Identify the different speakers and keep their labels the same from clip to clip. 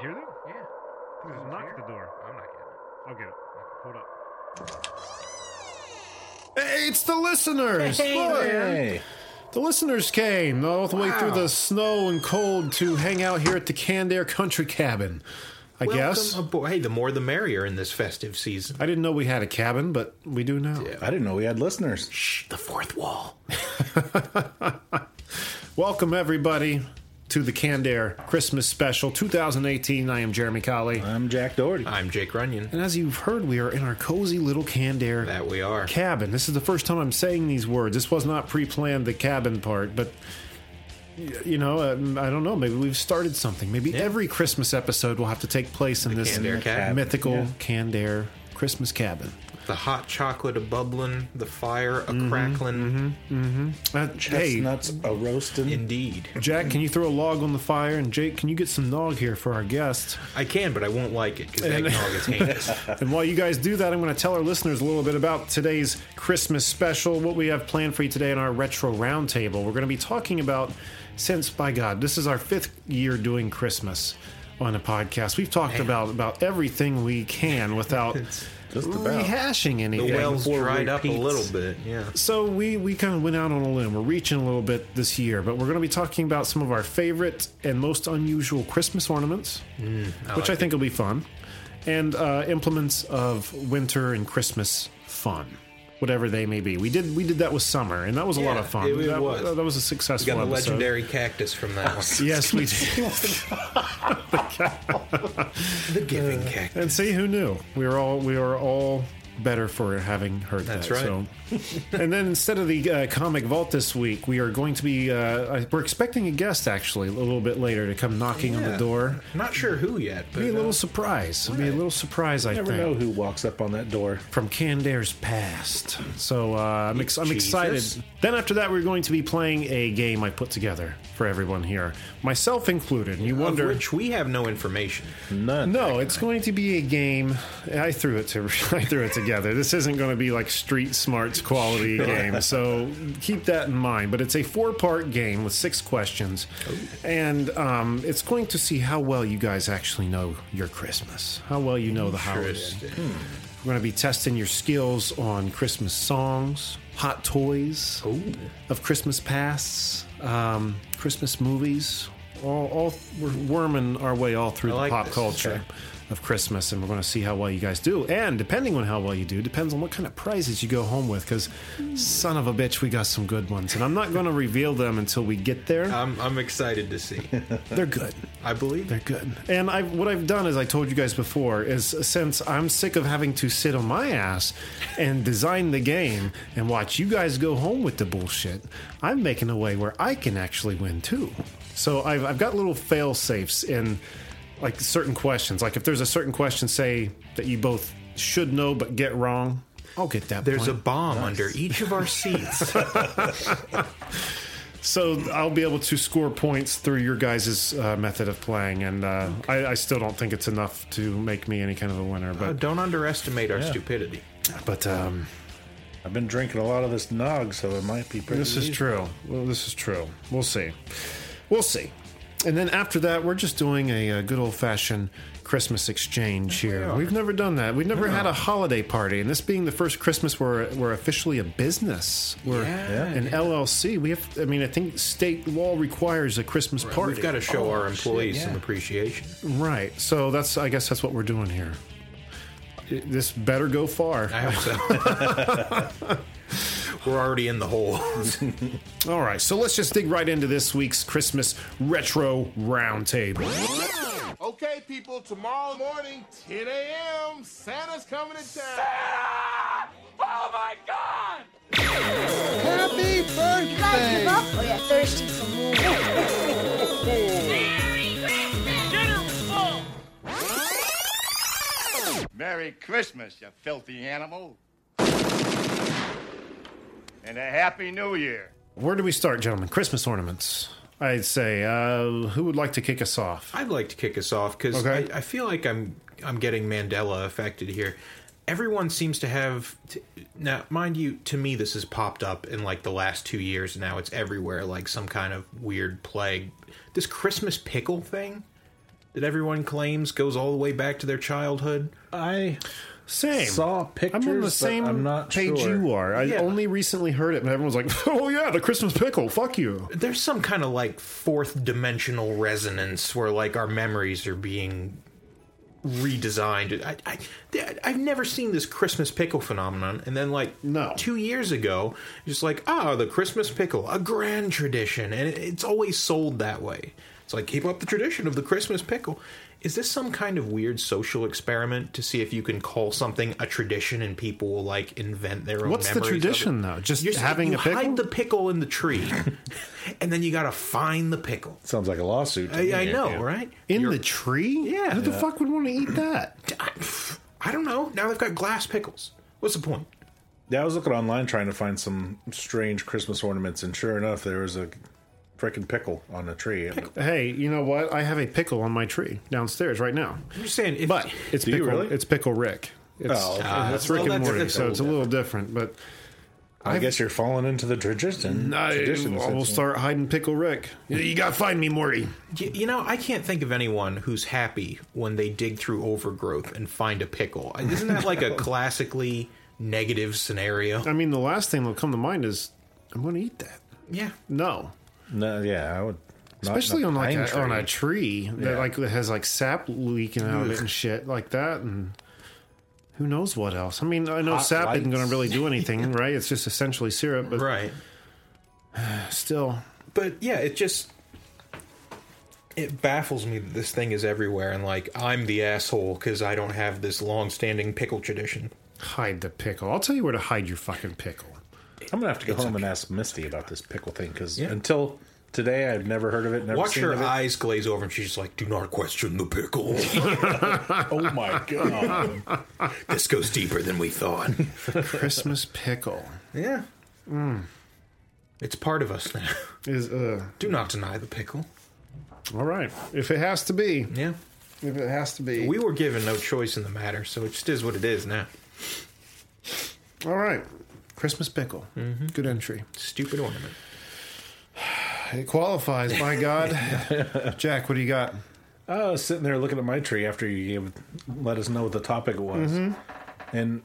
Speaker 1: hear that?
Speaker 2: Yeah.
Speaker 1: There's a
Speaker 2: Someone's
Speaker 1: knock at
Speaker 2: here.
Speaker 1: the door.
Speaker 2: I'm
Speaker 1: I'll
Speaker 2: not getting it.
Speaker 1: get it. Hold up.
Speaker 3: Hey, it's the listeners. Look,
Speaker 4: Hey.
Speaker 3: the listeners came all the way through the snow and cold to hang out here at the Canned Air Country Cabin. I guess
Speaker 5: Welcome aboard. Hey, the more the merrier in this festive season.
Speaker 3: I didn't know we had a cabin, but we do now.
Speaker 4: I didn't know we had listeners.
Speaker 5: Shh, the fourth wall.
Speaker 3: Welcome everybody to the Canned Air Christmas Special 2018. I am Jeremy Colley,
Speaker 4: I'm Jack Doherty.
Speaker 3: Uh,
Speaker 5: I'm Jake Runyon.
Speaker 3: and as you've heard, we are in our cozy little Canned Air
Speaker 5: That we are.
Speaker 3: cabin. This is the first time I'm saying these words. This was not pre-planned, the cabin part, but y- you know, um, I don't know. Maybe we've started something. Maybe every Christmas episode will have to take place in this
Speaker 5: Canned Air Cabin.
Speaker 3: mythical canned air Christmas cabin.
Speaker 5: The hot chocolate a bubbling, the fire a
Speaker 3: Mm-hmm,
Speaker 5: crackling.
Speaker 3: Uh, hey,
Speaker 4: Chestnuts a roasting.
Speaker 5: Indeed.
Speaker 3: Jack, can you throw a log on the fire? And Jake, can you get some nog here for our guest?
Speaker 5: I can, but I won't like it because eggnog is heinous.
Speaker 3: And while you guys do that, I'm going to tell our listeners a little bit about today's Christmas special, what we have planned for you today in our retro roundtable. We're going to be talking about, since by God, this is our fifth year doing Christmas on a podcast. We've talked about about everything we can without
Speaker 4: Just about.
Speaker 3: rehashing
Speaker 5: The
Speaker 3: anything.
Speaker 5: well's
Speaker 4: before
Speaker 5: dried up a
Speaker 4: repeats.
Speaker 5: little bit. Yeah.
Speaker 3: So we we kind of went out on a limb. We're reaching a little bit this year, but we're going to be talking about some of our favorite and most unusual Christmas ornaments,
Speaker 5: Mm,
Speaker 3: which I think will be fun, and uh, implements of winter and Christmas fun, whatever they may be. We did we did that with summer, and that was a lot
Speaker 5: Yeah,
Speaker 3: of fun.
Speaker 5: it- it
Speaker 3: that,
Speaker 5: was.
Speaker 3: that was a
Speaker 5: We
Speaker 3: successful
Speaker 5: got a
Speaker 3: episode.
Speaker 5: legendary cactus from that one.
Speaker 3: Yes, we did.
Speaker 5: the giving cactus.
Speaker 3: and see who knew. We were all we are all better for having heard
Speaker 5: That's
Speaker 3: that.
Speaker 5: right.
Speaker 3: So and then instead of the uh, comic vault this week, we are going to be. Uh, I- we're expecting a guest actually a little bit later to come knocking on the
Speaker 5: Yeah.
Speaker 3: door.
Speaker 5: Not sure who yet, but
Speaker 3: Be a
Speaker 5: uh,
Speaker 3: little surprise. Be a little surprise. I
Speaker 4: Never
Speaker 3: think
Speaker 4: know who walks up on that door.
Speaker 3: from Candare's past. So uh, I'm, ex- I'm
Speaker 5: Jesus.
Speaker 3: excited. Then after that, we're going to be playing a game I put together for everyone here, myself included. And you
Speaker 5: of
Speaker 3: wonder
Speaker 5: which we have no information.
Speaker 4: None.
Speaker 3: No, it's going to be a game. I threw it to I threw it together. This isn't going to be like Street Smarts quality game, so keep that in mind. But it's a four part game with six questions, and um, it's going to see how well you guys actually know your Christmas, how well you know the holiday.
Speaker 5: Interesting.
Speaker 3: We're going to be testing your skills on Christmas songs, hot toys
Speaker 5: Ooh.
Speaker 3: of Christmas pasts, um, Christmas movies. All, all we're worming our way all through
Speaker 5: I
Speaker 3: the
Speaker 5: like
Speaker 3: pop
Speaker 5: this.
Speaker 3: culture of Christmas, and we're going to see how well you guys do. And depending on how well you do, depends on what kind of prizes you go home with. Because
Speaker 5: Hmm.
Speaker 3: son of a bitch, we got some good ones, and I'm not going to reveal them until we get there.
Speaker 5: I'm, I'm excited to see.
Speaker 3: They're good.
Speaker 5: I believe.
Speaker 3: They're good. And I, what I've done, as I told you guys before, is since I'm sick of having to sit on my ass and design the game and watch you guys go home with the bullshit, I'm making a way where I can actually win too. So I've, I've got little fail safes in like certain questions. Like if there's a certain question, say that you both should know but get wrong, I'll get that.
Speaker 5: There's a
Speaker 3: point.
Speaker 5: bomb under each of our seats.
Speaker 3: So I'll be able to score points through your guys' uh, method of playing, and uh, I, I still don't think it's enough to make me any kind of a winner. But
Speaker 5: Don't underestimate our stupidity.
Speaker 3: But um,
Speaker 4: I've been drinking a lot of this nog, so it might be pretty.
Speaker 3: this is
Speaker 4: easy.
Speaker 3: true. Well, this is true. We'll see. We'll see. And then after that, we're just doing a, uh good old fashioned Christmas exchange here. We've never done that. We've never had a holiday party, and this being the first Christmas, we're we're officially a business. We're
Speaker 5: Yeah.
Speaker 3: an LLC. We have. I mean, I think state law requires a Christmas party.
Speaker 5: We've got to show our employees
Speaker 4: Oh, shit,
Speaker 5: some
Speaker 4: yeah.
Speaker 5: appreciation.
Speaker 3: right. So that's. I guess that's what we're doing here. It- This better go far.
Speaker 5: I hope so. We're already in the hole.
Speaker 3: All right, so let's just dig right into this week's Christmas retro roundtable.
Speaker 6: Okay, people, tomorrow morning, 10 a.m., Santa's coming to town.
Speaker 7: Happy birthday!
Speaker 8: give up or you're thirsty for more.
Speaker 6: Merry Christmas, you filthy animal. And a Happy New Year.
Speaker 3: Where do we start, gentlemen? Christmas ornaments. I'd say, uh, who would like to kick us off?
Speaker 5: I'd like to kick us off because
Speaker 3: Okay.
Speaker 5: I, I feel like I'm I'm getting Mandela affected here. Everyone seems to have t- now, mind you, to me this has popped up in like the last two years. Now it's everywhere, like some kind of weird plague. This Christmas pickle thing. that everyone claims goes all the way back to their childhood.
Speaker 4: I
Speaker 3: Same.
Speaker 4: saw pictures.
Speaker 3: I'm on
Speaker 4: but
Speaker 3: the same
Speaker 4: I'm not
Speaker 3: page
Speaker 4: sure.
Speaker 3: you are. I
Speaker 5: Yeah.
Speaker 3: only recently heard it, and everyone's like, "Oh yeah, the Christmas pickle." Fuck you.
Speaker 5: There's some kind of like fourth dimensional resonance where like our memories are being redesigned. I, I, th- I've never seen this Christmas pickle phenomenon. And then like
Speaker 3: No.
Speaker 5: two years ago, just like ah, the Christmas pickle, a grand tradition, and it, it's always sold that way. It's like keep up the tradition of the Christmas pickle. Is this some kind of weird social experiment to see if you can call something a tradition and people will like invent their own?
Speaker 3: What's the
Speaker 5: memories of it?
Speaker 3: tradition though? Just
Speaker 5: You're
Speaker 3: having
Speaker 5: you
Speaker 3: a pickle.
Speaker 5: hide the pickle in the tree, and then you gotta find the pickle.
Speaker 4: Sounds like a lawsuit. to
Speaker 5: I,
Speaker 4: me.
Speaker 5: I know,
Speaker 4: Yeah.
Speaker 5: right?
Speaker 3: in
Speaker 5: You're-
Speaker 3: the tree?
Speaker 5: Yeah.
Speaker 3: Who the fuck would want to eat that?
Speaker 5: I, I don't know. Now they've got glass pickles. What's the point?
Speaker 4: Yeah, I was looking online trying to find some strange Christmas ornaments, and sure enough, there was a freaking pickle on a tree.
Speaker 3: Hey, you know what? I have a pickle on my tree downstairs right now.
Speaker 5: I'm just saying. If,
Speaker 3: But it's
Speaker 4: you
Speaker 3: pickle.
Speaker 4: really?
Speaker 3: It's pickle Rick. It's,
Speaker 4: Oh, okay.
Speaker 5: Ah,
Speaker 3: it's Rick
Speaker 5: well,
Speaker 3: and
Speaker 5: that's-
Speaker 3: Morty,
Speaker 5: that's a
Speaker 3: so it's a
Speaker 5: little
Speaker 3: little different. But
Speaker 4: I guess you're falling into the tradition.
Speaker 3: I,
Speaker 4: tradition
Speaker 3: I will start hiding pickle Rick. You, you gotta find me, Morty.
Speaker 5: Y- You know, I can't think of anyone who's happy when they dig through overgrowth and find a pickle. Isn't that like a classically negative scenario?
Speaker 3: I mean, the last thing that'll come to mind is I'm gonna eat that.
Speaker 5: Yeah.
Speaker 3: No,
Speaker 4: No, yeah, I would. not in a
Speaker 3: especially on like
Speaker 4: pine
Speaker 3: a,
Speaker 4: tree.
Speaker 3: on a tree that
Speaker 4: Yeah.
Speaker 3: like that has like sap leaking out of it and shit like that, and who knows what else. I mean, I know
Speaker 4: Hot
Speaker 3: sap isn't
Speaker 4: lights.
Speaker 3: going to really do anything, right? It's just essentially syrup, but
Speaker 5: Right.
Speaker 3: still,
Speaker 5: but yeah, it just it baffles me that this thing is everywhere and like I'm the asshole because I don't have this long-standing pickle tradition.
Speaker 3: hide the pickle. I'll tell you where to hide your fucking pickle.
Speaker 4: I'm gonna have to go home and ask Misty about this pickle thing because
Speaker 5: Yeah.
Speaker 4: until today, I've never heard of it. Never
Speaker 5: Watch
Speaker 4: seen
Speaker 5: her
Speaker 4: of it.
Speaker 5: eyes glaze over, and she's just like, "Do not question the pickle.
Speaker 4: Oh my god!
Speaker 5: this goes deeper than we thought."
Speaker 3: Christmas pickle
Speaker 5: yeah,
Speaker 3: Hmm.
Speaker 5: it's part of us now.
Speaker 3: is uh
Speaker 5: Do not deny the pickle.
Speaker 3: all right. If it has to be,
Speaker 5: Yeah,
Speaker 3: if it has to be,
Speaker 5: we were given no choice in the matter, so it just is what it is now.
Speaker 3: all right. Christmas pickle,
Speaker 4: Mm-hmm.
Speaker 3: good entry.
Speaker 5: Stupid ornament.
Speaker 3: It qualifies. My God, Jack, what do you got?
Speaker 4: I was sitting there looking at my tree after you gave, let us know what the topic was,
Speaker 3: Mm-hmm.
Speaker 4: and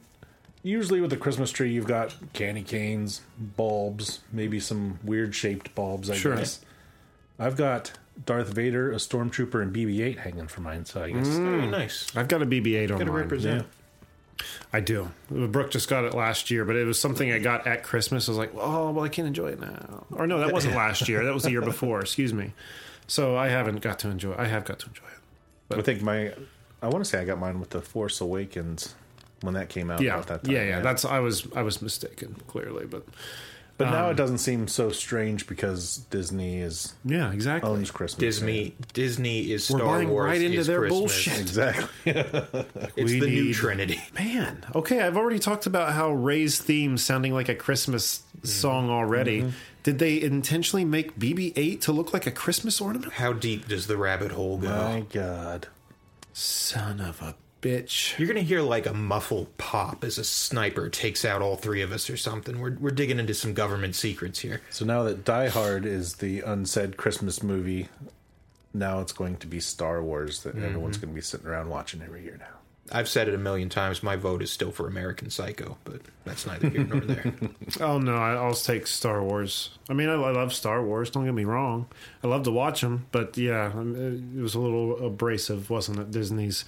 Speaker 4: usually with a Christmas tree, you've got candy canes, bulbs, maybe some weird shaped bulbs. I
Speaker 3: Sure.
Speaker 4: guess I've got Darth Vader, a stormtrooper, and BB-8 hanging for mine. So I guess
Speaker 3: Mm. Hmm.
Speaker 5: Very nice.
Speaker 3: I've got a BB-8 on
Speaker 5: Gotta
Speaker 3: mine.
Speaker 5: represent.
Speaker 3: I do. Brooke just got it last year, but it was something I got at Christmas. I was like, oh, well, I can't enjoy it now. Or no, that wasn't last year. That was the year before. Excuse me. So I haven't got to enjoy. I have got to enjoy it.
Speaker 4: I think my, I want to say I got mine with the Force Awakens when that came out.
Speaker 3: Yeah,
Speaker 4: about that time,
Speaker 3: yeah, yeah, That's I was I was mistaken clearly, but
Speaker 4: But now it doesn't seem so strange because Disney is
Speaker 3: yeah, exactly.
Speaker 4: owns Christmas.
Speaker 5: Disney. Disney is Star
Speaker 3: We're buying
Speaker 5: Wars.
Speaker 3: right into
Speaker 5: is
Speaker 3: their
Speaker 5: Christmas.
Speaker 3: bullshit.
Speaker 4: Exactly.
Speaker 5: It's
Speaker 3: We
Speaker 5: the new
Speaker 3: need-
Speaker 5: Trinity.
Speaker 3: Man, okay, I've already talked about how Ray's theme sounding like a Christmas
Speaker 4: Mm-hmm.
Speaker 3: song already. Did they intentionally make BB-8 to look like a Christmas ornament?
Speaker 5: How deep does the rabbit hole go?
Speaker 4: My God.
Speaker 3: Son of a bitch.
Speaker 5: You're gonna hear like a muffled pop as a sniper takes out all three of us or something. We're we're digging into some government secrets here.
Speaker 4: So now that Die Hard is the unsaid Christmas movie, now it's going to be Star Wars that everyone's going to be sitting around watching every year now.
Speaker 5: I've said it a million times. My vote is still for American Psycho, but that's neither here nor there.
Speaker 3: Oh no, I, I'll take Star Wars. I mean, I, I love Star Wars. Don't get me wrong. I love to watch them, but yeah, um, it, it was a little abrasive, wasn't it? Disney's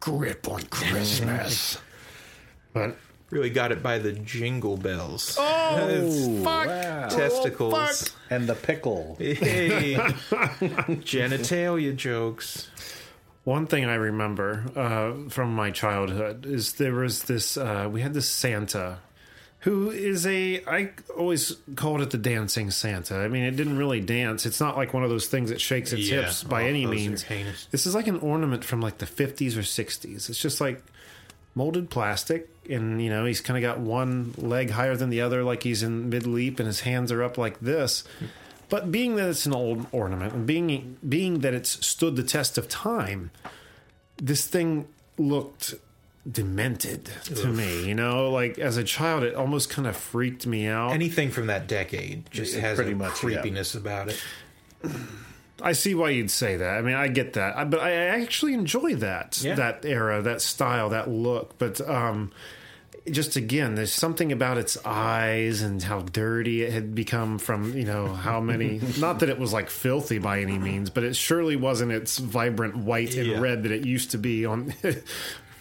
Speaker 3: grip on Christmas. but
Speaker 5: really got it by the jingle bells,
Speaker 4: Oh,
Speaker 3: fuck.
Speaker 5: testicles,
Speaker 4: And the pickle.
Speaker 5: hey, genitalia jokes.
Speaker 3: one thing I remember uh, from my childhood is there was this. Uh, we had this Santa. Who is a? I always called it the dancing Santa. I mean, it didn't really dance. It's not like one of those things that shakes its
Speaker 5: Yeah.
Speaker 3: hips by
Speaker 5: Oh,
Speaker 3: any
Speaker 5: those are
Speaker 3: means.
Speaker 5: heinous.
Speaker 3: This is like an ornament from like the 50s or 60s. It's just like molded plastic and you know he's kind of got one leg higher than the other like he's in mid leap and his hands are up like this. But being that it's an old ornament and being being that it's stood the test of time, this thing looked demented to me, you know, like as a child it almost kind of freaked me out.
Speaker 5: Anything from that decade just has
Speaker 4: Pretty
Speaker 5: a
Speaker 4: much, yeah.
Speaker 5: creepiness about it.
Speaker 3: I see why you'd say that. I mean, I get that, I, but I actually enjoy that
Speaker 5: Yeah.
Speaker 3: that era, that style, that look. But um, just again, there's something about its eyes and how dirty it had become from you know how many. not that it was like filthy by any means, but it surely wasn't its vibrant white and
Speaker 5: Yeah.
Speaker 3: red that it used to be on.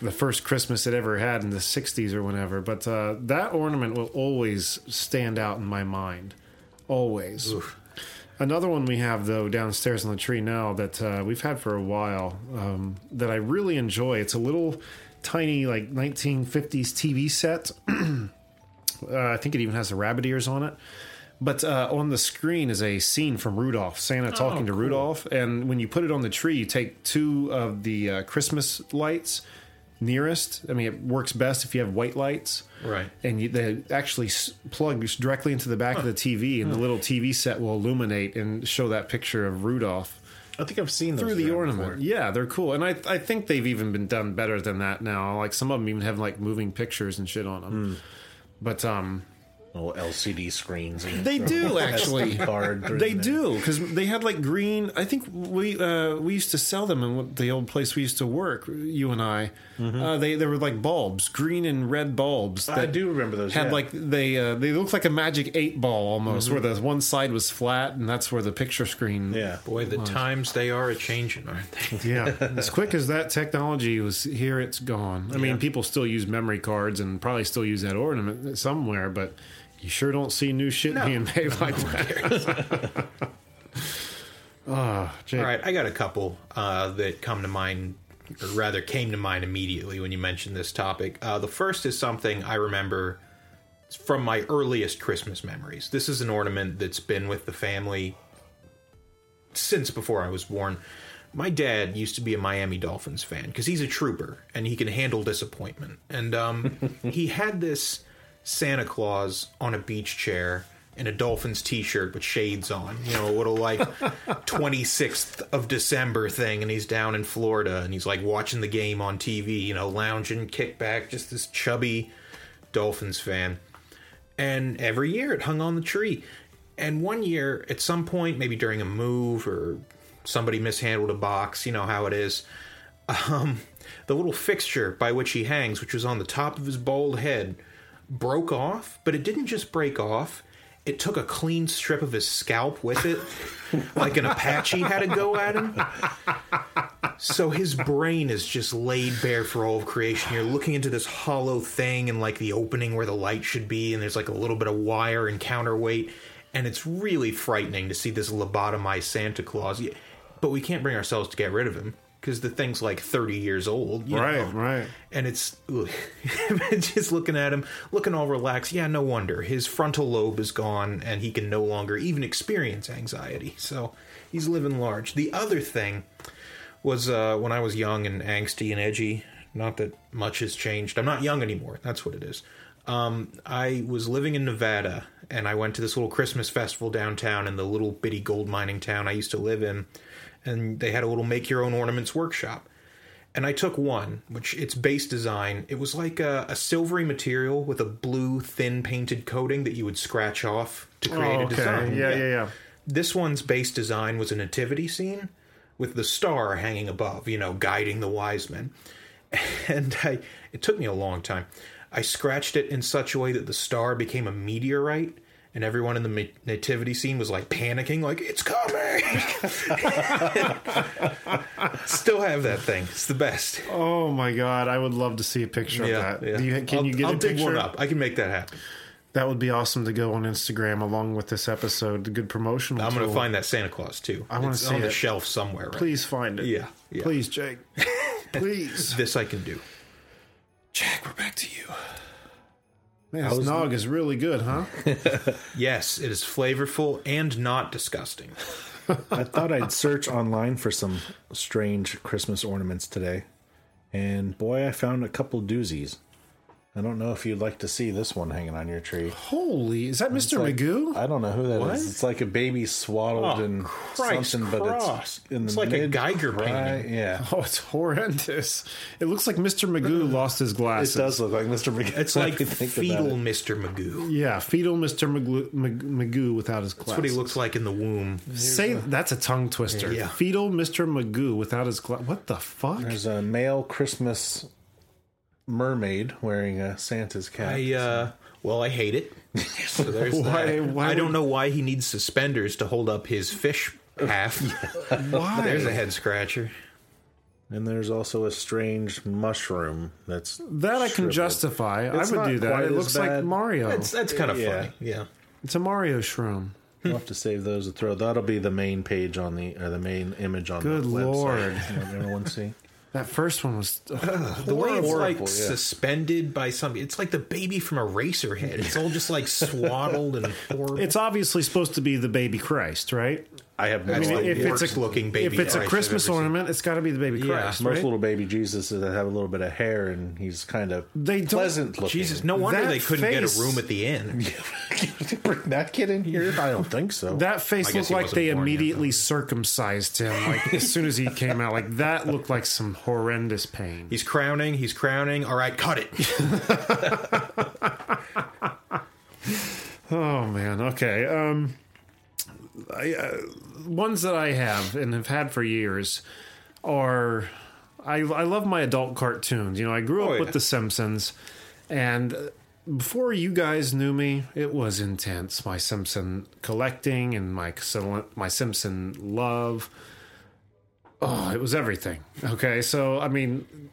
Speaker 3: The first Christmas it ever had in the '60s or whenever, but uh, that ornament will always stand out in my mind, always. Another one we have though downstairs on the tree now that uh, we've had for a while um, that I really enjoy. It's a little tiny like 1950s TV set. uh, I think it even has the rabbit ears on it. But uh, on the screen is a scene from Rudolph, Santa talking to Rudolph, and when you put it on the tree, you take two of the uh, Christmas lights nearest. I mean, it works best if you have white lights,
Speaker 5: Right.
Speaker 3: And you, they actually s- plug directly into the back of the TV, and the little TV set will illuminate and show that picture of Rudolph
Speaker 4: I think I've seen those
Speaker 3: through the
Speaker 4: around
Speaker 3: ornament.
Speaker 4: before.
Speaker 3: Yeah, they're cool, and I I think they've even been done better than that now. Like some of them even have like moving pictures and shit on them. But um,
Speaker 4: Little LCD screens. and
Speaker 3: they do
Speaker 4: SD
Speaker 3: actually.
Speaker 4: card through
Speaker 3: They
Speaker 4: there.
Speaker 3: do because they had like green. I think we uh, we used to sell them in what- the old place we used to work. You and I, uh, they they were like bulbs, green and red bulbs.
Speaker 4: Mm-hmm. I do remember those,
Speaker 3: Had
Speaker 4: yeah.
Speaker 3: like they uh, they looked like a magic eight ball almost, where the one side was flat and that's where the picture screen.
Speaker 4: Mm-hmm. Yeah.
Speaker 5: Boy, the times they are a changing, aren't they?
Speaker 3: yeah. As quick as that technology was here, it's gone. I mean, people still use memory cards and probably still use that ornament somewhere, but you sure don't see new shit being made like that. Ah, Jake.
Speaker 5: All right, I got a couple uh, that come to mind, or rather came to mind immediately when you mentioned this topic. Uh, the first is something I remember from my earliest Christmas memories. This is an ornament that's been with the family since before I was born. My dad used to be a Miami Dolphins fan because he's a trooper and he can handle disappointment. And um, he had this Santa Claus on a beach chair in a Dolphins T-shirt with shades on, you know, a little like twenty sixth of December thing. And he's down in Florida and he's like watching the game on TV, you know, lounging, kickback, just this chubby Dolphins fan and every year it hung on the tree. And one year, at some point, maybe during a move or somebody mishandled a box, you know how it is. Um, the little fixture by which he hangs, which was on the top of his bald head, broke off, but it didn't just break off. It took a clean strip of his scalp with it, like an Apache had to go at him. So his brain is just laid bare for all of creation. You're looking into this hollow thing and like the opening where the light should be, and there's like a little bit of wire and counterweight, and it's really frightening to see this lobotomized Santa Claus. Y- But we can't bring ourselves to get rid of him because the thing's like 30 years old. you
Speaker 3: Right,
Speaker 5: know?
Speaker 3: right.
Speaker 5: And it's ugh. just looking at him, looking all relaxed. Yeah, no wonder his frontal lobe is gone, and he can no longer even experience anxiety. So he's living large. The other thing was uh, when I was young and angsty and edgy. Not that much has changed. I'm not young anymore. That's what it is. Um, I was living in Nevada and I went to this little Christmas festival downtown in the little bitty gold mining town I used to live in. And they had a little make your own ornaments workshop. And I took one, which its base design, it was like a, a silvery material with a blue, thin painted coating that you would scratch off to create
Speaker 3: Oh,
Speaker 5: a
Speaker 3: okay.
Speaker 5: design.
Speaker 3: Yeah, yeah, yeah.
Speaker 5: This one's base design was a nativity scene with the star hanging above, you know, guiding the wise men. And I, it took me a long time. I scratched it in such a way that the star became a meteorite, and everyone in the ma- nativity scene was like panicking, like, it's coming! Still have that thing. It's the best.
Speaker 3: Oh my god, I would love to see a picture
Speaker 5: Yeah,
Speaker 3: of that.
Speaker 5: yeah.
Speaker 3: Do you, can
Speaker 5: I'll,
Speaker 3: you get
Speaker 5: I'll
Speaker 3: a
Speaker 5: dig
Speaker 3: picture?
Speaker 5: one up. I can make that happen.
Speaker 3: That would be awesome to go on Instagram along with this episode. The good promotional.
Speaker 5: I'm going to
Speaker 3: tool.
Speaker 5: find that Santa Claus, too.
Speaker 3: wanna
Speaker 5: It's
Speaker 3: see
Speaker 5: on the
Speaker 3: it.
Speaker 5: shelf somewhere. Right?
Speaker 3: Please find it.
Speaker 5: Yeah, yeah.
Speaker 3: Please, Jake. Please.
Speaker 5: This I can do. Jack, we're back to you.
Speaker 3: Man, this nog is really good, huh?
Speaker 5: Yes, it is flavorful and not disgusting.
Speaker 4: I thought I'd search online for some strange Christmas ornaments today, and boy, I found a couple doozies. I don't know if you'd like to see this one hanging on your tree.
Speaker 3: Holy, is that Mr.
Speaker 4: Like,
Speaker 3: Magoo?
Speaker 4: I don't know who that is.
Speaker 5: What?
Speaker 4: It's like a baby swaddled
Speaker 5: Oh,
Speaker 4: in
Speaker 5: Christ
Speaker 4: something, but
Speaker 5: cross.
Speaker 4: it's in
Speaker 5: It's
Speaker 4: the
Speaker 5: like a
Speaker 4: mid-
Speaker 5: Geiger
Speaker 4: cry-
Speaker 5: painting.
Speaker 4: Yeah,
Speaker 3: oh, it's horrendous. It looks like Mr. Magoo lost his
Speaker 4: it
Speaker 3: glasses.
Speaker 4: does look like Mr. Magoo.
Speaker 5: It's
Speaker 4: when
Speaker 5: like
Speaker 4: you think about
Speaker 5: fetal
Speaker 4: it.
Speaker 5: Mr. Magoo.
Speaker 3: Yeah, fetal Mr. Magoo, Mag- Magoo without his glasses.
Speaker 5: That's what he looks like in the womb.
Speaker 3: Say that's a tongue twister.
Speaker 5: Yeah.
Speaker 3: Fetal Mr. Magoo without his glasses. What the fuck?
Speaker 4: There's a male Christmas mermaid wearing a Santa's cap.
Speaker 5: I uh, well, I hate it. So there's
Speaker 3: Why-
Speaker 5: that.
Speaker 3: why
Speaker 5: I don't
Speaker 3: would-
Speaker 5: know why he needs suspenders to hold up his fish half.
Speaker 3: Why?
Speaker 5: There's a head scratcher.
Speaker 4: and there's also a strange mushroom that's
Speaker 3: that I can
Speaker 4: shriveled.
Speaker 3: justify. I
Speaker 4: It's
Speaker 3: would
Speaker 4: not
Speaker 3: do that.
Speaker 4: quite
Speaker 3: It
Speaker 4: as
Speaker 3: looks like
Speaker 4: bad.
Speaker 3: Mario.
Speaker 5: That's that's kind of
Speaker 4: Yeah.
Speaker 5: funny. Yeah.
Speaker 3: it's a Mario shroom.
Speaker 4: We'll have to save those to throw. That'll be the main page on the or the main image on
Speaker 3: Good
Speaker 4: the website.
Speaker 3: lord.
Speaker 4: You know, everyone see.
Speaker 3: That first one was
Speaker 5: The way it's like
Speaker 4: Horrible, yeah.
Speaker 5: suspended by some, it's like the baby from a racer head. It's all just like swaddled and horrible.
Speaker 3: It's obviously supposed to be the baby Christ, right?
Speaker 4: I have no
Speaker 5: That's
Speaker 4: idea.
Speaker 5: the
Speaker 3: if it's a-
Speaker 5: worst looking baby.
Speaker 3: if it's
Speaker 5: Christ
Speaker 3: a
Speaker 5: I've
Speaker 3: Christmas
Speaker 5: ever seen.
Speaker 3: ornament, it's got to be the baby
Speaker 5: Yeah.
Speaker 3: Christ,
Speaker 4: Most
Speaker 3: right?
Speaker 4: little baby Jesuses that have a little bit of hair, and he's kind of
Speaker 3: They don't-
Speaker 4: pleasant looking.
Speaker 5: Jesus, no wonder
Speaker 3: That
Speaker 5: they couldn't get
Speaker 3: face-
Speaker 5: a room at the inn.
Speaker 4: bring that kid in here. I don't think so.
Speaker 3: that face
Speaker 5: guess
Speaker 3: looked
Speaker 5: he
Speaker 3: like
Speaker 5: wasn't
Speaker 3: they
Speaker 5: born yet,
Speaker 3: immediately circumcised him, like as soon as he came out. Like that looked like some horrendous pain.
Speaker 5: He's crowning. He's crowning. All right, cut it.
Speaker 3: Oh man, okay. Um, I, uh, ones that I have and have had for years are I, I love my adult cartoons. You know, I grew up
Speaker 5: Oh,
Speaker 3: with
Speaker 5: yeah.
Speaker 3: The Simpsons, and uh, before you guys knew me, it was intense. My Simpson collecting and my Sil- my Simpson love. Oh, it was everything. Okay, so I mean,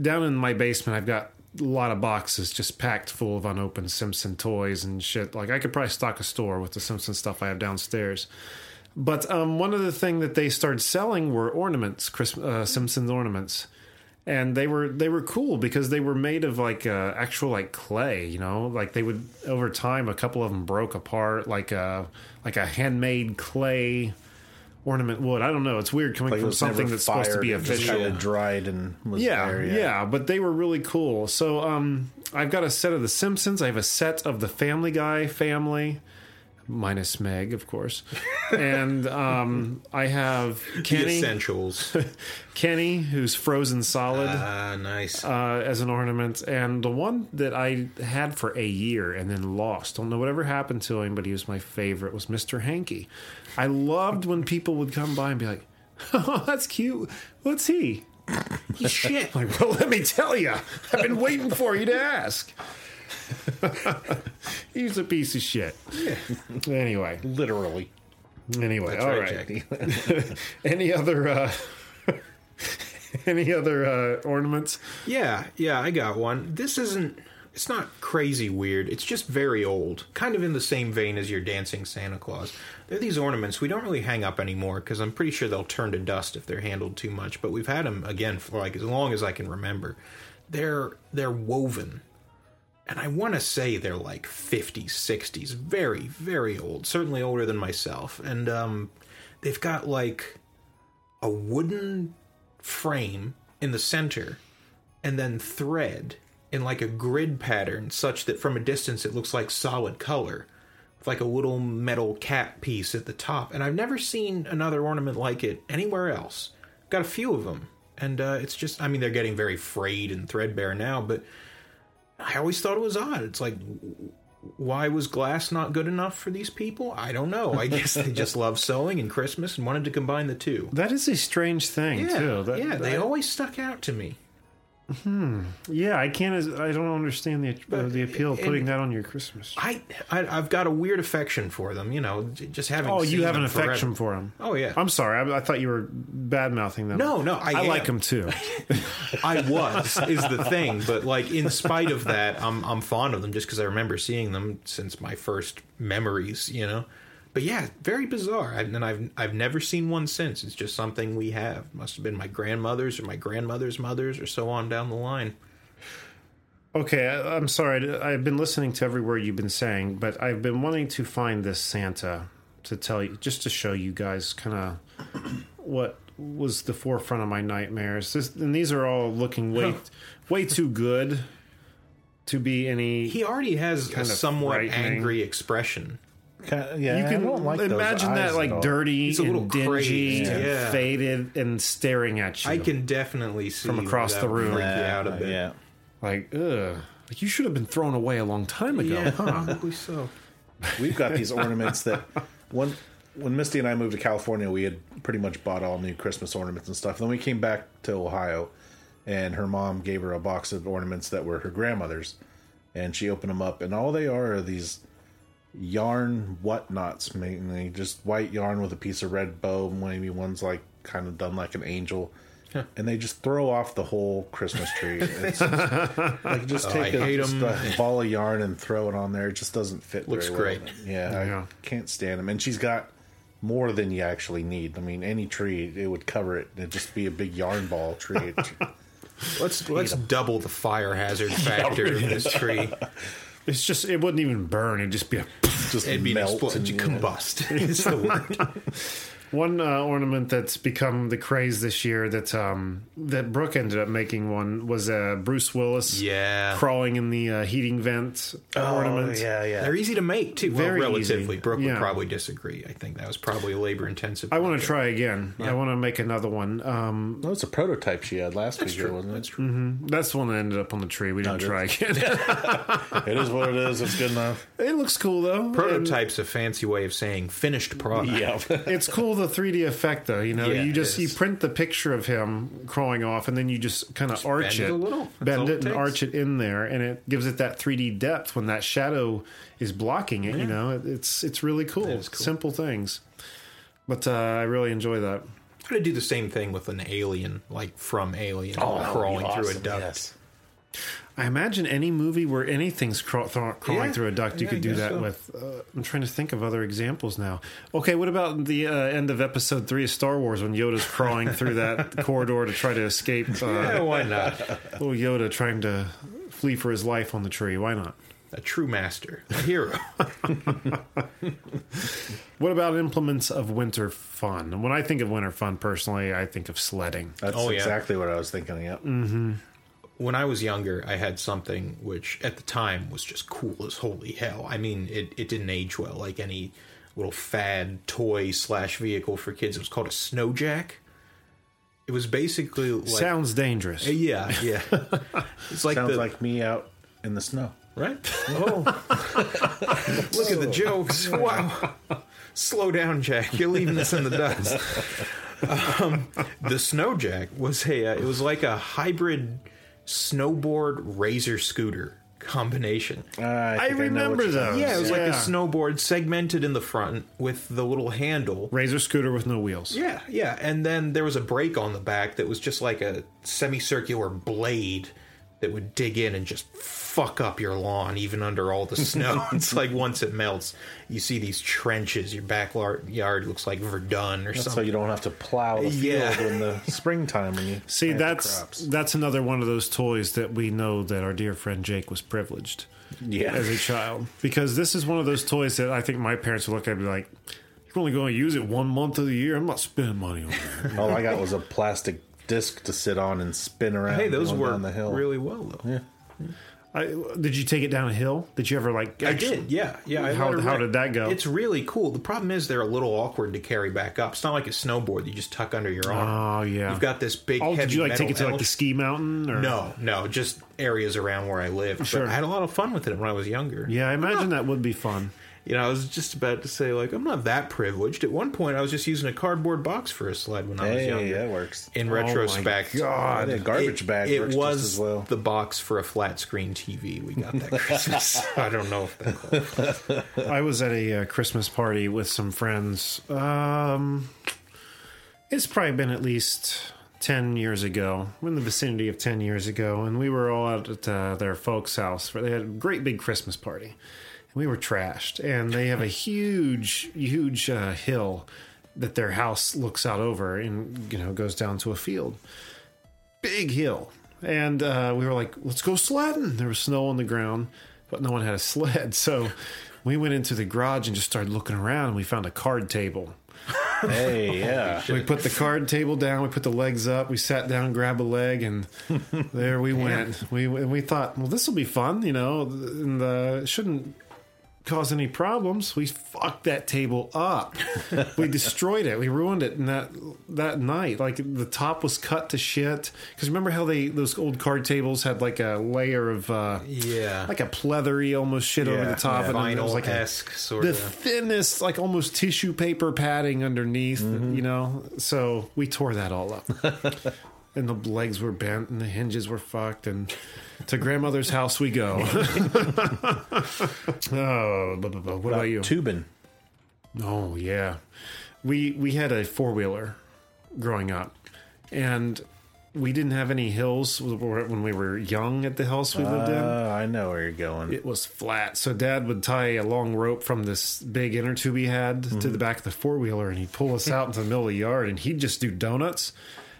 Speaker 3: down in my basement, I've got a lot of boxes just packed full of unopened Simpson toys and shit. Like I could probably stock a store with the Simpson stuff I have downstairs. But um, one of the thing that they started selling were ornaments, Chris, uh, Simpsons ornaments, and they were they were cool because they were made of like uh, actual like clay. You know, like they would over time a couple of them broke apart, like a like a handmade clay ornament wood. I don't know. It's weird coming
Speaker 4: Like it
Speaker 3: from
Speaker 4: was never
Speaker 3: something that's supposed to
Speaker 4: fired,
Speaker 3: be
Speaker 4: it just
Speaker 3: official.
Speaker 4: Kind of dried and was
Speaker 3: Yeah,
Speaker 4: there,
Speaker 3: yeah, but they were really cool. So um, I've got a set of The Simpsons. I have a set of the Family Guy family, minus Meg, of course, and um, I have
Speaker 5: the
Speaker 3: Kenny,
Speaker 5: essentials.
Speaker 3: Kenny, who's frozen solid
Speaker 5: Ah, nice.
Speaker 3: uh, as an ornament, and the one that I had for a year and then lost. Don't know whatever happened to him, but he was my favorite. Was Mister Hanky? I loved when people would come by and be like, "Oh, that's cute. What's he?"
Speaker 5: Shit.
Speaker 3: Like, well, let me tell you, I've been waiting for you to ask. He's a piece of shit. Anyway,
Speaker 4: Literally.
Speaker 3: anyway, all
Speaker 5: All
Speaker 3: right.
Speaker 5: right, Jack.
Speaker 3: Any other, uh, any other uh, ornaments?
Speaker 5: Yeah, yeah, I got one. This isn't. It's not crazy weird. It's just very old. Kind of in the same vein as your dancing Santa Claus. They're these ornaments we don't really hang up anymore because I'm pretty sure they'll turn to dust if they're handled too much. But we've had them again for like as long as I can remember. They're they're woven, and I want to say they're like 50s, 60s, very very old. Certainly older than myself. And um, they've got like a wooden frame in the center and then thread in like a grid pattern such that from a distance it looks like solid color with like a little metal cap piece at the top and i've never seen another ornament like it anywhere else got a few of them and uh, it's just i mean they're getting very frayed and threadbare now but i always thought it was odd it's like w- why was glass not good enough for these people i don't know i guess they just love sewing and christmas and wanted to combine the two
Speaker 3: That is a strange thing,
Speaker 5: yeah,
Speaker 3: too. That,
Speaker 5: yeah they
Speaker 3: that-
Speaker 5: always stuck out to me
Speaker 3: yeah. I can't. I don't understand the uh, the appeal of
Speaker 5: and-
Speaker 3: putting that on your Christmas. tree.
Speaker 5: I, I I've got a weird affection for them. You know, j- just having.
Speaker 3: Oh, you
Speaker 5: seen
Speaker 3: have an
Speaker 5: them forever.
Speaker 3: affection for him.
Speaker 5: Oh yeah,
Speaker 3: I'm sorry. I, I thought you were bad mouthing them.
Speaker 5: No, no, I
Speaker 3: I
Speaker 5: am.
Speaker 3: like him too.
Speaker 5: I was is the thing, but like in spite of that, I'm I'm fond of them just because I remember seeing them since my first memories. You know, but yeah, very bizarre. I, and I've I've never seen one since. It's just something we have. Must have been my grandmother's or my grandmother's mother's or so on down the line.
Speaker 3: Okay, I, I'm sorry. I- I've been listening to every word you've been saying, but I've been wanting to find this Santa to tell you, just to show you guys kind of what was the forefront of my nightmares. This, and these are all looking way, way too good to be any.
Speaker 5: He already has a
Speaker 3: Kind of
Speaker 5: somewhat
Speaker 3: frightening.
Speaker 5: angry expression.
Speaker 4: Kinda- yeah,
Speaker 3: you
Speaker 4: I
Speaker 3: can
Speaker 4: don't like those
Speaker 3: imagine
Speaker 4: eyes
Speaker 3: that
Speaker 4: at
Speaker 3: like
Speaker 4: all.
Speaker 3: dirty,
Speaker 5: He's a little
Speaker 3: and dingy,
Speaker 5: crazed,
Speaker 3: and
Speaker 5: yeah.
Speaker 3: faded, and staring at you.
Speaker 5: I can definitely see
Speaker 3: From across
Speaker 5: that
Speaker 3: the
Speaker 5: would
Speaker 3: room.
Speaker 5: freak you
Speaker 4: Yeah,
Speaker 5: out a bit.
Speaker 4: yeah.
Speaker 3: like ugh. Like you should have been thrown away a long time ago,
Speaker 5: Yeah,
Speaker 3: huh?
Speaker 5: probably so.
Speaker 4: We've got these ornaments that when when Misty and I moved to California, we had pretty much bought all new Christmas ornaments and stuff. Then we came back to Ohio, and her mom gave her a box of ornaments that were her grandmother's, and she opened them up, and all they are are these yarn whatnots, mainly just white yarn with a piece of red bow. Maybe one's like kind of done like an angel. And they just throw off the whole Christmas tree. It's just, like just take a,
Speaker 5: Oh, hate
Speaker 4: just
Speaker 5: 'em.
Speaker 4: a ball of yarn and throw it on there. It just doesn't fit.
Speaker 5: Looks
Speaker 4: very well.
Speaker 5: great.
Speaker 4: Yeah,
Speaker 3: Yeah.
Speaker 4: I can't stand them. And she's got more than you actually need. I mean, any tree it would cover it. It'd just be a big yarn ball tree. It-
Speaker 5: Let's let's double the fire hazard factor of this tree.
Speaker 3: It's just it wouldn't even burn. It'd just be a
Speaker 4: just
Speaker 5: It'd be an
Speaker 4: melt
Speaker 5: explosion.
Speaker 4: and
Speaker 5: You
Speaker 4: you
Speaker 5: combust. It's the word.
Speaker 3: One uh, ornament that's become the craze this year that um, that Brooke ended up making one was uh, Bruce Willis
Speaker 5: Yeah. Oh,
Speaker 3: crawling in the uh, heating vent ornament.
Speaker 4: Yeah, yeah.
Speaker 5: They're easy to make too.
Speaker 3: Very
Speaker 5: well, relatively.
Speaker 3: easy.
Speaker 5: Brooke
Speaker 3: Yeah.
Speaker 5: would probably disagree. I think that was probably a labor intensive.
Speaker 3: I want to try again. I want to make another one. Um,
Speaker 4: That was a prototype she had last week, here, wasn't it?
Speaker 5: That's true.
Speaker 3: that's the one that ended up on the tree. We didn't try again.
Speaker 4: It is what it is. It's good enough.
Speaker 3: it looks cool though.
Speaker 5: Prototype's a fancy way of saying finished product.
Speaker 3: And It's cool the 3D effect though. You know,
Speaker 5: Yeah,
Speaker 3: you
Speaker 5: it
Speaker 3: just you
Speaker 5: is.
Speaker 3: print the picture of him crawling off, and then you just kind of arch
Speaker 5: bend it
Speaker 3: it,
Speaker 5: a little. That's
Speaker 3: bend
Speaker 5: all
Speaker 3: it,
Speaker 5: it
Speaker 3: and
Speaker 5: takes.
Speaker 3: arch it in there, and it gives it that 3D depth when that shadow is blocking it. You know, It- it's it's really cool.
Speaker 5: is cool.
Speaker 3: Simple things, but uh, I really enjoy that.
Speaker 5: How to do the same thing with an alien, like from Alien,
Speaker 4: Oh,
Speaker 5: crawling through a duct.
Speaker 3: I imagine any movie where anything's craw- thro- crawling
Speaker 5: Yeah.
Speaker 3: through a duct, you
Speaker 5: Yeah, I
Speaker 3: could do
Speaker 5: guess
Speaker 3: that
Speaker 5: so.
Speaker 3: with. Uh, I'm trying to think of other examples now. Okay, what about the uh, end of Episode Three of Star Wars when Yoda's crawling through that corridor to try to escape? Uh,
Speaker 5: Yeah, why not?
Speaker 3: Little Yoda trying to flee for his life on the tree. Why not?
Speaker 5: A true master, a hero.
Speaker 3: What about implements of winter fun? And When I think of winter fun, personally, I think of sledding.
Speaker 4: That's
Speaker 5: Oh, yeah.
Speaker 4: exactly what I was thinking. Yeah.
Speaker 3: Mm.
Speaker 5: when I was younger, I had something which at the time was just cool as holy hell. I mean, it, it didn't age well, like any little fad toy slash vehicle for kids. It was called a snowjack. It was basically like
Speaker 3: Sounds dangerous.
Speaker 5: yeah, yeah. It's like
Speaker 4: Sounds
Speaker 5: the
Speaker 4: like me out in the snow.
Speaker 5: right. Oh, look at the jokes! Wow. Slow down, Jack. You're leaving this in the dust. Um, the snowjack was a. Uh, it was like a hybrid snowboard razor scooter combination.
Speaker 3: I
Speaker 4: think know
Speaker 3: remember
Speaker 4: what you're
Speaker 3: those.
Speaker 4: talking
Speaker 5: Yeah, it was like a
Speaker 3: Yeah.
Speaker 5: snowboard segmented in the front with the little handle.
Speaker 3: Razor scooter with no wheels.
Speaker 5: Yeah, yeah. And then there was a brake on the back that was just like a semicircular blade that would dig in and just fuck up your lawn, even under all the snow. it's like once it melts, you see these trenches. Your backyard looks like Verdun or
Speaker 4: So
Speaker 5: something.
Speaker 4: you don't have to plow the field
Speaker 5: Yeah.
Speaker 4: in the springtime when you
Speaker 3: See,
Speaker 4: plant the
Speaker 3: that's
Speaker 4: crops.
Speaker 3: that's another one of those toys that we know that our dear friend Jake was privileged
Speaker 4: yeah.
Speaker 3: as a child because this is one of those toys that I think my parents would look at and be like, "You're only going to use it one month of the year. I'm not spending money on that."
Speaker 4: All I got was a plastic disc to sit on and spin around.
Speaker 5: hey, those
Speaker 4: going
Speaker 5: work
Speaker 4: down the hill.
Speaker 5: really well, though.
Speaker 3: I, did you take it down a hill? Did you ever like?
Speaker 5: I did, yeah, yeah. I
Speaker 3: How-
Speaker 5: let her
Speaker 3: how
Speaker 5: rip.
Speaker 3: did that go?
Speaker 5: It's really cool. The problem is they're a little awkward to carry back up. It's not like a snowboard that you just tuck under your arm.
Speaker 3: Oh, yeah.
Speaker 5: You've got this big.
Speaker 3: Oh,
Speaker 5: heavy
Speaker 3: did you like
Speaker 5: metal
Speaker 3: take it to like
Speaker 5: elf-
Speaker 3: the ski mountain? Or?
Speaker 5: No, no, just areas around where I lived.
Speaker 3: Sure.
Speaker 5: But I had a lot of fun with it when I was younger.
Speaker 3: Yeah, I imagine that would be fun.
Speaker 5: You know, I was just about to say, like, I'm not that privileged. At one point, I was just using a cardboard box for a sled when I was
Speaker 4: Hey,
Speaker 5: younger.
Speaker 4: that works. Oh
Speaker 5: In retrospect,
Speaker 4: God, a garbage
Speaker 5: it,
Speaker 4: bag
Speaker 5: it
Speaker 4: works
Speaker 5: was
Speaker 4: just as well.
Speaker 5: the box for a flat screen TV we got that Christmas. I don't know if that
Speaker 3: I was at a uh, Christmas party with some friends. Um, it's probably been at least 10 years ago, in the vicinity of 10 years ago. And we were all out at uh, their folks' house where they had a great big Christmas party. And we were trashed. And they have a huge, huge uh, hill that their house looks out over and, you know, goes down to a field. Big hill. And uh, we were like, let's go sledding. There was snow on the ground, but no one had a sled. So we went into the garage and just started looking around. And we found a card table
Speaker 4: Hey, yeah.
Speaker 3: We put the card table down. We put the legs up. We sat down, grabbed a leg, and there we went. We and we thought, well, this will be fun, you know, and uh, it shouldn't cause any problems. We fucked that table up. we destroyed it. We ruined it. And that that night, like the top was cut to shit. Because remember how they those old card tables had like a layer of uh,
Speaker 5: Yeah.
Speaker 3: like a pleathery almost shit over
Speaker 4: Yeah,
Speaker 3: the top,
Speaker 4: yeah.
Speaker 3: and then there was like a
Speaker 5: Vinyl-esque sort
Speaker 3: the
Speaker 5: of.
Speaker 3: thinnest, like almost tissue paper padding underneath, you know. So we tore that all up. and the legs were bent and the hinges were fucked. And to grandmother's house we go. oh, blah, blah, blah. what about you?
Speaker 4: Tubin.
Speaker 3: Oh yeah, we we had a four wheeler growing up, and we didn't have any hills when we were young at the house we lived in.
Speaker 4: Uh, I know where you're going.
Speaker 3: It was flat. So dad would tie a long rope from this big inner tube he had
Speaker 5: Mm-hmm.
Speaker 3: to the back of the four wheeler and he'd pull us out into the middle of the yard and he'd just do donuts.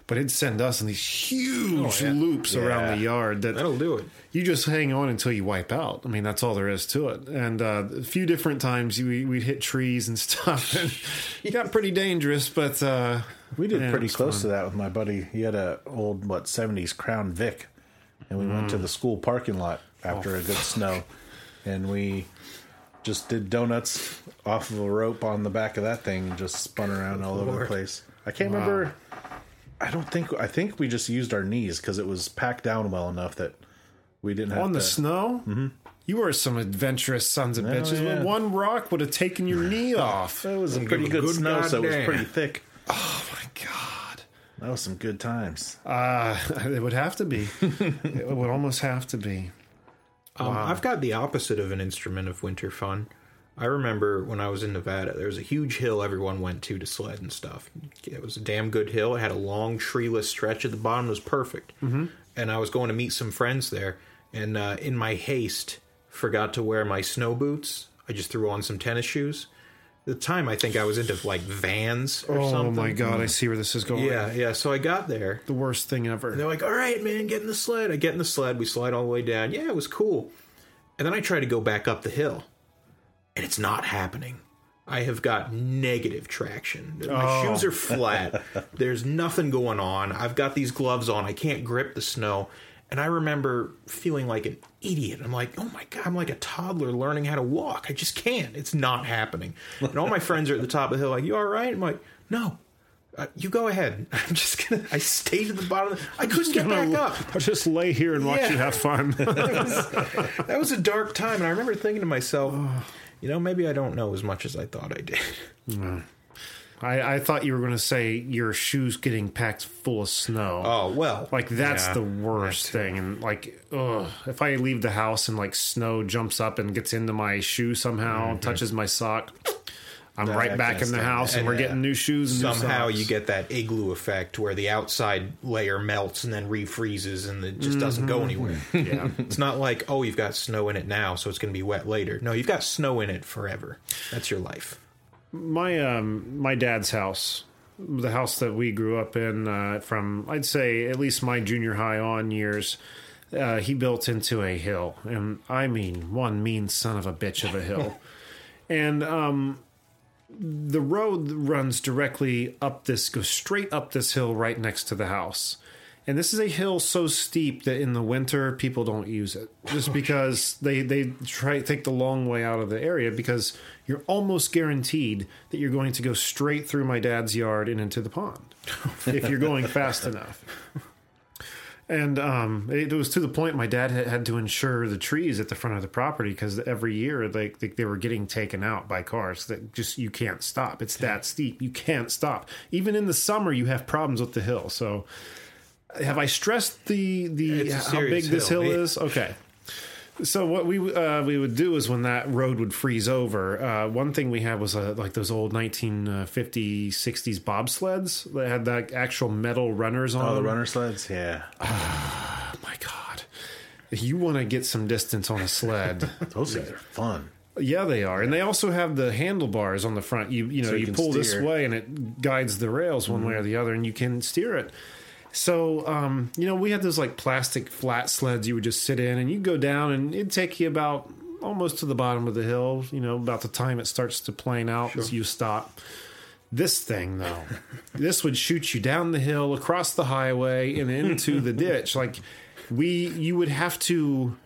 Speaker 3: But it'd send us in these huge
Speaker 5: Oh, yeah.
Speaker 3: loops around the
Speaker 4: Yeah.
Speaker 3: yard that
Speaker 5: That'll do it.
Speaker 3: you just hang on until you wipe out. I mean, that's all there is to it. And uh, a few different times you, we'd hit trees and stuff. And it got pretty dangerous, but uh,
Speaker 4: We did
Speaker 3: Yeah,
Speaker 4: pretty
Speaker 3: it's
Speaker 4: close to that with my buddy. He had a old what '70s Crown Vic, and we went
Speaker 3: Mm.
Speaker 4: to the school parking lot after a good
Speaker 3: Oh,
Speaker 4: snow, and we just did donuts off of a rope on the back of that thing, and just spun around all over the
Speaker 5: Lord.
Speaker 4: place. I can't remember. I don't think. I think we just used our knees because it was packed down well enough that we didn't have
Speaker 3: on the
Speaker 4: to-
Speaker 3: snow,
Speaker 5: Mm-hmm.
Speaker 3: you were some adventurous sons of bitches.
Speaker 4: yeah.
Speaker 3: But one rock would have taken your knee off.
Speaker 4: It was a
Speaker 5: Give
Speaker 4: pretty
Speaker 5: a
Speaker 4: good,
Speaker 5: good
Speaker 4: snow, so it was
Speaker 5: goddamn.
Speaker 4: pretty thick.
Speaker 3: Oh, My God.
Speaker 4: That was some good times.
Speaker 3: Uh, it would have to be. it would almost have to be.
Speaker 5: Um, I've got the opposite of an instrument of winter fun. I remember when I was in Nevada, there was a huge hill everyone went to to sled and stuff. It was a damn good hill. It had a long treeless stretch at the bottom. It was perfect. Mm-hmm. And I was going to meet some friends there, and uh, in my haste, forgot to wear my snow boots. I just threw on some tennis shoes. At the time, I think I was into like Vans or
Speaker 3: Oh
Speaker 5: something.
Speaker 3: my God, I see where this is going.
Speaker 5: Yeah, yeah. So I got there,
Speaker 3: The worst thing ever.
Speaker 5: they're like, all right, man, get in the sled. I get in the sled. We slide all the way down. Yeah, it was cool. And then I try to go back up the hill, and it's not happening. I have got negative traction. My shoes are flat. There's nothing going on. I've got these gloves on. I can't grip the snow. And I remember feeling like an idiot. I'm like, oh my God, I'm like a toddler learning how to walk. I just can't. It's not happening. And all my friends are at the top of the hill, like, you all right? I'm like, no, uh, you go ahead. I'm just gonna. I stayed at the bottom. Of the, I couldn't get back up.
Speaker 3: I'll just lay here and watch
Speaker 5: Yeah.
Speaker 3: you have fun.
Speaker 5: That was, that was a dark time, and I remember thinking to myself, you know, maybe I don't know as much as I thought I did.
Speaker 3: I, I thought you were going to say your shoes getting packed full of snow.
Speaker 5: Oh well,
Speaker 3: Like that's
Speaker 5: Yeah.
Speaker 3: the worst thing, and like, ugh, if I leave the house and like snow jumps up and gets into my shoe somehow,
Speaker 5: Mm-hmm.
Speaker 3: touches my sock, I'm right
Speaker 4: I
Speaker 3: back
Speaker 4: can't
Speaker 3: in the
Speaker 4: stand
Speaker 3: house,
Speaker 5: that.
Speaker 3: and we're
Speaker 5: Yeah.
Speaker 3: getting new shoes. And
Speaker 5: uh, somehow
Speaker 3: new socks.
Speaker 5: you get that igloo effect where the outside layer melts and then refreezes and it just doesn't go anywhere.
Speaker 3: Mm-hmm. yeah.
Speaker 5: it's not like oh you've got snow in it now, so it's going to be wet later. No, you've got snow in it forever. That's your life.
Speaker 3: my um my dad's house the house that we grew up in uh, from i'd say at least my junior high on years uh, he built into a hill and i mean one mean son of a bitch of a hill and um the road runs directly up this goes straight up this hill right next to the house and this is a hill so steep that in the winter people don't use it just because they they try take the long way out of the area because you're almost guaranteed that you're going to go straight through my dad's yard and into the pond if you're going fast enough and um, it was to the point my dad had, had to insure the trees at the front of the property because every year they, they they were getting taken out by cars that just you can't stop. It's that steep. You can't stop. Even in the summer, you have problems with the hill. So, have I stressed the the
Speaker 5: It's a
Speaker 3: how big
Speaker 5: serious
Speaker 3: this hill
Speaker 5: hill. Yeah.
Speaker 3: is? Okay. So what we uh, we would do is when that road would freeze over. Uh, one thing we had was uh, like those old 1950s, 60s bobsleds that had that actual metal runners on
Speaker 4: Oh, the
Speaker 3: them
Speaker 4: runner sleds. Yeah,
Speaker 3: my god if you want to get some distance on a sled
Speaker 4: those things are fun.
Speaker 3: yeah they are and they also have the handlebars on the front you you know
Speaker 4: you
Speaker 3: you,
Speaker 4: can
Speaker 3: pull this
Speaker 4: steer. Mm-hmm.
Speaker 3: way and it guides the rails one way or the other and you can steer it so um, you know we had those like plastic flat sleds you would just sit in and you go down and it'd take you about almost to the bottom of the hill you know about the time it starts to plane out you stop This thing, though, this would shoot you down the hill, across the highway, and into the ditch. Like we, you would have to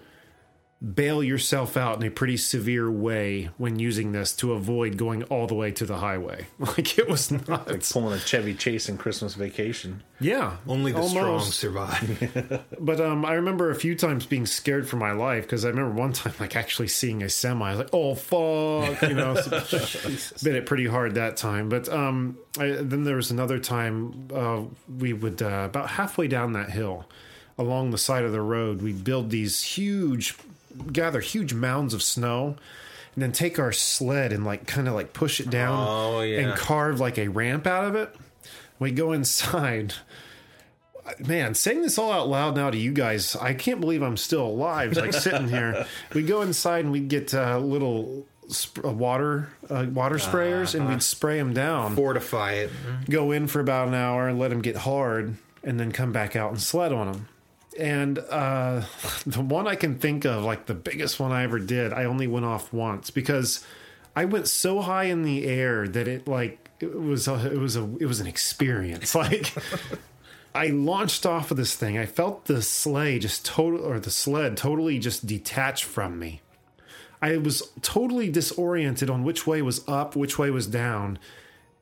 Speaker 3: bail yourself out in a pretty severe way when using this to avoid going all the way to the highway. Like it was not.
Speaker 4: Pulling a Chevy Chase in Christmas vacation.
Speaker 3: yeah,
Speaker 5: Only the strong
Speaker 3: almost.
Speaker 5: survive.
Speaker 3: But um, I remember a few times being scared for my life because I remember one time like actually seeing a semi. I was like, "Oh fuck!" You know, been it pretty hard that time. But um, I, then there was another time uh, we would uh, about halfway down that hill, along the side of the road, we'd build these huge, gather huge mounds of snow. And then take our sled and like kind of like push it down
Speaker 5: Oh, yeah.
Speaker 3: and carve like a ramp out of it. We go inside man, saying this all out loud now to you guys, I can't believe I'm still alive. Like sitting here, we go inside and we'd get uh, little sp- uh, water uh, water sprayers and we'd spray them down.
Speaker 5: Fortify it.
Speaker 3: Go in for about an hour and let them get hard, and then come back out and sled on them. And uh, the one I can think of, like the biggest one I ever did, I only went off once because I went so high in the air that it like it was a, it was a it was an experience like. I launched off of this thing. I felt the sleigh just total or the sled totally just detached from me. I was totally disoriented on which way was up, which way was down,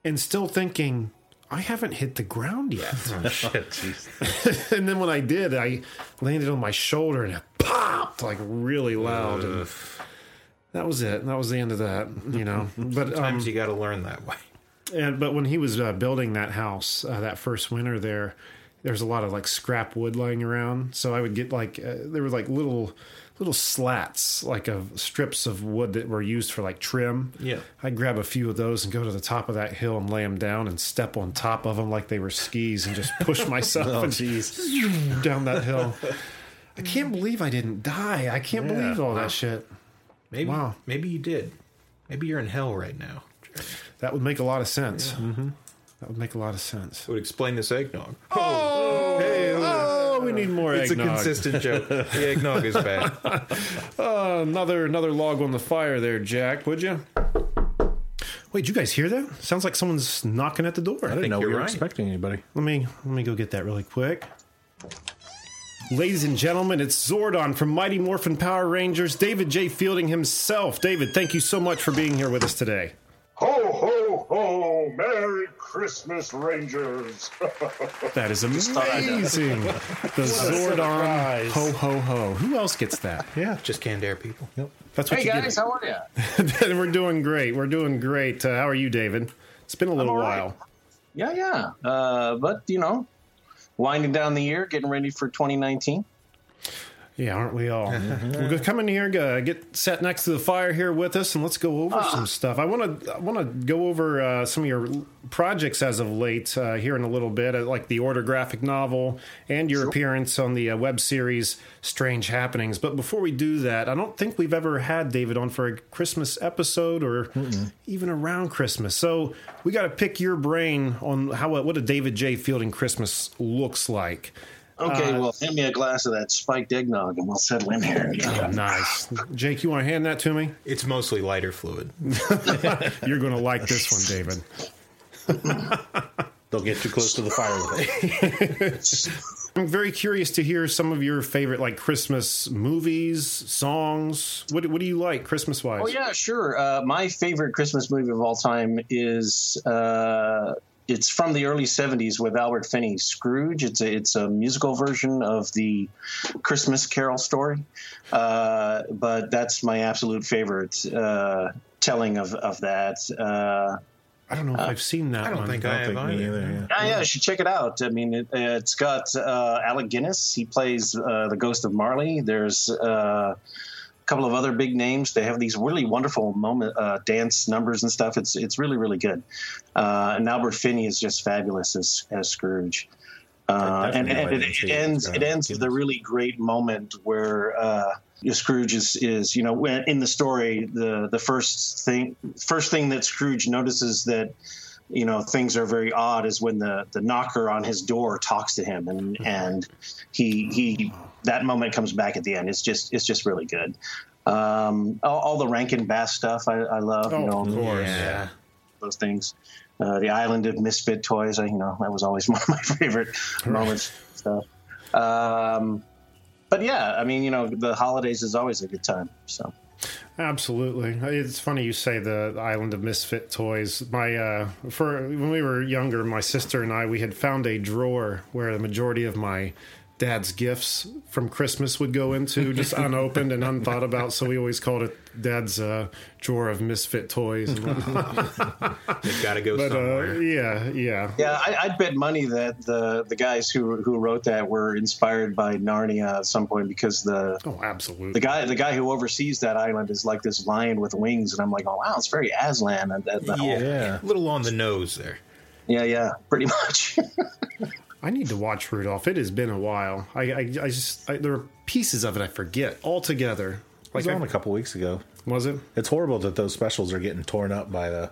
Speaker 3: and still thinking I haven't hit the ground yet.
Speaker 4: Shit, jeez.
Speaker 3: and then when I did, I landed on my shoulder and it popped like really loud. And that was it. That was the end of that, you know. But um,
Speaker 5: Sometimes you got to learn that way.
Speaker 3: and but when he was uh, building that house uh, that first winter there there's a lot of like scrap wood lying around so i would get like uh, there were like little little slats like of strips of wood that were used for like trim
Speaker 5: Yeah.
Speaker 3: i'd grab a few of those and go to the top of that hill and lay them down and step on top of them like they were skis and just push myself and down that hill i can't believe i didn't die i can't believe all that shit
Speaker 5: Maybe,
Speaker 3: Wow.
Speaker 5: maybe you did. Maybe you're in hell right now.
Speaker 3: that would make a lot of sense hmm that would make a lot of sense
Speaker 5: Would explain this eggnog.
Speaker 3: Oh, we need more
Speaker 5: it's
Speaker 3: eggnog.
Speaker 5: a consistent joke. The eggnog is bad.
Speaker 3: Uh, another another log on the fire there, Jack. Would you? Wait, did you guys hear that? Sounds like someone's knocking at the door.
Speaker 4: I didn't know we
Speaker 5: you're
Speaker 4: were
Speaker 5: right.
Speaker 4: expecting anybody.
Speaker 3: Let me let me go get that really quick. Ladies and gentlemen, it's Zordon from Mighty Morphin Power Rangers, David J. Fielding himself. David, thank you so much for being here with us today.
Speaker 1: Ho, ho, ho! Merry Christmas, Rangers!
Speaker 3: That is amazing. The Zordon.
Speaker 4: surprise.
Speaker 3: Ho ho ho. Who else gets that?
Speaker 4: Yeah.
Speaker 5: Just can't dare people.
Speaker 3: That's what
Speaker 2: Hey
Speaker 3: you
Speaker 2: guys, how are you?
Speaker 3: get. We're doing great. We're doing great. Uh, how are you, David? It's been a little
Speaker 2: all right.
Speaker 3: while.
Speaker 2: Yeah, yeah. Uh, but you know, winding down the year, getting ready for 2019.
Speaker 3: Yeah, aren't we all? Well, go- come in here, uh, get set next to the fire here with us, and let's go over some stuff. I want to I want to go over uh, some of your l- projects as of late uh, here in a little bit, uh, like the order graphic novel and your appearance on the uh, web series Strange Happenings. But before we do that, I don't think we've ever had David on for a Christmas episode or even around Christmas. So we got to pick your brain on how what a David J. Fielding Christmas looks like.
Speaker 2: Okay, well, hand me a glass of that spiked eggnog, and we'll settle in here.
Speaker 3: Nice, Jake. You want to hand that to me?
Speaker 5: It's mostly lighter fluid.
Speaker 3: You're going to like this one, David.
Speaker 4: They'll get too close to the fire with it.
Speaker 3: I'm very curious to hear some of your favorite like Christmas movies, songs. What what do you like Christmas wise?
Speaker 2: Oh yeah, sure. Uh, my favorite Christmas movie of all time is uh, it's from the early '70s with Albert Finney, Scrooge. It's a it's a musical version of the Christmas Carol story, uh, but that's my absolute favorite uh, telling of of that. Uh,
Speaker 3: I don't know if I've seen that
Speaker 5: I don't
Speaker 3: one.
Speaker 5: think
Speaker 4: I
Speaker 5: I
Speaker 4: don't
Speaker 5: have
Speaker 4: think me
Speaker 5: either.
Speaker 4: either.
Speaker 2: yeah, yeah, you should check it out. I mean, it, it's got uh, Alec Guinness. He plays uh, the Ghost of Marley. There's uh, a couple of other big names. They have these really wonderful moment uh, dance numbers and stuff. It's it's really really good. Uh, and Albert Finney is just fabulous as as Scrooge. Uh, and
Speaker 4: definitely like
Speaker 2: and it,
Speaker 4: him too.
Speaker 2: it ends it ends with a really great moment where uh, Scrooge is, is you know when- in the story the the first thing first thing that Scrooge notices that you know things are very odd is when the the knocker on his door talks to him and and he he that moment comes back at the end it's just it's just really good um all, all the rankin bass stuff i, I love
Speaker 3: Oh,
Speaker 2: you know
Speaker 3: of course.
Speaker 5: Yeah.
Speaker 2: those things uh, the Island of Misfit Toys. I, you know, that was always one of my favorite moments. So, um, but yeah, I mean, you know, the holidays is always a good time. So
Speaker 3: Absolutely. It's funny you say the the island of misfit toys. My uh for when we were younger, my sister and I we had found a drawer where the majority of my dad's gifts from Christmas would go into just unopened and unthought about, so we always called it dad's uh drawer of misfit toys.
Speaker 5: It's got to go
Speaker 3: But uh
Speaker 5: somewhere.
Speaker 3: yeah, yeah.
Speaker 2: yeah, I, I'd bet money that the the guys who who wrote that were inspired by Narnia at some point because the
Speaker 3: Oh,
Speaker 2: the
Speaker 3: absolutely.
Speaker 2: guy the guy who oversees that island is like this lion with wings, and I'm like, oh wow, it's very Aslan. And that,
Speaker 5: yeah,
Speaker 2: that whole,
Speaker 4: Oh, Yeah.
Speaker 5: a little on the nose there.
Speaker 2: yeah, yeah, pretty much.
Speaker 3: I need to watch Rudolph. It has been a while. I I, I just I, there are pieces of it I forget altogether.
Speaker 4: It
Speaker 3: Like
Speaker 4: was on
Speaker 3: I,
Speaker 4: a couple weeks ago.
Speaker 3: was it?
Speaker 4: It's horrible that those specials are getting torn up by the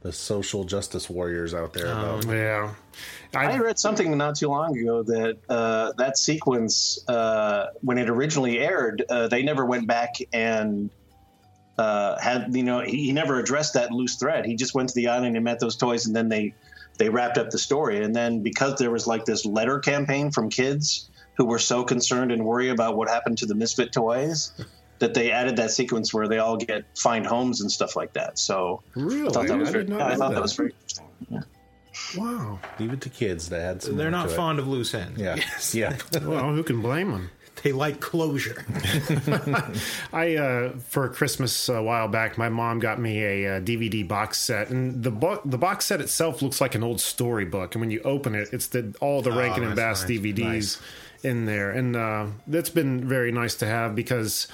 Speaker 4: the social justice warriors out there.
Speaker 3: Um,
Speaker 4: about-
Speaker 3: Yeah.
Speaker 2: I read something not too long ago that uh, that sequence, uh, when it originally aired, uh, they never went back and uh, had you know he, he never addressed that loose thread. He just went to the island and met those toys, and then they they wrapped up the story. And then because there was like this letter campaign from kids who were so concerned and worried about what happened to the misfit toys. That they added that sequence where they all get find homes and stuff like that. So
Speaker 3: Really?
Speaker 2: I thought that was
Speaker 3: I
Speaker 2: very,
Speaker 3: did not
Speaker 2: yeah, I
Speaker 3: know
Speaker 2: thought
Speaker 3: that.
Speaker 2: that was very interesting.
Speaker 3: Wow.
Speaker 4: Leave it to kids to add some.
Speaker 5: They're
Speaker 4: more
Speaker 5: not
Speaker 4: to it.
Speaker 5: fond of loose ends.
Speaker 4: Yeah.
Speaker 5: Yes.
Speaker 4: Yeah.
Speaker 3: Well, who can blame him?
Speaker 5: They like closure.
Speaker 3: I uh, for Christmas a while back, my mom got me a, uh DVD box set, and the bo- the box set itself looks like an old storybook. And when you open it, it's the all the Rankin and
Speaker 5: Oh, that's
Speaker 3: Bass
Speaker 5: nice.
Speaker 3: DVDs in there, and uh, that's been very nice to have because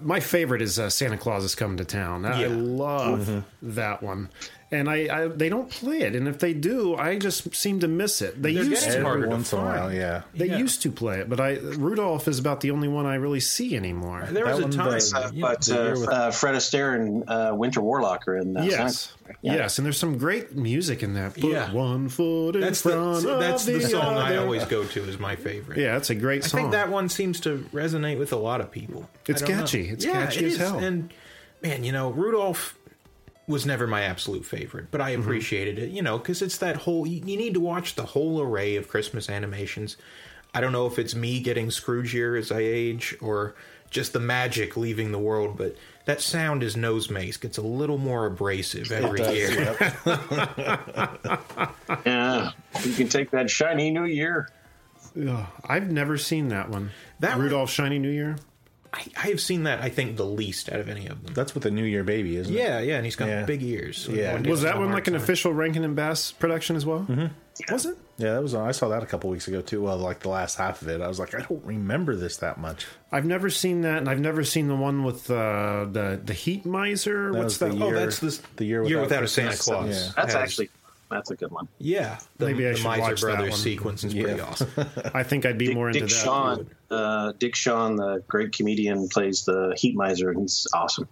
Speaker 3: my favorite is uh, Santa Claus is coming to town. I, I
Speaker 5: Yeah.
Speaker 3: love
Speaker 4: Mm-hmm.
Speaker 3: that one. And I, I, they don't play it, and if they do, I just seem to miss it. They
Speaker 5: They're
Speaker 3: used
Speaker 5: getting
Speaker 3: to.
Speaker 5: harder
Speaker 4: Every
Speaker 5: to
Speaker 4: once in a while, yeah.
Speaker 3: They used to play it, but I Rudolph is about the only one I really see anymore.
Speaker 5: There was
Speaker 4: That
Speaker 5: a
Speaker 4: one,
Speaker 5: time.
Speaker 4: the-
Speaker 2: Uh,
Speaker 5: yeah.
Speaker 2: but uh,
Speaker 4: the year with-
Speaker 2: uh, Fred Astaire and uh, Winter Warlock are in. Uh,
Speaker 3: Yes.
Speaker 2: Yeah.
Speaker 3: Yes, and there's some great music in that. Put
Speaker 5: Yeah.
Speaker 3: one foot in
Speaker 5: that's
Speaker 3: front
Speaker 5: the
Speaker 3: of
Speaker 5: that's the, song I
Speaker 3: other.
Speaker 5: always go to is my favorite.
Speaker 3: Yeah, it's a great
Speaker 5: I
Speaker 3: song.
Speaker 5: think that one seems to resonate with a lot of people. I
Speaker 3: It's
Speaker 5: don't know.
Speaker 3: catchy. It's
Speaker 5: Yeah,
Speaker 3: catchy
Speaker 5: it
Speaker 3: as
Speaker 5: is.
Speaker 3: hell.
Speaker 5: And man, you know, Rudolph was never my absolute favorite, but I
Speaker 3: Mm-hmm.
Speaker 5: appreciated it, you know, because it's that whole you, you need to watch the whole array of Christmas animations. I don't know if it's me getting Scroogier as I age or just the magic leaving the world, but that sound is nose mace gets a little more abrasive every year.
Speaker 2: yeah, you can take that shiny new year.
Speaker 3: Ugh, I've never seen that one.
Speaker 5: That one-
Speaker 3: Rudolph Shiny New Year.
Speaker 5: I, I have seen that I think the least out of any of them.
Speaker 4: That's with the New Year baby, isn't it?
Speaker 5: Yeah, yeah, and he's got
Speaker 4: Yeah.
Speaker 5: big ears.
Speaker 4: Yeah.
Speaker 3: Was that one
Speaker 5: hard
Speaker 3: like an
Speaker 5: time.
Speaker 3: official Rankin and Bass production as well? Mm-hmm. Was it?
Speaker 4: Yeah, that was. on I saw that a couple weeks ago too. Well, like the last half of it, I was like, I don't remember this that much.
Speaker 3: I've never seen that, and I've never seen the one with uh, the the heat miser.
Speaker 4: That
Speaker 3: What's
Speaker 4: was
Speaker 3: that?
Speaker 4: The
Speaker 3: oh,
Speaker 4: year,
Speaker 5: that's this-
Speaker 4: the year without,
Speaker 5: Year without a Santa
Speaker 4: Christmas.
Speaker 5: Claus.
Speaker 4: Yeah.
Speaker 5: Has-
Speaker 2: That's actually that's a good one.
Speaker 5: Yeah, the,
Speaker 3: Maybe I
Speaker 5: the
Speaker 3: should
Speaker 5: Miser
Speaker 3: watch that
Speaker 5: Brothers
Speaker 3: one.
Speaker 5: sequence is pretty
Speaker 4: Yeah.
Speaker 5: awesome.
Speaker 3: I think I'd be more into
Speaker 2: Dick
Speaker 3: that.
Speaker 2: Shawn, uh, Dick Shawn, the great comedian, plays the heat miser, and he's awesome.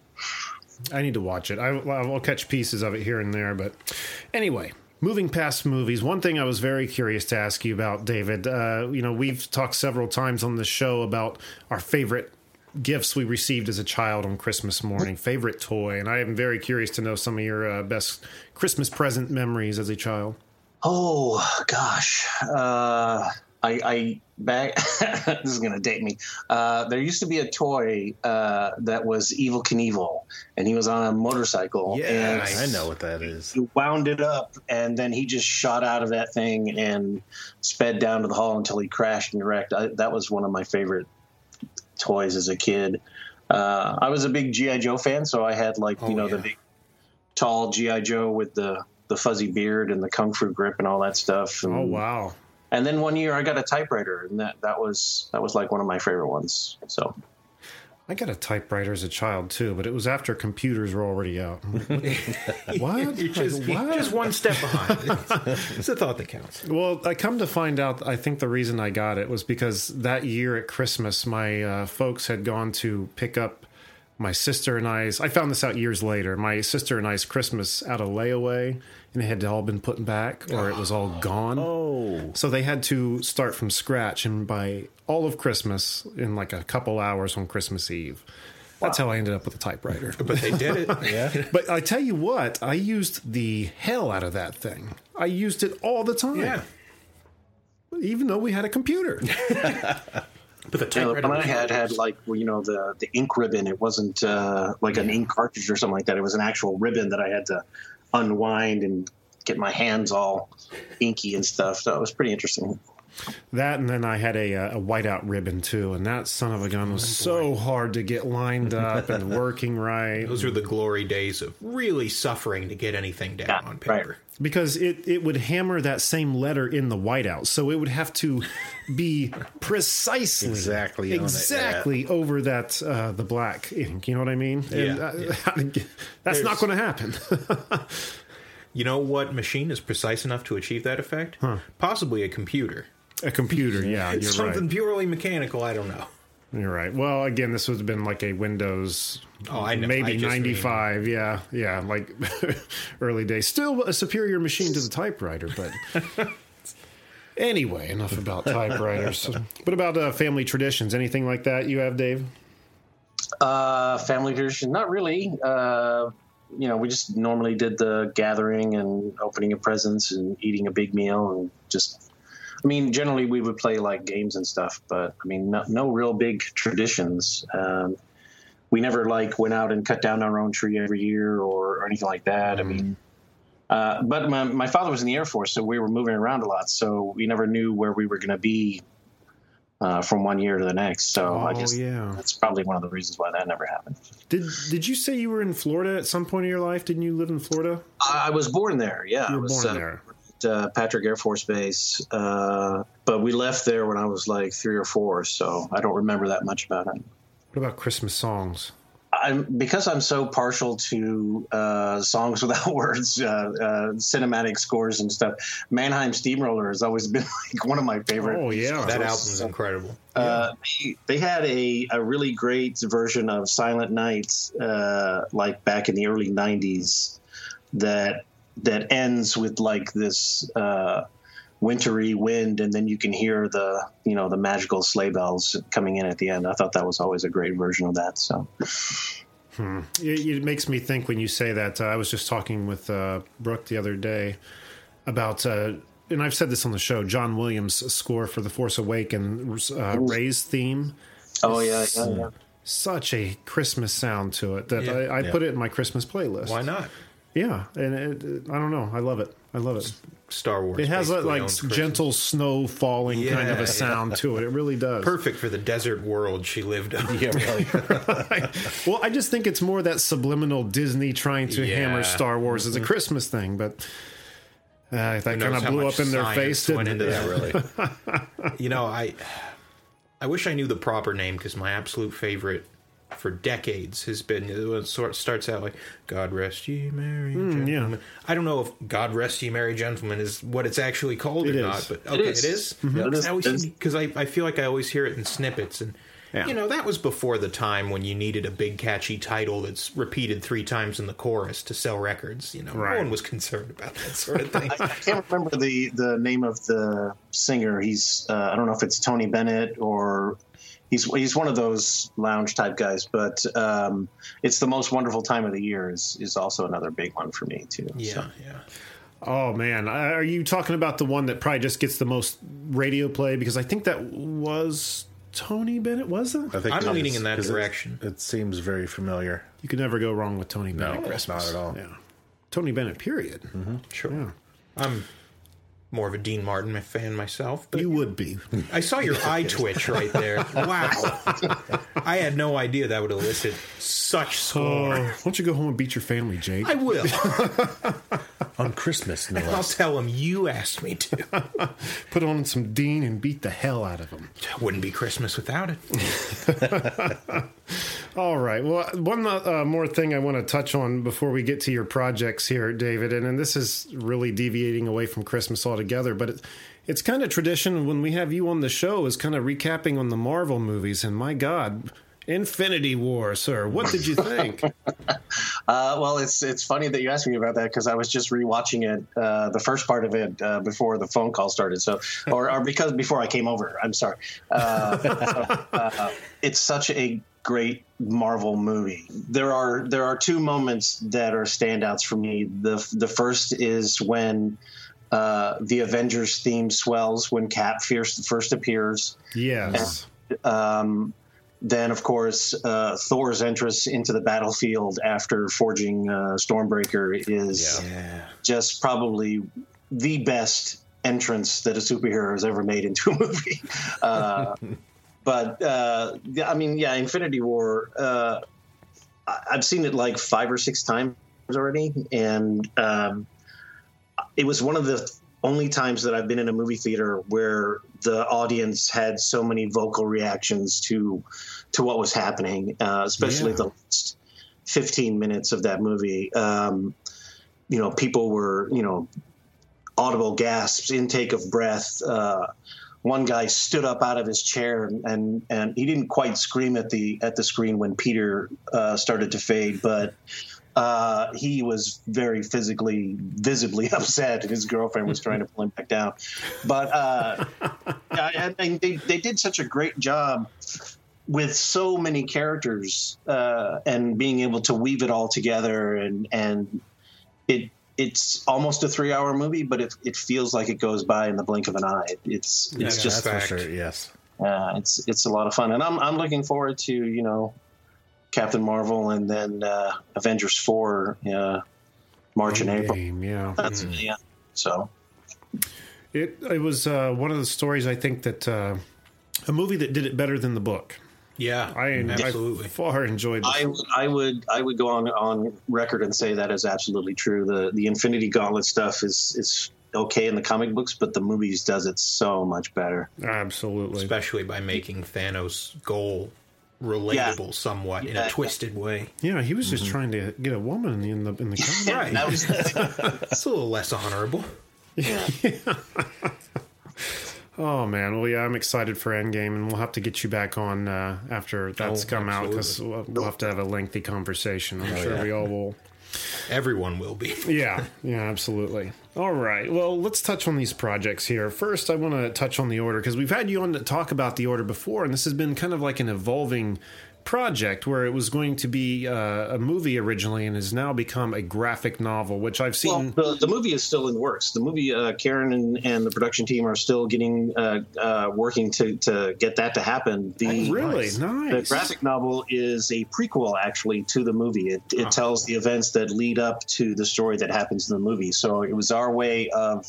Speaker 3: I need to watch it. I, I'll catch pieces of it here and there, but anyway. Moving past movies, one thing I was very curious to ask you about, David. Uh, you know, we've talked several times on the show about our favorite gifts we received as a child on Christmas morning, favorite toy, and I am very curious to know some of your uh, best Christmas present memories as a child.
Speaker 2: Oh gosh, uh, I, I back. this is gonna date me. Uh, there used to be a toy uh, that was Evil Knievel, and he was on a motorcycle. and
Speaker 5: Nice.
Speaker 4: I know what that is.
Speaker 2: you wound it up and then he just shot out of that thing and sped down to the hall until he crashed and wrecked I, that was one of my favorite toys as a kid uh, i was a big gi joe fan so i had like
Speaker 3: Oh,
Speaker 2: you know the
Speaker 5: yeah.
Speaker 2: big tall gi joe with the the fuzzy beard and the kung fu grip and all that stuff and,
Speaker 3: Oh wow!
Speaker 2: and then one year i got a typewriter and that that was that was like one of my favorite ones so
Speaker 3: I got a typewriter as a child too, but it was after computers were already out. I'm like, what?
Speaker 5: You're just,
Speaker 3: Like, what?
Speaker 5: just one step behind. it's a thought that counts.
Speaker 3: Well, I come to find out, I think the reason I got it was because that year at Christmas, my uh, folks had gone to pick up my sister and I's. I found this out years later. My sister and I's Christmas out of layaway, and it had all been put back, or it was all gone.
Speaker 4: Oh,
Speaker 3: So they had to start from scratch and buy all of Christmas in like a couple hours on Christmas Eve. That's how I ended up with a typewriter.
Speaker 5: But they did it. yeah.
Speaker 3: But I tell you what, I used the hell out of that thing. I used it all the time.
Speaker 5: Yeah.
Speaker 3: Even though we had a computer.
Speaker 5: But the
Speaker 2: Yeah, the
Speaker 5: typewriter
Speaker 2: one I
Speaker 5: was
Speaker 2: had had like well, you know the the ink ribbon. It wasn't uh, like an ink cartridge or something like that. It was an actual ribbon that I had to unwind and get my hands all inky and stuff. So it was pretty interesting.
Speaker 3: That and then I had a, uh, a whiteout ribbon too, and that son of a gun was so hard to get lined up and working right
Speaker 5: Those are the glory days of really suffering to get anything down
Speaker 2: Yeah,
Speaker 5: on paper.
Speaker 2: right.
Speaker 3: because it, it would hammer that same letter in the whiteout, so it would have to be precisely
Speaker 4: Exactly on it,
Speaker 3: exactly over that uh, the black ink. You know what I mean? And,
Speaker 5: Yeah,
Speaker 3: uh, that's not going to happen.
Speaker 5: You know what machine is precise enough to achieve that effect? Possibly a computer.
Speaker 3: a computer, yeah, you're
Speaker 5: Something
Speaker 3: right.
Speaker 5: purely mechanical, I don't know.
Speaker 3: You're right. Well, again, this would have been like a Windows.
Speaker 5: Oh, I know. I
Speaker 3: Maybe
Speaker 5: just mean-
Speaker 3: 95, yeah, yeah, like early days. Still a superior machine to the typewriter, but anyway, enough about typewriters. what about uh, family traditions? Anything like that you have, Dave?
Speaker 2: Uh, family tradition, not really. Uh, you know, we just normally did the gathering and opening of presents and eating a big meal and just. I mean, generally we would play like games and stuff, but I mean, no, no real big traditions. Um, we never like went out and cut down our own tree every year or, or anything like that. I mean, uh, but my, my father was in the Air Force, so we were moving around a lot, so we never knew where we were going to be uh, from one year to the next. So I
Speaker 3: Oh,
Speaker 2: just
Speaker 3: yeah.
Speaker 2: that's probably one of the reasons why that never happened.
Speaker 3: Did Did you say you were in Florida at some point in your life? Didn't you live in Florida?
Speaker 2: I I was born there. Yeah,
Speaker 3: You
Speaker 2: I
Speaker 3: were
Speaker 2: was
Speaker 3: born
Speaker 2: uh,
Speaker 3: there.
Speaker 2: at uh, Patrick Air Force Base, uh, but we left there when I was like three or four, so I don't remember that much about it.
Speaker 3: What about Christmas songs?
Speaker 2: I'm because I'm so partial to uh, songs without words, uh, uh, cinematic scores and stuff. Mannheim Steamroller has always been like one of my favorite.
Speaker 3: Oh yeah,
Speaker 5: That album's incredible.
Speaker 2: Uh, they, they had a, a really great version of Silent Night, uh, like back in the early '90s, that that ends with like this uh, wintry wind, and then you can hear the you know the magical sleigh bells coming in at the end. I thought that was always a great version of that. So
Speaker 3: It, it makes me think when you say that. Uh, I was just talking with uh, Brooke the other day about, uh, and I've said this on the show. John Williams' score for the Force Awakens, uh, Ray's theme,
Speaker 2: oh yeah, yeah, yeah.
Speaker 3: such a Christmas sound to it that I, I put it in my Christmas playlist.
Speaker 5: Why not?
Speaker 3: Yeah, and it, it- I don't know. I love it. I love it.
Speaker 5: Star Wars.
Speaker 3: It has that
Speaker 5: basically
Speaker 3: like
Speaker 5: owns Christmas.
Speaker 3: gentle snow falling kind of
Speaker 5: Yeah,
Speaker 3: a sound to it. It really does.
Speaker 5: Perfect for the desert world she lived on. Yeah,
Speaker 3: Well, I just think it's more that subliminal Disney trying to
Speaker 5: Yeah. Mm-hmm.
Speaker 3: hammer Star Wars as a Christmas thing, but uh, that kind of blew up in their face.
Speaker 5: Went
Speaker 3: Didn't
Speaker 5: into
Speaker 3: it?
Speaker 5: that really. you know, I I wish I knew the proper name because my absolute favorite for decades has been it sort starts out like God rest ye merry
Speaker 3: Hmm,
Speaker 5: gentlemen. I don't know if God rest ye merry gentlemen is what it's actually called
Speaker 3: It
Speaker 5: or
Speaker 3: is. Mm-hmm.
Speaker 5: not, but okay,
Speaker 2: is.
Speaker 5: it is.
Speaker 2: Yeah, it is. It is.
Speaker 5: because I, I feel like I always hear it in snippets and.
Speaker 3: Yeah.
Speaker 5: You know, that was before the time when you needed a big catchy title that's repeated three times in the chorus to sell records. You know,
Speaker 3: Right.
Speaker 5: no one was concerned about that sort of thing.
Speaker 2: I can't remember the the name of the singer. He's uh, I don't know if it's Tony Bennett or he's he's one of those lounge type guys. But um, it's the most wonderful time of the year is is also another big one for me too.
Speaker 5: Yeah,
Speaker 2: So,
Speaker 5: yeah.
Speaker 3: Oh man, are you talking about the one that probably just gets the most radio play? Because I think that was Tony Bennett, was it?
Speaker 4: think
Speaker 5: I'm
Speaker 4: it
Speaker 5: leaning
Speaker 4: is,
Speaker 5: in that
Speaker 4: 'cause it's-
Speaker 5: direction.
Speaker 4: It seems very familiar.
Speaker 3: You could never go wrong with Tony
Speaker 4: No,
Speaker 3: Bennett.
Speaker 4: not at all.
Speaker 3: Yeah, Tony Bennett. Period.
Speaker 5: Sure. I'm more of a Dean Martin fan myself, but
Speaker 3: You would be.
Speaker 5: I saw your eye twitch right there. Wow. I had no idea that would elicit such
Speaker 3: Oh,
Speaker 5: score.
Speaker 3: why don't you go home and beat your family, Jake?
Speaker 5: I will.
Speaker 4: On Christmas, no
Speaker 5: I'll
Speaker 4: less.
Speaker 5: tell him you asked me to.
Speaker 3: Put on some Dean and beat the hell out of him.
Speaker 5: Wouldn't be Christmas without it.
Speaker 3: All right. Well, one uh, more thing I want to touch on before we get to your projects here, David, and, and this is really deviating away from Christmas altogether, but it, it's kind of tradition when we have you on the show is kind of recapping on the Marvel movies, and my God,
Speaker 7: Infinity War, sir. What did you think?
Speaker 2: Uh, well, it's it's funny that you asked me about that because I was just rewatching it, uh, the first part of it uh, before the phone call started. So, or, or because before I came over, I'm sorry. Uh, so, uh, it's such a great Marvel movie. There are there are two moments that are standouts for me. The the first is when. Uh, the Avengers theme swells when Cap first, first appears.
Speaker 3: Yes.
Speaker 2: Um, then, of course, uh, Thor's entrance into the battlefield after forging uh, Stormbreaker is just probably the best entrance that a superhero has ever made into a movie. Uh, but uh, yeah, I mean, yeah, Infinity War. Uh, I- I've seen it like five or six times already, and um, it was one of the only times that I've been in a movie theater where the audience had so many vocal reactions to to what was happening, uh, especially the last fifteen minutes of that movie. Um, you know, people were you know audible gasps, intake of breath. Uh, one guy stood up out of his chair and, and and he didn't quite scream at the at the screen when Peter uh, started to fade, but uh, he was very physically visibly upset. His girlfriend was trying to pull him back down, but uh, yeah, and, and they they did such a great job with so many characters uh, and being able to weave it all together and and it it's almost a three hour movie, but it, it feels like it goes by in the blink of an eye. It's it's
Speaker 4: Yeah,
Speaker 2: just
Speaker 4: that's
Speaker 5: fact.
Speaker 4: for sure. Yes.
Speaker 2: uh, it's it's a lot of fun, and I'm I'm looking forward to you know Captain Marvel and then uh, Avengers four uh, March and April.
Speaker 3: Game, yeah.
Speaker 2: That's yeah. So
Speaker 3: It it was uh, one of the stories I think that uh, a movie that did it better than the book.
Speaker 5: Yeah,
Speaker 3: I,
Speaker 5: absolutely.
Speaker 3: I far enjoyed.
Speaker 2: I
Speaker 3: This.
Speaker 2: I would I would go on on record and say that is absolutely true. The the Infinity Gauntlet stuff is is okay in the comic books, but the movies does it so much better.
Speaker 3: Absolutely.
Speaker 5: Especially by making Thanos' goal relatable somewhat in
Speaker 2: Yeah.
Speaker 5: a twisted way.
Speaker 3: Yeah, he was just trying to get a woman in the in the comic.
Speaker 5: Right.
Speaker 2: That was
Speaker 5: It's a little less honorable.
Speaker 3: Oh man, well yeah, I'm excited for Endgame, and we'll have to get you back on uh, after that's
Speaker 5: Oh,
Speaker 3: come out because we'll we'll have to have a lengthy conversation. I'm sure we all will.
Speaker 5: Everyone will be.
Speaker 3: Yeah, yeah, absolutely. All right. Well, let's touch on these projects here. First, I want to touch on the order because we've had you on to talk about the order before, and this has been kind of like an evolving project where it was going to be uh, a movie originally and has now become a graphic novel, which I've
Speaker 2: well,
Speaker 3: seen.
Speaker 2: the, the movie is still in works. The movie, uh, Karen and, and the production team are still getting uh, uh, working to, to get that to happen. The
Speaker 3: really nice.
Speaker 2: the graphic novel is a prequel actually to the movie. It, it tells the events that lead up to the story that happens in the movie. So it was our way of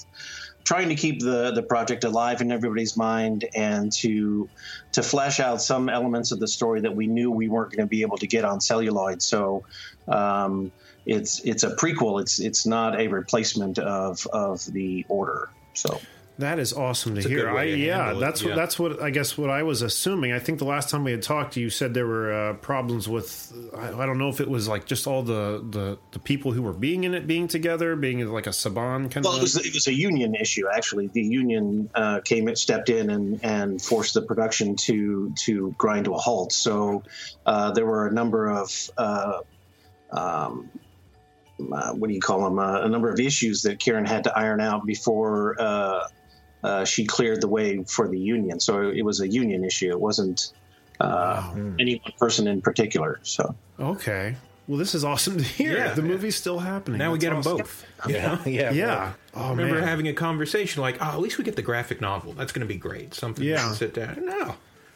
Speaker 2: trying to keep the the project alive in everybody's mind and to to flesh out some elements of the story that we knew we weren't going to be able to get on celluloid. So um, it's it's a prequel. It's it's not a replacement of of the order. So
Speaker 3: That is awesome to
Speaker 5: a
Speaker 3: hear.
Speaker 5: good way
Speaker 3: I,
Speaker 5: to
Speaker 3: yeah,
Speaker 5: handle it,
Speaker 3: that's what
Speaker 5: yeah.
Speaker 3: that's what I guess what I was assuming. I think the last time we had talked, you said there were uh, problems with I, I don't know if it was like just all the, the the people who were being in it being together, being like a Saban kind
Speaker 2: Well,
Speaker 3: of.
Speaker 2: it was, it was a union issue. Actually, the union uh, came and stepped in and, and forced the production to to grind to a halt. So uh, there were a number of uh, um, uh, what do you call them? Uh, a number of issues that Karen had to iron out before uh, uh, she cleared the way for the union. So it was a union issue. It wasn't uh, any one person in particular. So
Speaker 3: okay. Well, this is awesome to hear.
Speaker 5: Yeah.
Speaker 3: the movie's still happening.
Speaker 5: Now we
Speaker 3: That's
Speaker 5: get
Speaker 3: awesome.
Speaker 5: them both. you know?
Speaker 4: Yeah.
Speaker 3: Yeah. Oh
Speaker 5: remember
Speaker 3: man.
Speaker 5: having a conversation like, oh, at least we get the graphic novel. That's going to be great. Something
Speaker 3: Yeah.
Speaker 5: yeah. sit down. No.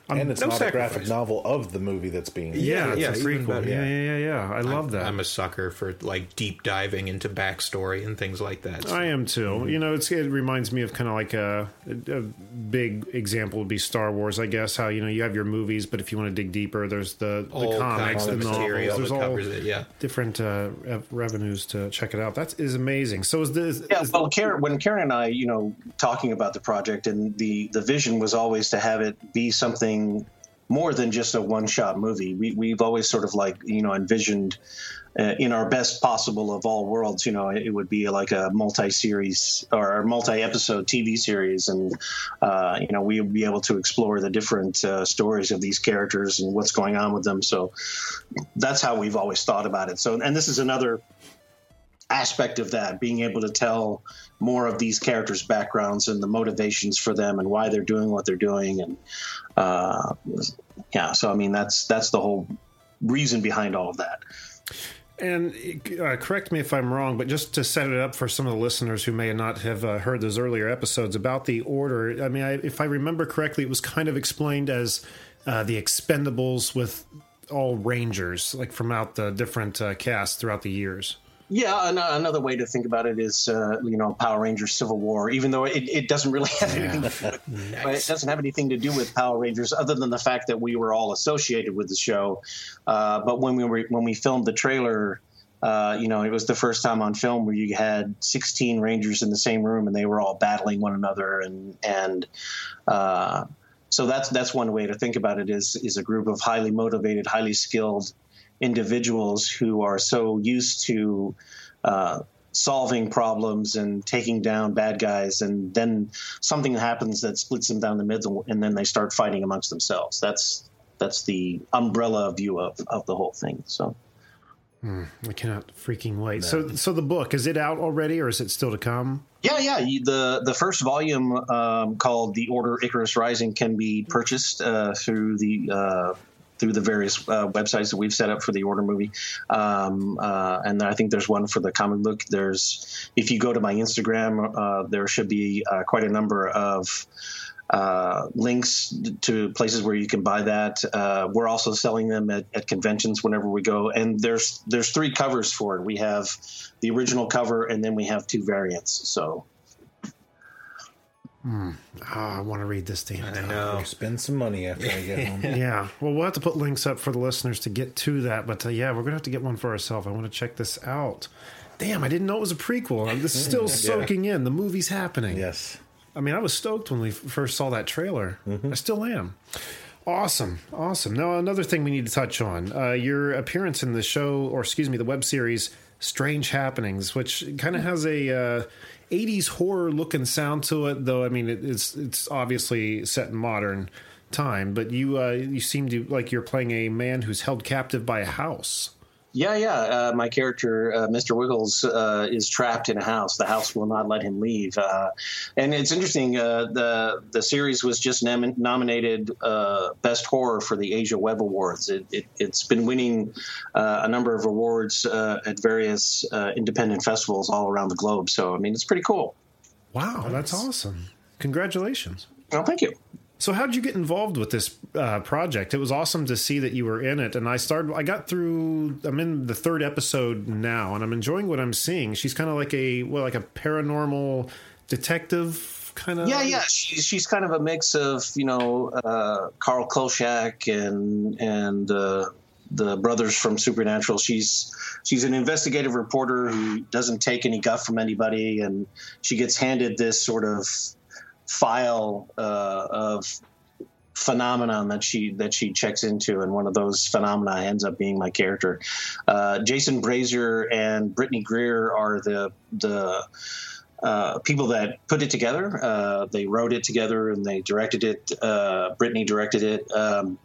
Speaker 4: and it's
Speaker 5: no
Speaker 4: not
Speaker 5: sacrifice.
Speaker 4: a graphic novel of the movie that's being.
Speaker 3: yeah,
Speaker 5: yeah,
Speaker 3: it's a
Speaker 5: even
Speaker 3: prequel.
Speaker 5: better.
Speaker 3: Yeah, yeah, yeah, yeah. I love that.
Speaker 5: I'm a sucker for like deep diving into backstory and things like that.
Speaker 3: I am too. You know, it's, it reminds me of kind of like a, a big example would be Star Wars, I guess. How you know you have your movies, but if you want to dig deeper, there's the, the
Speaker 5: all kinds
Speaker 3: comics, the
Speaker 5: of material
Speaker 3: novels. There's
Speaker 5: that
Speaker 3: all
Speaker 5: covers it. Yeah.
Speaker 3: different uh, rev- revenues to check it out. That is amazing. So is this?
Speaker 2: Yeah,
Speaker 3: is-
Speaker 2: well, Karen, when Karen and I, you know, talking about the project, and the the vision was always to have it be something more than just a one shot movie. We, we've always sort of like, you know, envisioned uh, in our best possible of all worlds, you know, it, it would be like a multi series or multi episode TV series. And, uh, you know, we would be able to explore the different uh, stories of these characters and what's going on with them. So that's how we've always thought about it. So, and this is another aspect of that being able to tell more of these characters backgrounds and the motivations for them and why they're doing what they're doing and uh, yeah so i mean that's that's the whole reason behind all of that
Speaker 3: And uh, correct me if I'm wrong, but just to set it up for some of the listeners who may not have uh, heard those earlier episodes about the order, I mean, I, if I remember correctly, it was kind of explained as uh, the Expendables with all Rangers, like from out the different uh, casts throughout the years.
Speaker 2: yeah an- another way to think about it is uh, you know power rangers civil war even though it, it doesn't really have anything to do with, but it doesn't have anything to do with power rangers other than the fact that we were all associated with the show uh, but when we were when we filmed the trailer uh, you know, it was the first time on film where you had 16 Rangers in the same room and they were all battling one another. And, and, uh, so that's, that's one way to think about it is, is a group of highly motivated, highly skilled individuals who are so used to, uh, solving problems and taking down bad guys and then something happens that splits them down the middle and then they start fighting amongst themselves that's that's the umbrella view of of the whole thing so
Speaker 3: I cannot freaking wait. So, so the book is it out already, or is it still to come?
Speaker 2: Yeah, yeah. you- The the first volume um, called "The Order Icarus Rising" can be purchased uh, through the uh, through the various uh, websites that we've set up for the Order movie, um, uh, and I think there's one for the comic book. There's if you go to my Instagram, uh, there should be uh, quite a number of uh, links to places where you can buy that. Uh, we're also selling them at, at conventions whenever we go. And there's there's three covers for it. We have the original cover, and then we have two variants. So
Speaker 3: Ah, I want to read this damn thing.
Speaker 5: No.
Speaker 4: Spend some money after I get home.
Speaker 3: Yeah. Well, we'll have to put links up for the listeners to get to that. But uh, yeah, we're gonna have to get one for ourselves. I want to check this out. Damn, I didn't know it was a prequel. I'm- This is still soaking in. The movie's happening.
Speaker 4: Yes.
Speaker 3: I mean, I was stoked when we f- first saw that trailer. I still am. Awesome, awesome. Now, another thing we need to touch on uh, your appearance in the show, or excuse me, the web series "Strange Happenings," which kind of has a uh, '80s horror look and sound to it. Though, I mean, it, it's it's obviously set in modern time, but you uh, you seem to like you're playing a man who's held captive by a house.
Speaker 2: Yeah, yeah. Uh, my character, uh, Mr. Wiggles, uh, is trapped in a house. The house will not let him leave. Uh, and it's interesting. Uh, the The series was just nom- nominated uh, best horror for the Asia Web Awards. It, it, it's been winning uh, a number of awards uh, at various uh, independent festivals all around the globe. So I mean, it's pretty cool.
Speaker 3: Wow, that's awesome! Congratulations.
Speaker 2: Well, thank you.
Speaker 3: So how'd you get involved with this uh, project? It was awesome to see that you were in it, and I started. I got through. I'm in the third episode now, and I'm enjoying what I'm seeing. She's kind of like a well, like a paranormal detective kind of.
Speaker 2: Yeah, yeah. She, she's kind of a mix of you know uh, Carl Kolchak and and uh, the brothers from Supernatural. She's she's an investigative reporter who doesn't take any guff from anybody, and she gets handed this sort of file uh, of phenomenon that she that she checks into, and one of those phenomena ends up being my character. Uh, Jason Brazier and Brittany Greer are the the uh, people that put it together. Uh, they wrote it together and they directed it. Uh, Brittany directed it. Um,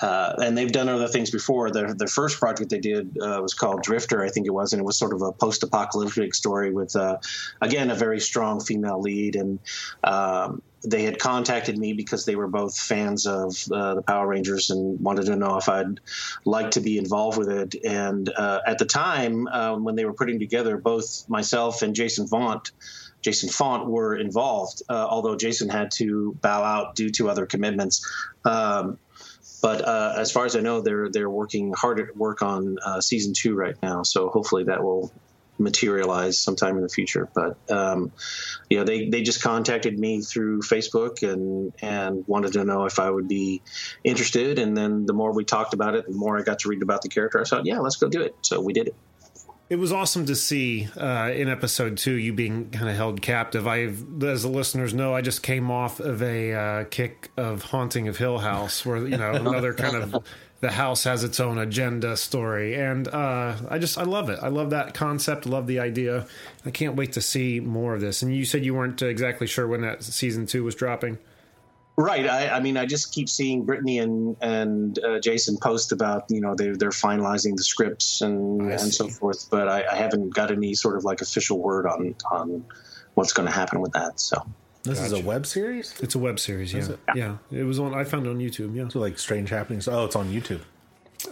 Speaker 2: uh, and they've done other things before. Their, their first project they did uh, was called Drifter, I think it was, and it was sort of a post-apocalyptic story with, uh, again, a very strong female lead. And um, they had contacted me because they were both fans of uh, the Power Rangers and wanted to know if I'd like to be involved with it. And uh, at the time um, when they were putting together, both myself and Jason Vaughn. Jason Font were involved, uh, although Jason had to bow out due to other commitments. Um, but uh, as far as I know, they're they're working hard at work on uh, season two right now. So hopefully that will materialize sometime in the future. But um, you know, they they just contacted me through Facebook and and wanted to know if I would be interested. And then the more we talked about it, the more I got to read about the character. I thought, yeah, let's go do it. So we did it.
Speaker 3: It was awesome to see uh, in episode two you being kind of held captive. I, as the listeners know, I just came off of a uh, kick of Haunting of Hill House, where you know another kind of the house has its own agenda story, and uh, I just I love it. I love that concept. Love the idea. I can't wait to see more of this. And you said you weren't uh, exactly sure when that season two was dropping.
Speaker 2: Right. I, I mean, I just keep seeing Brittany and and uh, Jason post about you know they they're finalizing the scripts and and so forth, but I, I haven't got any sort of like official word on on what's going to happen with that. So
Speaker 4: This is a web series?
Speaker 3: It's a web series, yeah,
Speaker 4: it?
Speaker 3: yeah. It was on. I found it on YouTube. Yeah.
Speaker 4: So like strange happenings. Oh, it's on YouTube.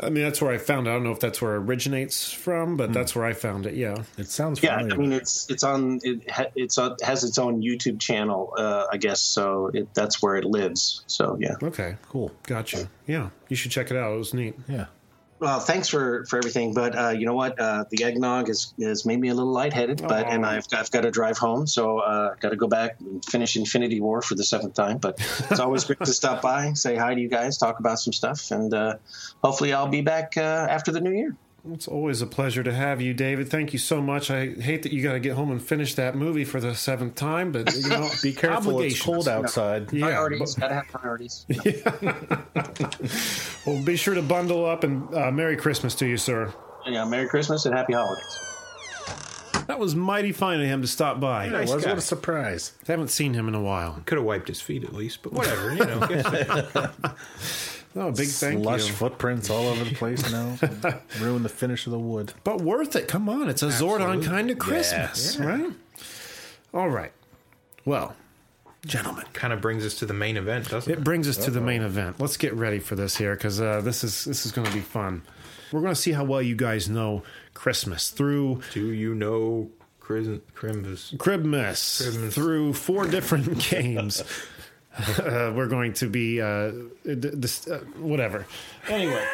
Speaker 3: I mean, that's where I found it. I don't know if that's where it originates from, but that's where I found it. Yeah.
Speaker 4: It sounds
Speaker 2: yeah,
Speaker 4: familiar.
Speaker 2: I mean it's it's on it ha, it's on, has its own YouTube channel, uh, I guess. So it, that's where it lives. So yeah.
Speaker 3: Okay.
Speaker 4: cool.
Speaker 3: Gotcha. Yeah. You should check it out. It was neat.
Speaker 4: Yeah.
Speaker 2: Well, thanks for for everything, but uh, you know what? Uh, the eggnog has has made me a little lightheaded, but and I've I've got to drive home, so uh, got to go back and finish Infinity War for the seventh time. But it's always great to stop by, say hi to you guys, talk about some stuff, and uh, hopefully I'll be back uh, after the new year.
Speaker 3: It's always a pleasure to have you, David. Thank you so much. I hate that you got to get home and finish that movie for the seventh time, but you know,
Speaker 4: Be careful. It's cold outside.
Speaker 3: Yeah,
Speaker 2: Priorities, gotta have priorities.
Speaker 3: Well, be sure to bundle up and uh, Merry Christmas to you, sir.
Speaker 2: yeah, Merry Christmas and Happy Holidays.
Speaker 3: That was mighty fine of him to stop by.
Speaker 4: It
Speaker 3: I
Speaker 4: was
Speaker 5: guy.
Speaker 4: what a surprise.
Speaker 3: haven't seen him in a while.
Speaker 5: Could have wiped his feet at least, but whatever. You know, guess-
Speaker 3: No, Oh, big thank
Speaker 4: Lush
Speaker 3: you.
Speaker 4: footprints all over the place now. Ruin the finish of the wood.
Speaker 3: but worth it. Come on, it's a Zordon kind of Christmas, right? All right. Well, gentlemen,
Speaker 5: kind of brings us to the main event, doesn't it?
Speaker 3: it brings us to the main event. Let's get ready for this here because uh, this is this is going to be fun. We're going to see how well you guys know Christmas through
Speaker 5: Do you know Chris- Crimbus?
Speaker 3: Cribmas, through four different games. uh, we're going to be uh, d- dis- uh, whatever. Anyway,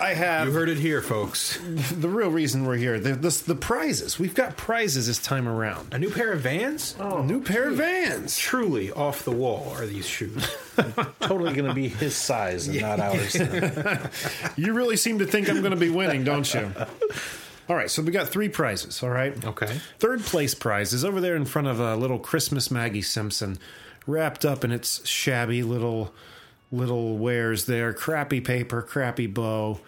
Speaker 3: I have
Speaker 5: You heard it here, folks.
Speaker 3: the real reason we're here. The, this the prizes. We've got prizes this time around.
Speaker 5: A new pair of Vans?
Speaker 3: Oh, new pair of Vans.
Speaker 5: Truly off the wall are these shoes.
Speaker 4: Totally going to be his size and not ours.
Speaker 3: You really seem to think I'm going to be winning, don't you? All right, so we got three prizes. All right.
Speaker 5: Okay.
Speaker 3: Third place prize is over there in front of a little Christmas Maggie Simpson, wrapped up in its shabby little little wares there. Crappy paper, crappy bow.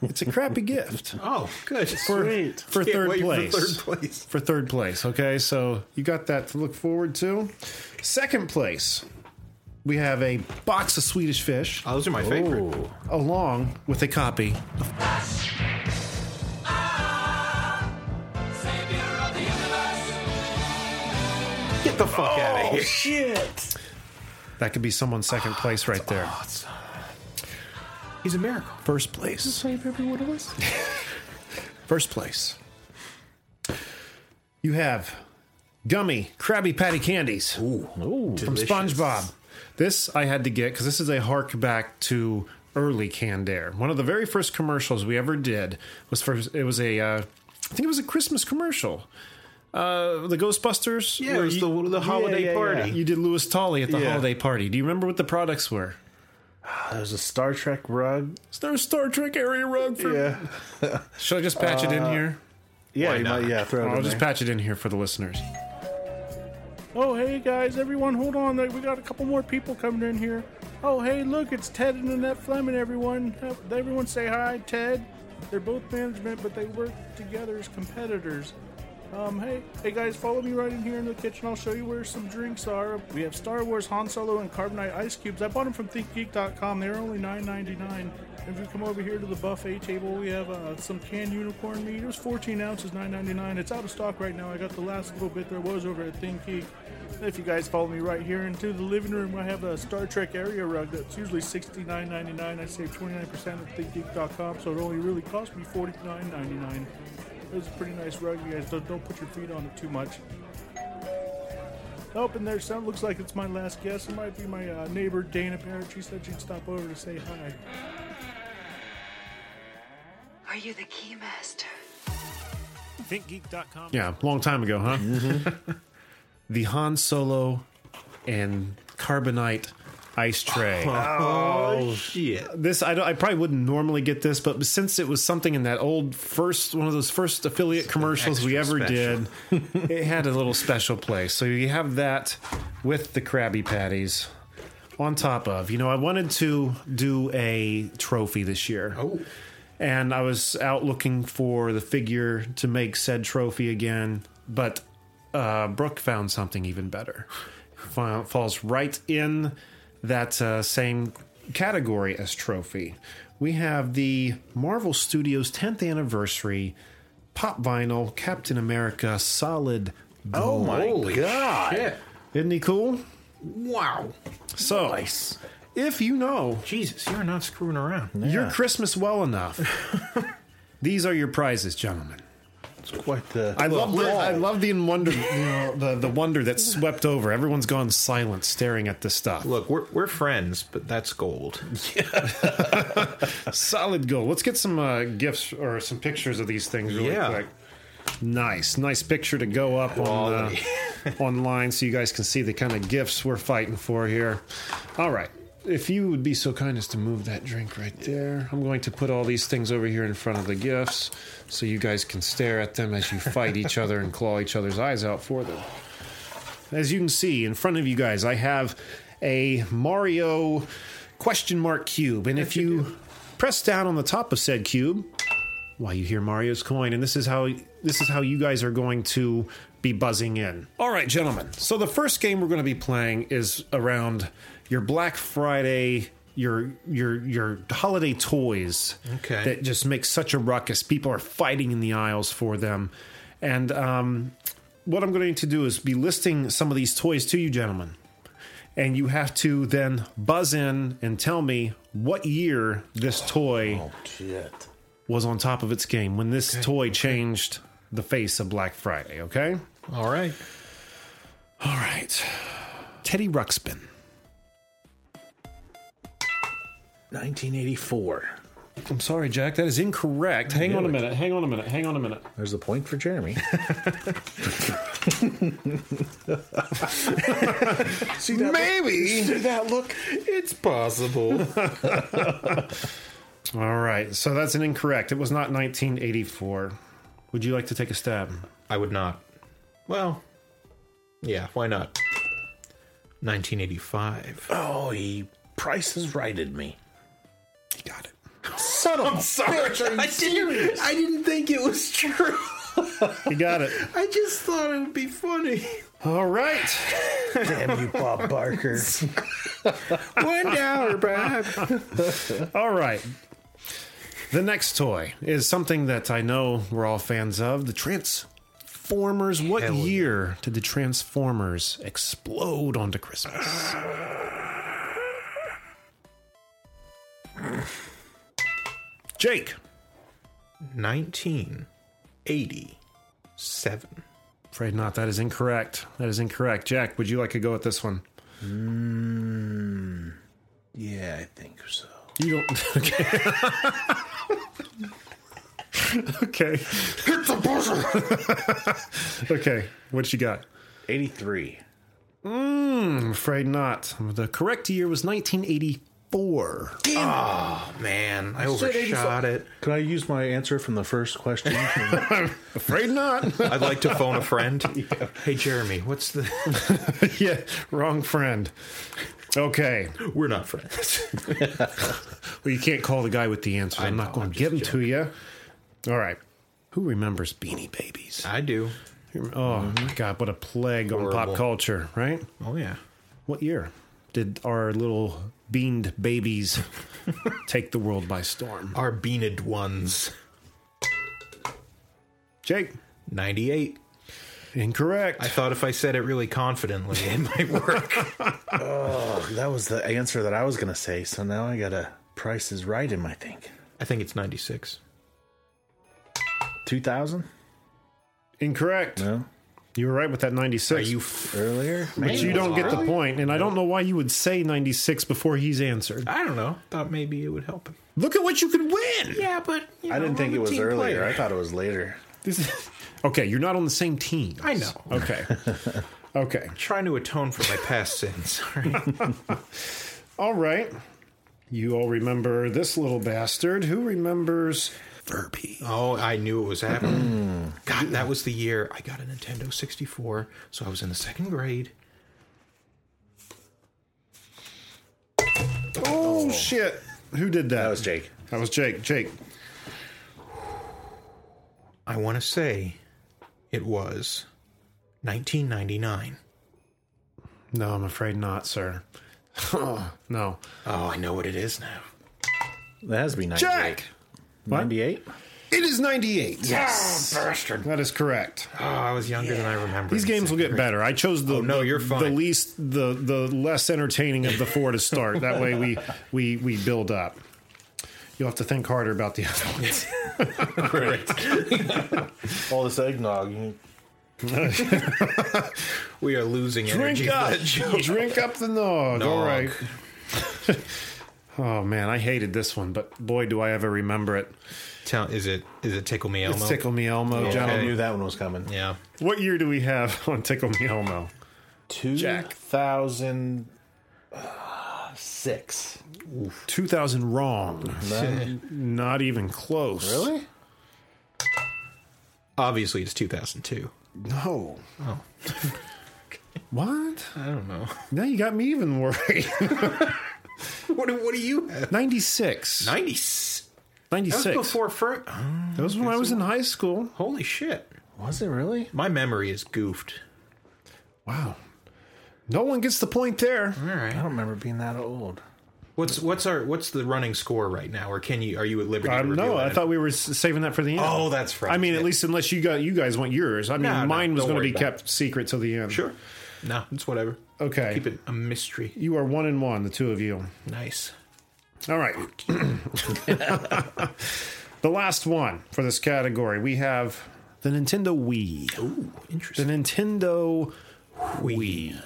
Speaker 3: It's a crappy gift
Speaker 5: Oh, good.
Speaker 3: for, for
Speaker 5: Can't
Speaker 3: third
Speaker 5: wait for
Speaker 3: place.
Speaker 5: third place.
Speaker 3: For third place. Okay, so you got that to look forward to. Second place, we have a box of Swedish fish
Speaker 5: Oh, those are my favorite.
Speaker 3: along with a copy
Speaker 5: Get the fuck out
Speaker 3: Oh,
Speaker 5: of here.
Speaker 3: that could be someone's second place right there.
Speaker 5: He's a miracle.
Speaker 3: First place. Save every one of us. First place. You have gummy Krabby Patty candies from SpongeBob. This I had to get because this is a hark back to early Candair. One of the very first commercials we ever did was for it was a uh, I think it was a Christmas commercial. Uh, the Ghostbusters.
Speaker 5: Yeah,
Speaker 3: where
Speaker 5: it was
Speaker 3: you,
Speaker 5: the, the holiday
Speaker 4: yeah, yeah.
Speaker 5: party.
Speaker 3: you did Lewis Tully at the
Speaker 4: Yeah.
Speaker 3: holiday party. Do you remember what the products were?
Speaker 4: There's a Star Trek rug.
Speaker 3: Is there a Star Trek area rug for Should I just patch it in here?
Speaker 4: Yeah, you might, yeah, throw Uh, it
Speaker 3: I'll
Speaker 4: in
Speaker 3: just
Speaker 4: there.
Speaker 3: patch it in here for the listeners.
Speaker 9: Oh, hey guys, everyone, hold on. Like, We got a couple more people coming in here. Oh, hey, look, it's Ted and Annette Fleming, everyone. Have- Everyone say hi, Ted. They're both management, but they work together as competitors. Um, hey, hey guys, follow me right in here in the kitchen. I'll show you where some drinks are. We have Star Wars, Han Solo, and Carbonite ice cubes. I bought them from ThinkGeek.com. They're only $9.99. If you come over here to the buffet table, we have uh, some canned unicorn meat. It was 14 ounces, $9.99. It's out of stock right now. I got the last little bit there was over at ThinkGeek. If you guys follow me right here into the living room, I have a Star Trek area rug that's usually $69.99. I saved 29% at ThinkGeek.com, so it only really cost me $49.99. It was a pretty nice rug, you guys. Don't, don't put your feet on it too much. Up in there, sound looks like it's my last guess. It might be my uh, neighbor Dana Parrott. She said she'd stop over to say hi.
Speaker 10: Are you the key master?
Speaker 9: ThinkGeek.com.
Speaker 3: Yeah, long time ago,
Speaker 4: Mm-hmm.
Speaker 3: huh? the Han Solo and Carbonite ice tray.
Speaker 5: Oh, shit.
Speaker 3: This I, don't, I probably wouldn't normally get this, but since it was something in that old first one of those first affiliate commercials we ever
Speaker 5: extra
Speaker 3: did, it had a little special place. So you have that with the Krabby Patties on top of. You know, I wanted to do a trophy this year.
Speaker 5: Oh.
Speaker 3: And I was out looking for the figure to make said trophy again, but uh, Brooke found something even better. Fa- Falls right in that uh, same category as trophy. We have the Marvel Studios 10th anniversary pop vinyl Captain America solid.
Speaker 4: Oh
Speaker 5: Oh
Speaker 3: Gold.
Speaker 5: Holy God. shit.
Speaker 3: Isn't he cool?
Speaker 5: Wow.
Speaker 3: So, if you know
Speaker 5: Jesus, you're not screwing around.
Speaker 3: your Christmas well enough, these are your prizes, gentlemen.
Speaker 4: It's quite the.
Speaker 3: I love the, I love the wonder you know, the the wonder that's swept over. Everyone's gone silent, staring at this stuff.
Speaker 5: Look, we're, we're friends, but that's gold.
Speaker 3: Solid goal. Let's get some uh, gifts or some pictures of these things really
Speaker 5: Yeah.
Speaker 3: quick. Nice, nice picture to go up on uh, online so you guys can see the kind of gifts we're fighting for here. All right. If you would be so kind as to move that drink right there, I'm going to put all these things over here in front of the gifts so you guys can stare at them as you fight each other and claw each other's eyes out for them. As you can see in front of you guys, I have a Mario question mark cube. And if you press down on the top of said cube, why you hear Mario's coin, and this is how this is how you guys are going to be buzzing in. All right, gentlemen. So the first game we're going to be playing is around your Black Friday, your your your holiday toys
Speaker 5: Okay.
Speaker 3: that just make such a ruckus. People are fighting in the aisles for them, and um, what I'm going to do is be listing some of these toys to you, gentlemen. And you have to then buzz in and tell me what year this toy
Speaker 4: Oh, shit.
Speaker 3: was on top of its game when this toy changed the face of Black Friday, okay?
Speaker 5: All right.
Speaker 3: All right. Teddy Ruxpin.
Speaker 4: 1984.
Speaker 3: I'm sorry, Jack, that is incorrect. Hang on a minute. Hang on a minute. Hang on a minute.
Speaker 4: There's the point for Jeremy. See that Maybe. See that look?
Speaker 5: It's possible.
Speaker 3: All right. So that's an incorrect. It was not 1984. Would you like to take a stab?
Speaker 5: I would not. Well, yeah, why not? 1985.
Speaker 4: Oh, he Price has righted me.
Speaker 3: You got it.
Speaker 4: Son of a bitch, are you serious?
Speaker 5: I didn't think it was true.
Speaker 3: You got it.
Speaker 5: I just thought it would be funny.
Speaker 3: All right.
Speaker 4: Damn you, Bob Barker.
Speaker 5: One hour, Bob.
Speaker 3: All right. The next toy is something that I know we're all fans of the Transformers. What
Speaker 5: Hell yeah.
Speaker 3: year did the Transformers explode onto Christmas?
Speaker 5: 1987.
Speaker 3: Afraid not. That is incorrect. That is incorrect. Jack, would you like a go at this one?
Speaker 4: Hmm. yeah, I think so.
Speaker 3: You don't. Okay. okay.
Speaker 4: Hit the buzzer!
Speaker 3: Okay. What you got?
Speaker 4: 83.
Speaker 3: I'm afraid not. The correct year was 1984.
Speaker 5: Man, I overshot it.
Speaker 4: Could I use my answer from the first question?
Speaker 3: Afraid not.
Speaker 5: I'd like to phone a friend. Hey, Jeremy, what's the.
Speaker 3: yeah, wrong friend. Okay.
Speaker 5: We're not friends.
Speaker 3: Well, you can't call the guy with the answer. I'm
Speaker 5: know,
Speaker 3: not going
Speaker 5: I'm
Speaker 3: to give him
Speaker 5: just
Speaker 3: to you. All right. Who remembers Beanie Babies?
Speaker 5: I do.
Speaker 3: Oh, my God. What a plague on
Speaker 5: Mm-hmm. Horrible.
Speaker 3: pop culture, right?
Speaker 5: Oh, yeah.
Speaker 3: What year did our little beaned babies take the world by storm?
Speaker 5: Our beaned ones.
Speaker 3: Jake,
Speaker 5: 98.
Speaker 3: incorrect.
Speaker 5: I thought if I said it really confidently, it might work.
Speaker 4: that was the answer that I was going to say, so now I got a Price is right him, I think.
Speaker 5: I think it's 96.
Speaker 4: 2000?
Speaker 3: incorrect.
Speaker 4: No.
Speaker 3: You were right with that 96.
Speaker 4: Earlier?
Speaker 3: but you don't get the point, and I don't know why you would say 96 before he's answered.
Speaker 5: I don't know. Thought maybe it would help him.
Speaker 3: Look at what you could win!
Speaker 5: Yeah, but you
Speaker 4: I didn't
Speaker 5: know,
Speaker 4: think
Speaker 5: I'm
Speaker 4: it
Speaker 5: a
Speaker 4: was
Speaker 5: team
Speaker 4: earlier.
Speaker 5: player.
Speaker 4: I thought it was later.
Speaker 3: This- okay, you're not on the same team.
Speaker 5: I know.
Speaker 3: Okay. Okay.
Speaker 5: Trying to atone for my past sins. All right.
Speaker 3: All right. You all remember this little bastard who remembers
Speaker 5: Furby. Oh, I knew it was happening.
Speaker 4: Mm.
Speaker 5: God, that was the year I got a Nintendo 64, so I was in the second grade.
Speaker 3: Oh, shit. Who did that? That
Speaker 4: was Jake.
Speaker 3: That was Jake. Jake.
Speaker 5: I want to say it was 1999.
Speaker 3: No, I'm afraid not, sir. no.
Speaker 5: Oh, I know what it is now.
Speaker 4: That has to be 98.
Speaker 3: Jack! What?
Speaker 4: 98?
Speaker 3: It is 98.
Speaker 5: Yes, bastard.
Speaker 3: That is correct.
Speaker 5: Oh, I was younger than I remember.
Speaker 3: These games will get better. I chose the
Speaker 5: Oh, no, you're
Speaker 3: the
Speaker 5: fine.
Speaker 3: least the the less entertaining of the four to start. That way we we we build up. You'll have to think harder about the other ones.
Speaker 4: All Oh, this eggnog. you-
Speaker 5: We are losing energy.
Speaker 3: Drink
Speaker 5: for
Speaker 3: up,
Speaker 5: that joke.
Speaker 3: drink up the nog. All
Speaker 5: Nog.
Speaker 3: right. oh man, I hated this one, but boy, do I ever remember it.
Speaker 5: Tell, is it is it Tickle Me Elmo?
Speaker 3: It's Tickle Me Elmo,
Speaker 4: I
Speaker 3: gentlemen.
Speaker 4: knew that one was coming.
Speaker 5: Yeah.
Speaker 3: What year do we have on Tickle Me Elmo?
Speaker 4: 2006.
Speaker 3: 2000 wrong.
Speaker 4: No.
Speaker 3: Not even close.
Speaker 4: really?
Speaker 5: Obviously, it's 2002.
Speaker 3: No. Oh. what?
Speaker 5: I don't know.
Speaker 3: Now you got me even worried.
Speaker 5: What do, what do you have?
Speaker 3: 96.
Speaker 5: 90.
Speaker 3: 96.
Speaker 5: That was before Fur. Oh,
Speaker 3: That was when I was in high school.
Speaker 5: holy shit.
Speaker 4: Was it really?
Speaker 5: My memory is goofed.
Speaker 3: Wow. No one gets the point there.
Speaker 5: All
Speaker 4: I
Speaker 5: right.
Speaker 4: don't remember being that old.
Speaker 5: What's what's our what's the running score right now? Or can you are you at liberty to
Speaker 3: Um,
Speaker 5: reveal
Speaker 3: no, I
Speaker 5: that?
Speaker 3: thought we were s- saving that for the end.
Speaker 5: Oh, that's right.
Speaker 3: I mean, at
Speaker 5: Yeah.
Speaker 3: least unless you got you guys want yours. I mean,
Speaker 5: No, no,
Speaker 3: mine was
Speaker 5: don't
Speaker 3: going to
Speaker 5: worry
Speaker 3: be
Speaker 5: about it.
Speaker 3: kept secret till the end.
Speaker 5: Sure. No, it's whatever.
Speaker 3: Okay.
Speaker 5: Keep it a mystery.
Speaker 3: You are one and one, the two of you.
Speaker 5: Nice.
Speaker 3: All right. the last one for this category, we have the Nintendo Wii.
Speaker 5: Ooh,
Speaker 3: The
Speaker 5: interesting.
Speaker 3: Nintendo
Speaker 5: We.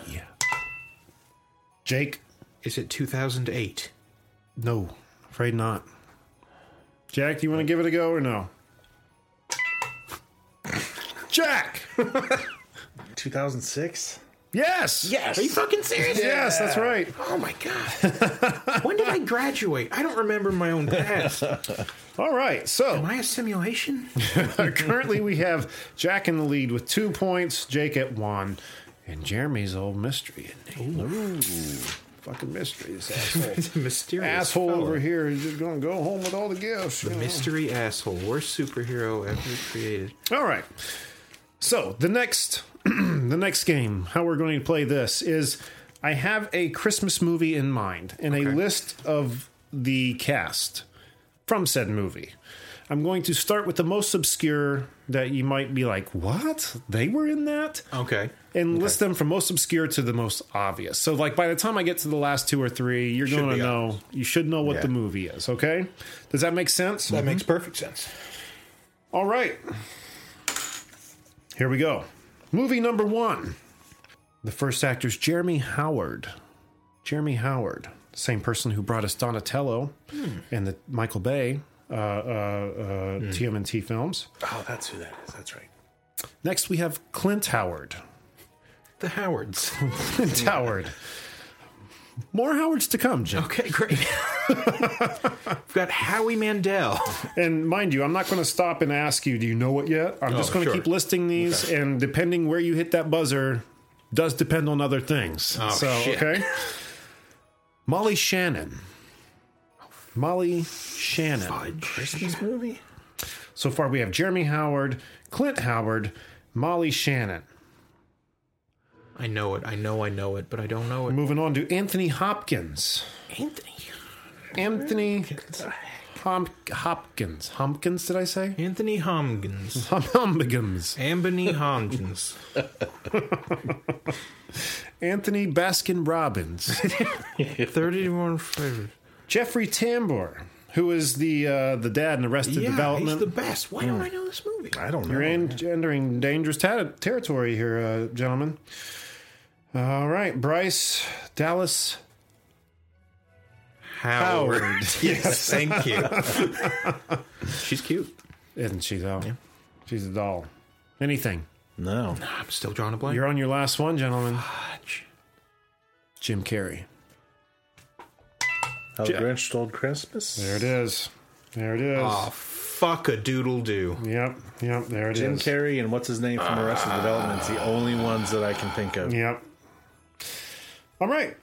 Speaker 3: Jake.
Speaker 5: Is it 2008?
Speaker 3: No, afraid not. Jack, do you want to give it a go or no? Jack.
Speaker 4: 2006?
Speaker 3: Yes.
Speaker 5: Yes. Are you fucking serious?
Speaker 3: Yes, that's right.
Speaker 5: Oh my god. when did I graduate? I don't remember my own past. Am
Speaker 3: All right. So
Speaker 5: I a simulation?
Speaker 3: currently we have Jack in the lead with two points, Jake at one, and Jeremy's old mystery. Ooh. Fucking mystery, this asshole.
Speaker 5: It's a mysterious
Speaker 3: asshole
Speaker 5: fella.
Speaker 3: over here is just going to go home with all the gifts. you know.
Speaker 5: Mystery asshole, worst superhero ever created.
Speaker 3: All right. So the next, the next game, how we're going to play this is, I have a Christmas movie in mind and a list of the cast from said movie. I'm going to start with the most obscure that you might be like, what? They were in that?
Speaker 5: Okay.
Speaker 3: And list them from most obscure to the most obvious. So, like, by the time I get to the last two or three, you're going to
Speaker 5: be
Speaker 3: know, you should know what the movie is, okay? Does that make sense?
Speaker 5: That makes perfect sense.
Speaker 3: All right. Here we go. Movie number one. The first actor is Jeremy Howard. Jeremy Howard, same person who brought us Donatello
Speaker 5: Hmm.
Speaker 3: and the Michael Bay uh, uh, uh, TMNT films.
Speaker 4: Oh, that's who that is. That's right.
Speaker 3: Next, we have Clint Howard.
Speaker 5: The Howards.
Speaker 3: Clint Howard. More Howards to come, Jim.
Speaker 5: Okay, great. We've got Howie Mandel.
Speaker 3: And mind you, I'm not going to stop and ask you, do you know it yet? I'm just going to
Speaker 5: Oh, sure.
Speaker 3: keep listing these, and depending where you hit that buzzer, does depend on other things.
Speaker 5: Oh,
Speaker 3: so,
Speaker 5: shit.
Speaker 3: okay. Molly Shannon. Molly Shannon.
Speaker 5: Christmas movie?
Speaker 3: So far, we have Jeremy Howard, Clint Howard, Molly Shannon.
Speaker 5: I know it. I know I know it, but I don't know it.
Speaker 3: Moving on to Anthony Hopkins.
Speaker 5: Anthony.
Speaker 3: Anthony Hom- Hopkins. Hopkins, did I say?
Speaker 5: Anthony Homkins.
Speaker 3: Hom- Hopkins.
Speaker 5: Ambony Homkins.
Speaker 3: Anthony Baskin Robbins.
Speaker 5: 31 favorite.
Speaker 3: Jeffrey Tambor, who is the uh, the dad in Arrested
Speaker 5: Yeah, he's
Speaker 3: Development.
Speaker 5: the best. Why don't I know this movie?
Speaker 4: I don't know.
Speaker 3: You're en- entering dangerous ta- territory here, uh, gentlemen. All right, Bryce Dallas
Speaker 5: Howard.
Speaker 3: Howard,
Speaker 5: Yes, thank you. She's cute.
Speaker 3: isn't she though? She's a doll. Anything?
Speaker 4: No.
Speaker 5: I'm still drawing a blank.
Speaker 3: You're on your last one, gentlemen.
Speaker 5: Fudge.
Speaker 3: Jim Carrey.
Speaker 4: How the Grinch Stole Christmas.
Speaker 3: There it is. There it is.
Speaker 5: Ah, fuck a doodle do.
Speaker 3: Yep. Yep. There it is.
Speaker 4: Jim Carrey and what's his name from Arrested Development's the only ones that I can think of.
Speaker 3: Yep. All right.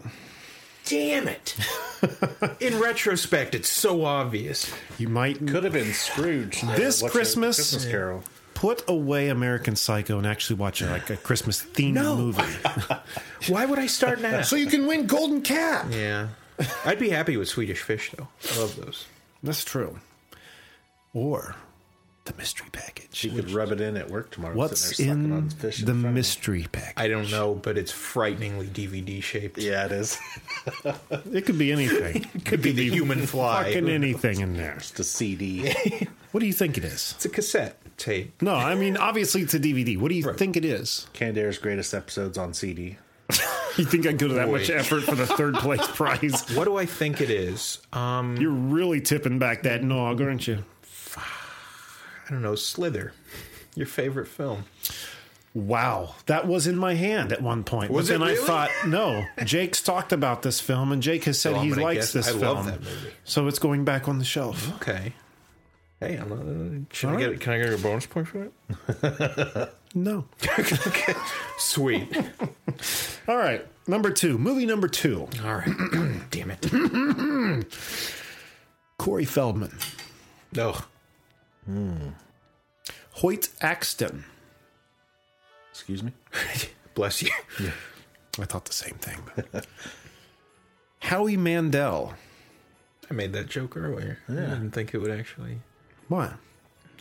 Speaker 5: Damn it! In retrospect, it's so obvious.
Speaker 3: You might
Speaker 4: Could have been Scrooge. there.
Speaker 3: This
Speaker 4: What's it-
Speaker 3: Christmas-
Speaker 4: Christmas Carol.
Speaker 3: put away American Psycho and actually watch a, like a Christmas themed
Speaker 5: No.
Speaker 3: movie.
Speaker 5: Why would I start now?
Speaker 3: so you can win Golden Cap.
Speaker 5: yeah, I'd be happy with Swedish fish though. I love those.
Speaker 3: That's true. Or the mystery package.
Speaker 4: She could rub it in at work tomorrow.
Speaker 3: What's
Speaker 4: sitting there sucking
Speaker 3: in
Speaker 4: on fish
Speaker 3: the
Speaker 4: front of me.
Speaker 3: mystery package?
Speaker 5: I don't know, but it's frighteningly DVD shaped.
Speaker 4: Yeah, it is.
Speaker 3: It could be anything. it
Speaker 5: Could be the human fly.
Speaker 3: fucking anything in there.
Speaker 4: It's a CD.
Speaker 3: What do you think it is?
Speaker 5: It's a cassette tape.
Speaker 3: No, I mean obviously it's a DVD. What do you think it is?
Speaker 4: Candair's greatest episodes on CD.
Speaker 3: You think I'd go to that
Speaker 5: Wait.
Speaker 3: much effort for the third place prize?
Speaker 5: What do I think it is? Um,
Speaker 3: You're really tipping back that nog, aren't you?
Speaker 5: I don't know. Slither, your favorite film.
Speaker 3: Wow, that was in my hand at one point.
Speaker 5: Was
Speaker 3: but
Speaker 5: it
Speaker 3: then I
Speaker 5: really?
Speaker 3: thought, no, Jake's talked about this film, and Jake has said
Speaker 5: So I'm
Speaker 3: he
Speaker 5: gonna
Speaker 3: likes
Speaker 5: guess-
Speaker 3: this
Speaker 5: I
Speaker 3: film.
Speaker 5: love that movie.
Speaker 3: So it's going back on the shelf.
Speaker 5: Okay. Hey, I'm, uh, should I
Speaker 3: All
Speaker 5: get
Speaker 3: right.
Speaker 5: can I get a bonus point for it?
Speaker 3: No.
Speaker 5: Sweet.
Speaker 3: All right, number two, movie number two,
Speaker 5: All right. Damn it.
Speaker 3: Corey Feldman,
Speaker 5: No.
Speaker 3: Hoyt Axton.
Speaker 4: Excuse me.
Speaker 5: Bless you.
Speaker 3: I thought the same thing. Howie Mandel.
Speaker 5: I made that joke earlier. I didn't think it would actually.
Speaker 3: What?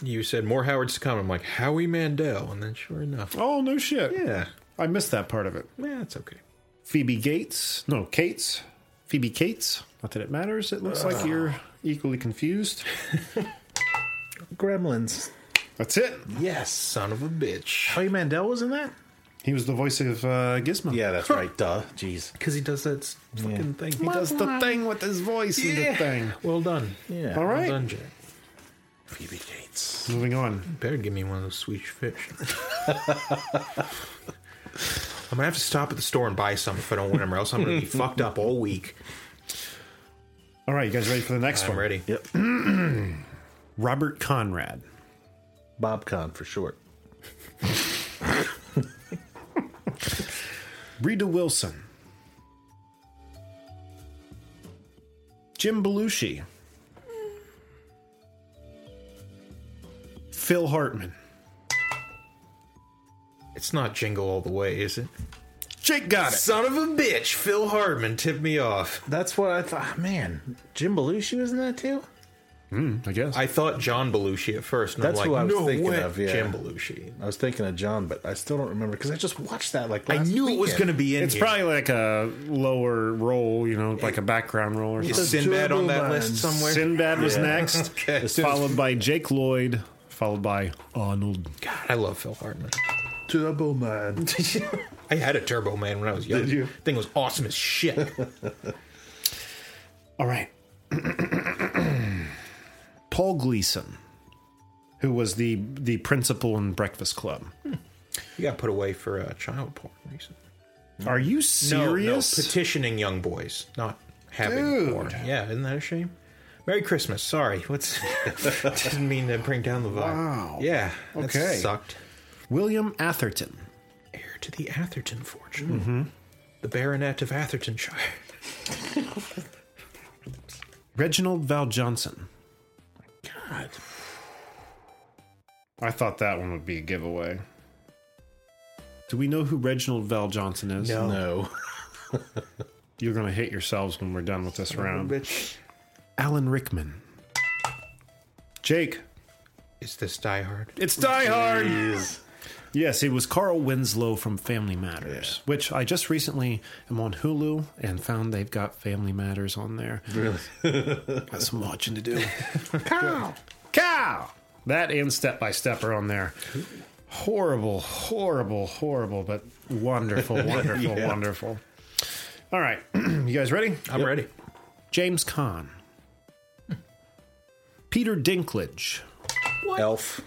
Speaker 5: You said more Howard's to come. I'm like Howie Mandel, and then sure enough,
Speaker 3: Oh no, shit.
Speaker 5: yeah,
Speaker 3: I missed that part of it.
Speaker 5: yeah, it's okay.
Speaker 3: Phoebe Gates. No, Cates. Phoebe Cates. Not that it matters. It looks like you're equally confused.
Speaker 4: Gremlins.
Speaker 3: That's it.
Speaker 5: Yes, son of a bitch.
Speaker 4: Howie Mandel was in that?
Speaker 3: He was the voice of uh, Gizmo.
Speaker 4: Yeah, that's right. Duh. Jeez.
Speaker 5: Because he does that s- fucking thing. He
Speaker 3: does the thing with his voice and the thing.
Speaker 5: Well done.
Speaker 4: Yeah.
Speaker 3: All
Speaker 5: Well
Speaker 3: right.
Speaker 5: done, Jack.
Speaker 4: Phoebe Gates.
Speaker 3: Moving on.
Speaker 5: Better give me one of those Swedish fish. I'm gonna have to stop at the store and buy some if I don't win them, or else I'm gonna be fucked up all week.
Speaker 3: All right, you guys ready for the next
Speaker 5: I'm
Speaker 3: one?
Speaker 5: ready.
Speaker 4: Yep.
Speaker 3: Robert Conrad.
Speaker 4: Bobcon for short.
Speaker 3: Rita Wilson. Jim Belushi. Phil Hartman.
Speaker 5: It's not jingle all the way, is it?
Speaker 3: Jake got it.
Speaker 5: Son of a bitch, Phil Hardman tipped me off.
Speaker 4: That's what I thought. Man, Jim Belushi was in that too?
Speaker 3: I guess.
Speaker 5: I thought John Belushi at first, and
Speaker 4: That's
Speaker 5: I'm like,
Speaker 4: who I was
Speaker 5: no
Speaker 4: thinking
Speaker 5: way,
Speaker 4: of, yeah.
Speaker 5: Jim Belushi.
Speaker 4: I was thinking of John, but I still don't remember because I just watched that like
Speaker 5: I
Speaker 4: last
Speaker 5: knew it was
Speaker 4: weekend.
Speaker 5: going to be in
Speaker 3: it's
Speaker 5: here.
Speaker 3: probably like a lower role, you know, like a background role or
Speaker 5: Is
Speaker 3: something.
Speaker 5: Sinbad on that
Speaker 4: Turbo
Speaker 5: list
Speaker 4: Man.
Speaker 5: somewhere?
Speaker 3: Sinbad was next,
Speaker 5: Okay.
Speaker 3: followed by Jake Lloyd, followed by Arnold.
Speaker 5: God, I love Phil Hartman.
Speaker 4: Turbo Man.
Speaker 5: I had a Turbo Man when I was young.
Speaker 4: Did you?
Speaker 5: Thing was awesome as shit.
Speaker 3: All right. Paul Gleason, who was the the principal in Breakfast Club.
Speaker 5: he got put away for uh, child porn recently.
Speaker 3: Are you
Speaker 5: No, no,
Speaker 3: serious?
Speaker 5: petitioning young boys, not having
Speaker 3: Dude.
Speaker 5: porn. Yeah, isn't that a shame? Merry Christmas. Sorry, what's didn't mean to bring down the vibe.
Speaker 3: Wow.
Speaker 5: Yeah. that
Speaker 3: Okay.
Speaker 5: Sucked.
Speaker 3: William Atherton.
Speaker 5: Heir to the Atherton fortune, the Baronet of Athertonshire.
Speaker 3: Reginald Val Johnson.
Speaker 4: God.
Speaker 3: I thought that one would be a giveaway. Do we know who Reginald Val Johnson is?
Speaker 4: No.
Speaker 3: You're going to hit yourselves when we're done with this round.
Speaker 5: Bitch,
Speaker 3: Alan Rickman. Jake.
Speaker 5: is this Die Hard?
Speaker 3: It's Die Hard. Yes, it was Carl Winslow from Family Matters, which I just recently am on Hulu and found they've got Family Matters on there. Really? got some watching to do. Cow! Cow! That and Step by Step are on there. Horrible, horrible, horrible, but wonderful, wonderful, wonderful. All right. you guys ready?
Speaker 5: I'm ready.
Speaker 3: James Caan. Peter Dinklage.
Speaker 4: Elf.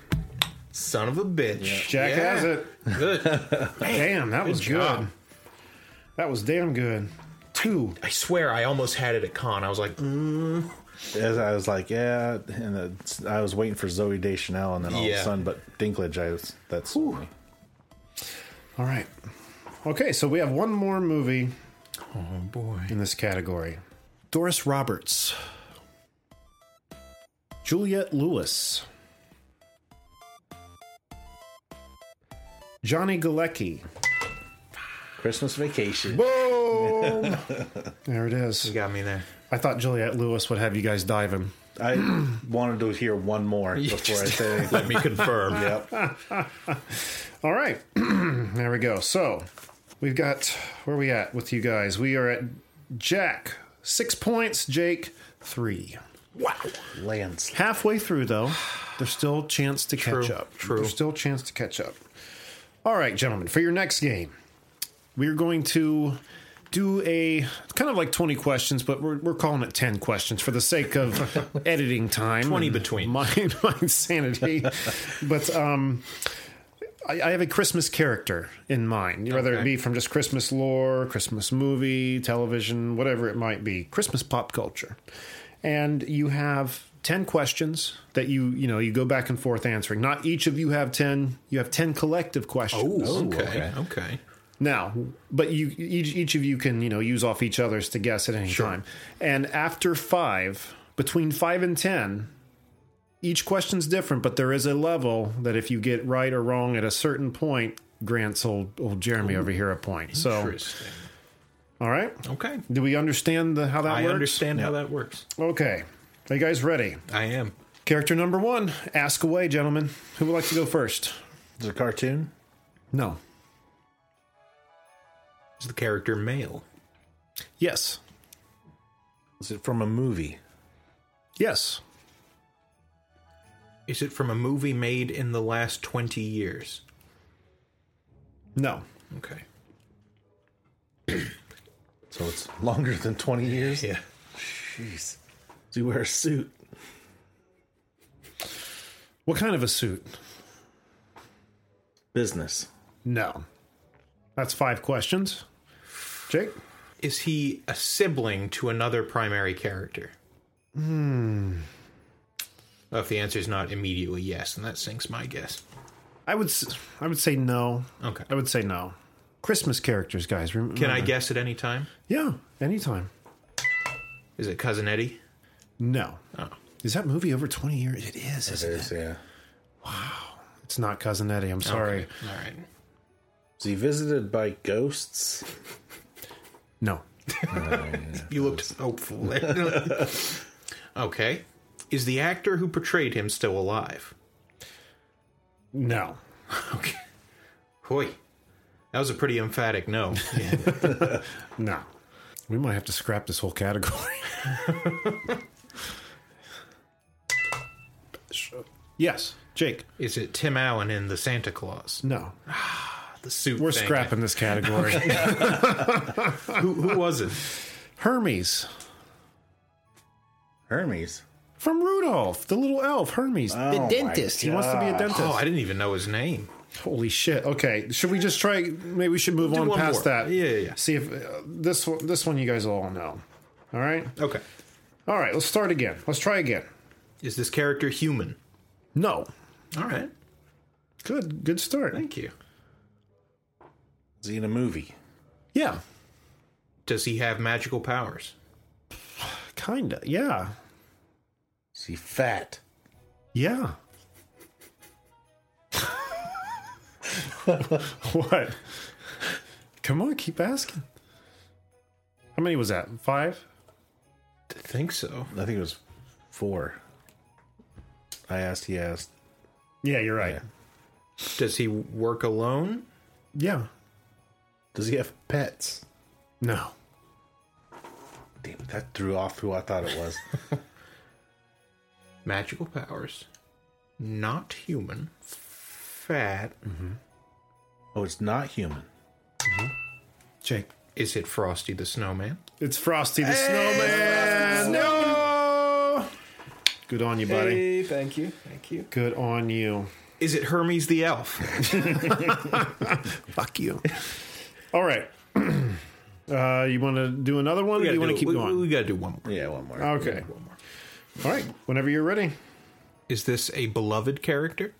Speaker 5: Son of a bitch.
Speaker 3: Jack
Speaker 5: Yeah.
Speaker 3: has it.
Speaker 5: Good.
Speaker 3: Damn, that was
Speaker 5: job.
Speaker 3: good. That was damn good. two.
Speaker 5: I swear, I almost had it at con. I was like, mm.
Speaker 4: As I was like, yeah, and it's- I was waiting for Zoe Deschanel, and then all of
Speaker 5: Yeah.
Speaker 4: a sudden, but Dinklage, I was that's me.
Speaker 3: All right. Okay, so we have one more movie
Speaker 5: oh boy.
Speaker 3: in this category Doris Roberts, Juliette Lewis, Johnny Galecki.
Speaker 4: Christmas Vacation.
Speaker 3: Boom! there it
Speaker 5: You
Speaker 3: is.
Speaker 5: got me there.
Speaker 3: I thought Juliette Lewis would have you guys diving.
Speaker 4: I wanted to hear one more before I say anything.
Speaker 5: Let me confirm.
Speaker 4: Yep.
Speaker 3: All right. there we go. So we've got where are we at with you guys? We are at Jack, six points, Jake, three.
Speaker 4: Lance.
Speaker 3: Halfway through though, there's still a chance to catch
Speaker 5: True,
Speaker 3: up.
Speaker 5: true.
Speaker 3: There's still a chance to catch up. All right, gentlemen, for your next game, we're going to do a kind of like 20 questions, but we're, we're calling it 10 questions for the sake of editing time.
Speaker 5: 20
Speaker 3: and
Speaker 5: between.
Speaker 3: My, my insanity. but um, I, I have a Christmas character in mind, whether it
Speaker 5: Okay.
Speaker 3: be from just Christmas lore, Christmas movie, television, whatever it might be, Christmas pop culture. And you have 10 questions that you, you know, you go back and forth answering. Not each of you have 10, you have 10 collective questions.
Speaker 5: Oh, okay. Okay.
Speaker 3: Now, but you each, each of you can you know use off each other's to guess at any time. And after five, between five and ten, each question's different, but there is a level that if you get right or wrong at a certain point, grants old old Jeremy over here a point.
Speaker 5: Um,
Speaker 3: So,
Speaker 5: Interesting.
Speaker 3: all right,
Speaker 5: Okay.
Speaker 3: do we understand the, how that
Speaker 5: I
Speaker 3: works?
Speaker 5: understand how that works.
Speaker 3: Okay, are you guys ready?
Speaker 5: I am.
Speaker 3: Character number one, ask away, gentlemen. Who would like to go first?
Speaker 4: Is it a cartoon?
Speaker 3: No.
Speaker 5: Is the character male?
Speaker 3: Yes.
Speaker 4: Is it from a movie?
Speaker 3: Yes.
Speaker 5: Is it from a movie made in the last 20 years?
Speaker 3: No.
Speaker 5: Okay.
Speaker 4: So it's longer than 20 years?
Speaker 5: Yeah.
Speaker 4: Jeez. Does he wear a suit?
Speaker 3: What kind of a suit?
Speaker 4: Business.
Speaker 3: No. That's five questions. Jake?
Speaker 5: Is he a sibling to another primary character? Hmm. If the answer is not immediately yes, then that sinks my guess.
Speaker 3: I would s- I would say no.
Speaker 5: Okay.
Speaker 3: I would say no. Christmas characters, guys. Rem-
Speaker 5: Can I guess at any time?
Speaker 3: Yeah, anytime.
Speaker 5: Is it Cousin Eddie?
Speaker 3: No.
Speaker 5: Oh.
Speaker 3: Is that movie over 20 years? It is, isn't it?
Speaker 4: There's, yeah.
Speaker 3: It's not Cousin Eddie. I'm sorry.
Speaker 5: Okay. All right.
Speaker 4: Is he visited by ghosts?
Speaker 3: No.
Speaker 5: You looked hopeful there. okay. Is the actor who portrayed him still alive?
Speaker 3: No.
Speaker 5: Okay. Hoy. That was a pretty emphatic no.
Speaker 3: No. We might have to scrap this whole category. yes, Jake.
Speaker 5: Is it Tim Allen in The Santa Claus?
Speaker 3: No.
Speaker 5: The suit.
Speaker 3: We're
Speaker 5: thing.
Speaker 3: scrapping this category.
Speaker 5: Who, who was it?
Speaker 3: Hermes
Speaker 4: Hermes.
Speaker 3: from Rudolph, the little elf, Hermes.
Speaker 4: Oh my
Speaker 3: He wants to be a
Speaker 4: God.
Speaker 3: dentist.
Speaker 5: Oh, I didn't even know his name.
Speaker 3: Holy shit! Okay, should we just try? Maybe we should move
Speaker 5: Do
Speaker 3: on
Speaker 5: one
Speaker 3: past
Speaker 5: more.
Speaker 3: that.
Speaker 5: Yeah, yeah, yeah.
Speaker 3: See if uh, this one, this one you guys all know. All right,
Speaker 5: Okay.
Speaker 3: all right. Let's start again. Let's try again.
Speaker 5: Is this character human?
Speaker 3: No.
Speaker 5: All right.
Speaker 3: Good. Good start.
Speaker 5: Thank you.
Speaker 4: Is he in a movie?
Speaker 3: Yeah.
Speaker 5: Does he have magical powers?
Speaker 3: Kinda. Yeah.
Speaker 4: Is he fat?
Speaker 3: Yeah. what? Come on, keep asking. How many was that? Five.
Speaker 5: I think so.
Speaker 4: I think it was four. I asked, he asked.
Speaker 3: Yeah, you're right.
Speaker 5: Does he work alone?
Speaker 3: Yeah.
Speaker 4: Does he have pets?
Speaker 3: No.
Speaker 4: Damn, that threw off who I thought it was.
Speaker 5: Magical powers. Not human. Fat.
Speaker 4: oh, it's not human.
Speaker 3: Jake.
Speaker 5: Is it Frosty the Snowman?
Speaker 3: It's Frosty the Snowman. No. Good on you, buddy.
Speaker 4: thank you. Thank you.
Speaker 3: Good on you.
Speaker 5: Is it Hermes the Elf?
Speaker 3: Fuck you. All right. Uh, you want to do another one? or
Speaker 5: We
Speaker 3: do
Speaker 5: gotta
Speaker 3: you want
Speaker 5: do-
Speaker 3: to keep
Speaker 5: we-
Speaker 3: going?
Speaker 5: We got to do one more.
Speaker 4: Yeah, one more.
Speaker 3: okay. All right. Whenever you're ready.
Speaker 5: Is this a beloved character?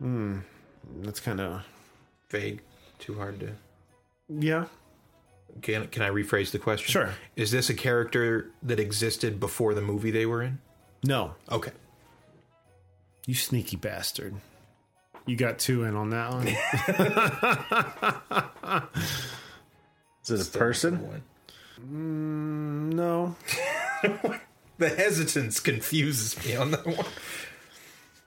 Speaker 3: That's kind of
Speaker 5: Vague. Too hard to.
Speaker 3: yeah.
Speaker 5: Can Can I rephrase the question?
Speaker 3: Sure.
Speaker 5: Is this a character that existed before the movie they were in?
Speaker 3: No,
Speaker 5: Okay.
Speaker 3: you sneaky bastard. You got two in on that one.
Speaker 4: Is it a person?
Speaker 3: no,
Speaker 5: The hesitance confuses me on that one.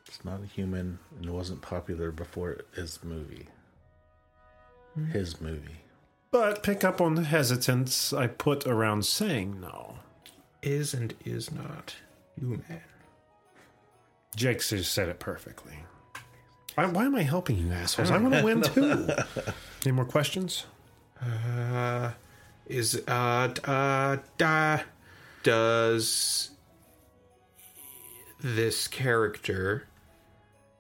Speaker 4: It's not a human and wasn't popular before his movie. His movie.
Speaker 3: but pick up on the hesitance I put around saying no.
Speaker 5: Is and is not human.
Speaker 3: Jake just said it perfectly. I, why am I helping you assholes? I want to win too. Any more questions?
Speaker 5: Uh, is uh d- uh da, does this character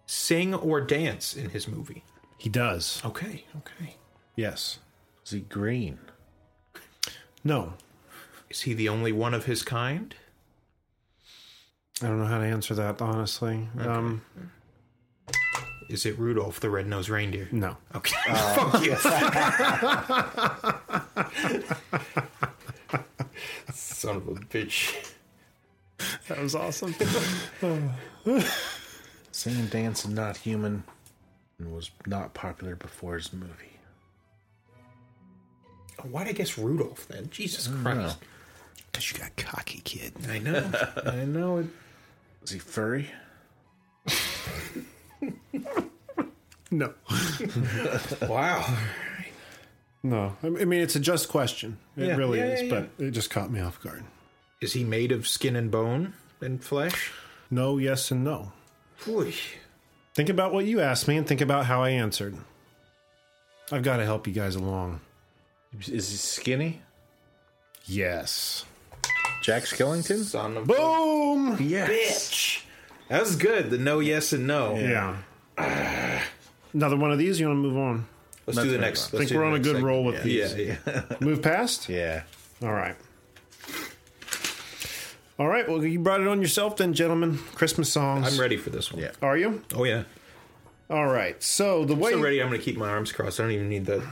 Speaker 5: sing or dance in his movie?
Speaker 3: He does.
Speaker 5: Okay, okay.
Speaker 3: Yes.
Speaker 4: Is he green?
Speaker 3: No.
Speaker 5: Is he the only one of his kind?
Speaker 3: I don't know how to answer that honestly. Um,
Speaker 5: Is it Rudolph the Red-Nosed Reindeer?
Speaker 3: no.
Speaker 5: Okay. Fuck you. Son of a bitch.
Speaker 3: That was awesome.
Speaker 4: Singing, dancing, not human, and was not popular before his movie.
Speaker 5: Why'd I guess Rudolph then? Jesus Christ.
Speaker 7: Because you got cocky, kid.
Speaker 5: I know.
Speaker 4: I know it. Is he furry?
Speaker 3: no.
Speaker 5: wow.
Speaker 3: No. I I mean, it's a just question. It
Speaker 5: Yeah.
Speaker 3: really
Speaker 5: Yeah,
Speaker 3: is,
Speaker 5: yeah,
Speaker 3: but it just caught me off guard.
Speaker 5: Is he made of skin and bone and flesh?
Speaker 3: No, yes, and no.
Speaker 5: Boy.
Speaker 3: Think about what you asked me and think about how I answered. I've got to help you guys along.
Speaker 4: Is he skinny?
Speaker 3: Yes.
Speaker 4: Jack Skellington?
Speaker 5: Son of a
Speaker 3: Boom!
Speaker 4: Yes.
Speaker 5: bitch. That was good. The no, yes, and no.
Speaker 3: Yeah. Another one of these, you want to move on?
Speaker 5: Let's
Speaker 4: That's
Speaker 5: do the
Speaker 4: right.
Speaker 5: next. let's
Speaker 3: I think
Speaker 5: do
Speaker 3: we're
Speaker 5: the
Speaker 3: on a
Speaker 5: next
Speaker 3: good
Speaker 5: segment.
Speaker 3: roll with these.
Speaker 5: Yeah, yeah.
Speaker 3: Move past?
Speaker 4: Yeah.
Speaker 3: All right. All right, well, you brought it on yourself then, gentlemen. Christmas songs.
Speaker 5: I'm ready for this one.
Speaker 4: Yeah.
Speaker 3: Are you?
Speaker 5: Oh, yeah.
Speaker 3: All right. So the way
Speaker 5: So ready, I'm going to keep my arms crossed. I don't even need the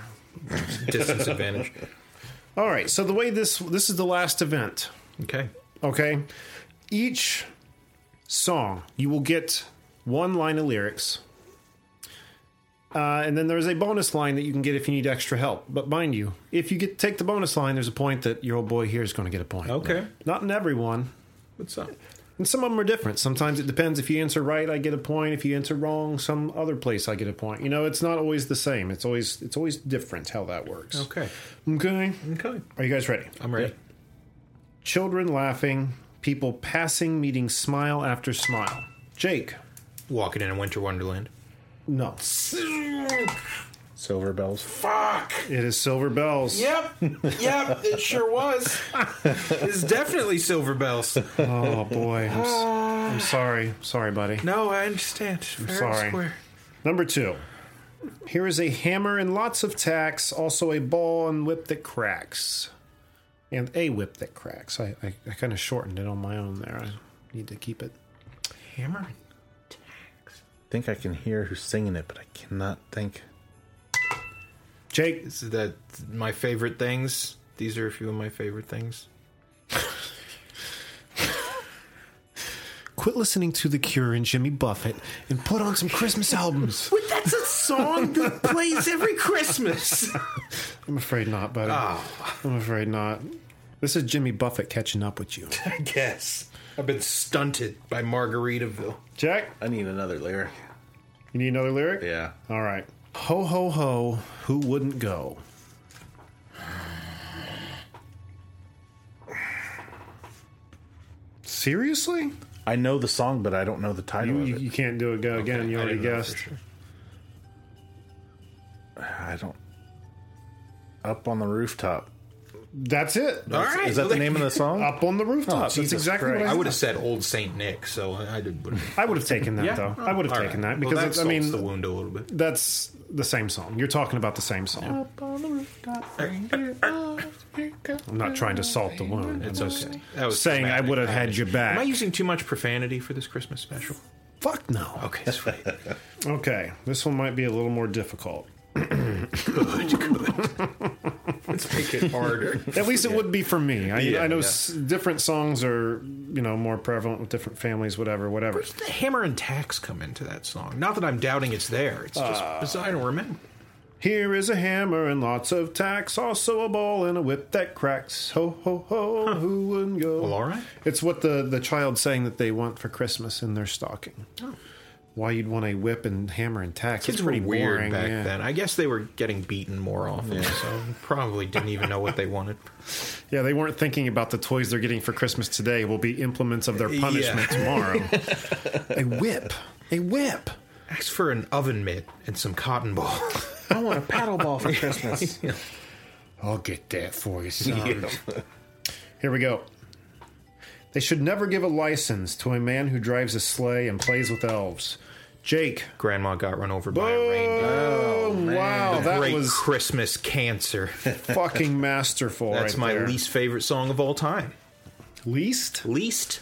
Speaker 5: distance advantage.
Speaker 3: All right. So the way this this is the last event.
Speaker 5: Okay.
Speaker 3: Okay. Each song you will get one line of lyrics. Uh, and then there's a bonus line that you can get if you need extra help. But mind you, if you get take the bonus line, there's a point that your old boy here is going to get a point.
Speaker 5: Okay.
Speaker 3: Not in everyone.
Speaker 5: What's up?
Speaker 3: And some of them are different. Sometimes it depends. If you answer right, I get a point. If you answer wrong, some other place I get a point. You know, it's not always the same. It's always it's always different how that works.
Speaker 5: Okay.
Speaker 3: Okay.
Speaker 5: Okay.
Speaker 3: Are you guys ready?
Speaker 5: I'm ready.
Speaker 3: Children laughing, people passing, meeting smile after smile. Jake,
Speaker 5: Walking in a winter wonderland.
Speaker 3: no,
Speaker 4: Silver bells.
Speaker 5: Fuck.
Speaker 3: it is Silver Bells.
Speaker 5: Yep. Yep. It sure was. it's definitely silver bells.
Speaker 3: Oh boy, I'm, s- I'm sorry, sorry, buddy.
Speaker 5: No, I understand. Fair and
Speaker 3: sorry.
Speaker 5: square.
Speaker 3: Number two. Here is a hammer and lots of tacks, also a ball and whip that cracks, and a whip that cracks. I I, I kind of shortened it on my own there. I need to keep it.
Speaker 5: Hammer.
Speaker 4: I think I can hear who's singing it, but I cannot think.
Speaker 3: Jake,
Speaker 5: This is that my favorite things. These are a few of my favorite things.
Speaker 3: quit listening to The Cure and Jimmy Buffett and put on some Christmas albums.
Speaker 5: But that's a song that plays every Christmas.
Speaker 3: I'm afraid not, buddy. I'm afraid not. This is Jimmy Buffett catching up with you.
Speaker 5: I guess. I've been stunted by Margaritaville.
Speaker 3: Jack,
Speaker 4: I need another lyric.
Speaker 3: you need another lyric?
Speaker 4: Yeah.
Speaker 3: All right. Ho, ho, ho, who wouldn't go? Seriously?
Speaker 4: I know the song, but I don't know the title
Speaker 3: You,
Speaker 4: of
Speaker 3: you,
Speaker 4: it.
Speaker 3: you can't do it. Go again. you
Speaker 5: I
Speaker 3: already
Speaker 5: didn't know for
Speaker 3: guessed.
Speaker 5: sure.
Speaker 4: I don't. Up on the rooftop.
Speaker 3: That's it.
Speaker 5: All right. Oh,
Speaker 4: Is that the name of the song?
Speaker 3: Up on the rooftop. That's
Speaker 4: Jesus
Speaker 3: exactly
Speaker 4: Christ.
Speaker 3: what
Speaker 5: I
Speaker 3: I,
Speaker 5: would have said Old Saint Nick, so I did.
Speaker 3: I would have taken that though. I would have taken that because
Speaker 5: well,
Speaker 3: it's I mean
Speaker 5: the wound a little bit.
Speaker 3: that's the same song. You're talking about the same song.
Speaker 5: got reindeer eyes. You got
Speaker 3: I'm not trying to salt the wound.
Speaker 5: It's
Speaker 3: I'm just
Speaker 5: okay. That was
Speaker 3: saying I
Speaker 5: dramatic.
Speaker 3: would have had your
Speaker 5: Am I
Speaker 3: back.
Speaker 5: using too much profanity for this Christmas special?
Speaker 3: Fuck no.
Speaker 5: Okay, sweet.
Speaker 3: Okay, this one might be a little more difficult.
Speaker 5: Let's make it harder.
Speaker 3: At least it would be for me. I,
Speaker 5: Yeah,
Speaker 3: I know
Speaker 5: yeah.
Speaker 3: s- different songs are, you know, more prevalent with different families, whatever, whatever.
Speaker 5: Where's the hammer and tacks come into that song? Not that I'm doubting it's there. It's just
Speaker 3: Ah.
Speaker 5: because I don't remember.
Speaker 3: Here is a hammer and lots of tacks, also a ball and a whip that cracks. Ho ho ho, who wouldn't go?
Speaker 5: Well, all right.
Speaker 3: It's what the the child saying that they want for Christmas in their stocking. Why you'd want a whip and hammer and
Speaker 5: Oh.
Speaker 3: tacks?
Speaker 5: Kids
Speaker 3: it's
Speaker 5: were
Speaker 3: pretty
Speaker 5: weird
Speaker 3: boring,
Speaker 5: back
Speaker 3: yeah.
Speaker 5: then. I guess they were getting beaten more often, so probably didn't even know what they wanted.
Speaker 3: Yeah, they weren't thinking about the toys they're getting for Christmas today will be implements of their punishment tomorrow. a whip, a whip.
Speaker 5: Ask for an oven mitt and some cotton ball.
Speaker 4: I want a paddle ball for Christmas.
Speaker 3: I'll get that for you, son. Here we go. They should never give a license to a man who drives a sleigh and plays with elves. Jake.
Speaker 5: Grandma got run over by a reindeer.
Speaker 3: Oh, wow, that
Speaker 5: Great
Speaker 3: was
Speaker 5: Christmas cancer.
Speaker 3: fucking masterful.
Speaker 5: That's
Speaker 3: right
Speaker 5: my
Speaker 3: there.
Speaker 5: least favorite song of all time.
Speaker 3: Least?
Speaker 5: Least.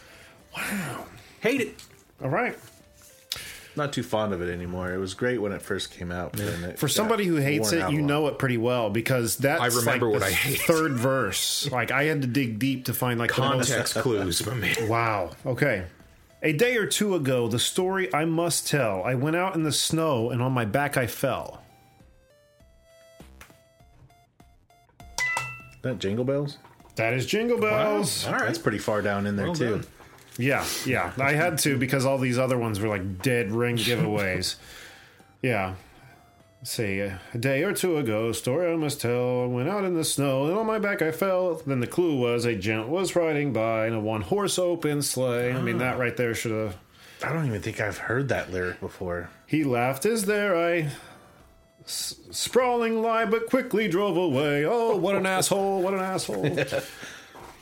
Speaker 5: Wow. Hate it.
Speaker 3: All right.
Speaker 4: Not too fond of it anymore. It was great when it first came out. and it
Speaker 3: For
Speaker 4: got
Speaker 3: somebody who hates
Speaker 4: worn
Speaker 3: it,
Speaker 4: out
Speaker 3: you
Speaker 4: a lot.
Speaker 3: know it pretty well because that's
Speaker 5: I remember
Speaker 3: like
Speaker 5: what
Speaker 3: the
Speaker 5: I hate.
Speaker 3: third verse. Like I had to dig deep to find like the most-
Speaker 5: Context clues, my man.
Speaker 3: Wow. Okay. A day or two ago, the story I must tell. I went out in the snow and on my back I fell.
Speaker 4: That Jingle Bells?
Speaker 3: That is Jingle Bells.
Speaker 5: All right.
Speaker 4: That's pretty far down in there,
Speaker 5: Well
Speaker 4: too.
Speaker 5: done.
Speaker 3: Yeah, yeah. I had to because all these other ones were like dead ring giveaways. yeah. Let's see. A day or two ago, a story I must tell. I went out in the snow and on my back I fell. Then the clue was a gent was riding by in a one horse open sleigh. I mean, that right there should have.
Speaker 4: I don't even think I've heard that lyric before.
Speaker 3: He laughed as there I s- sprawling lie, but quickly drove away. Oh, what an asshole! What an asshole!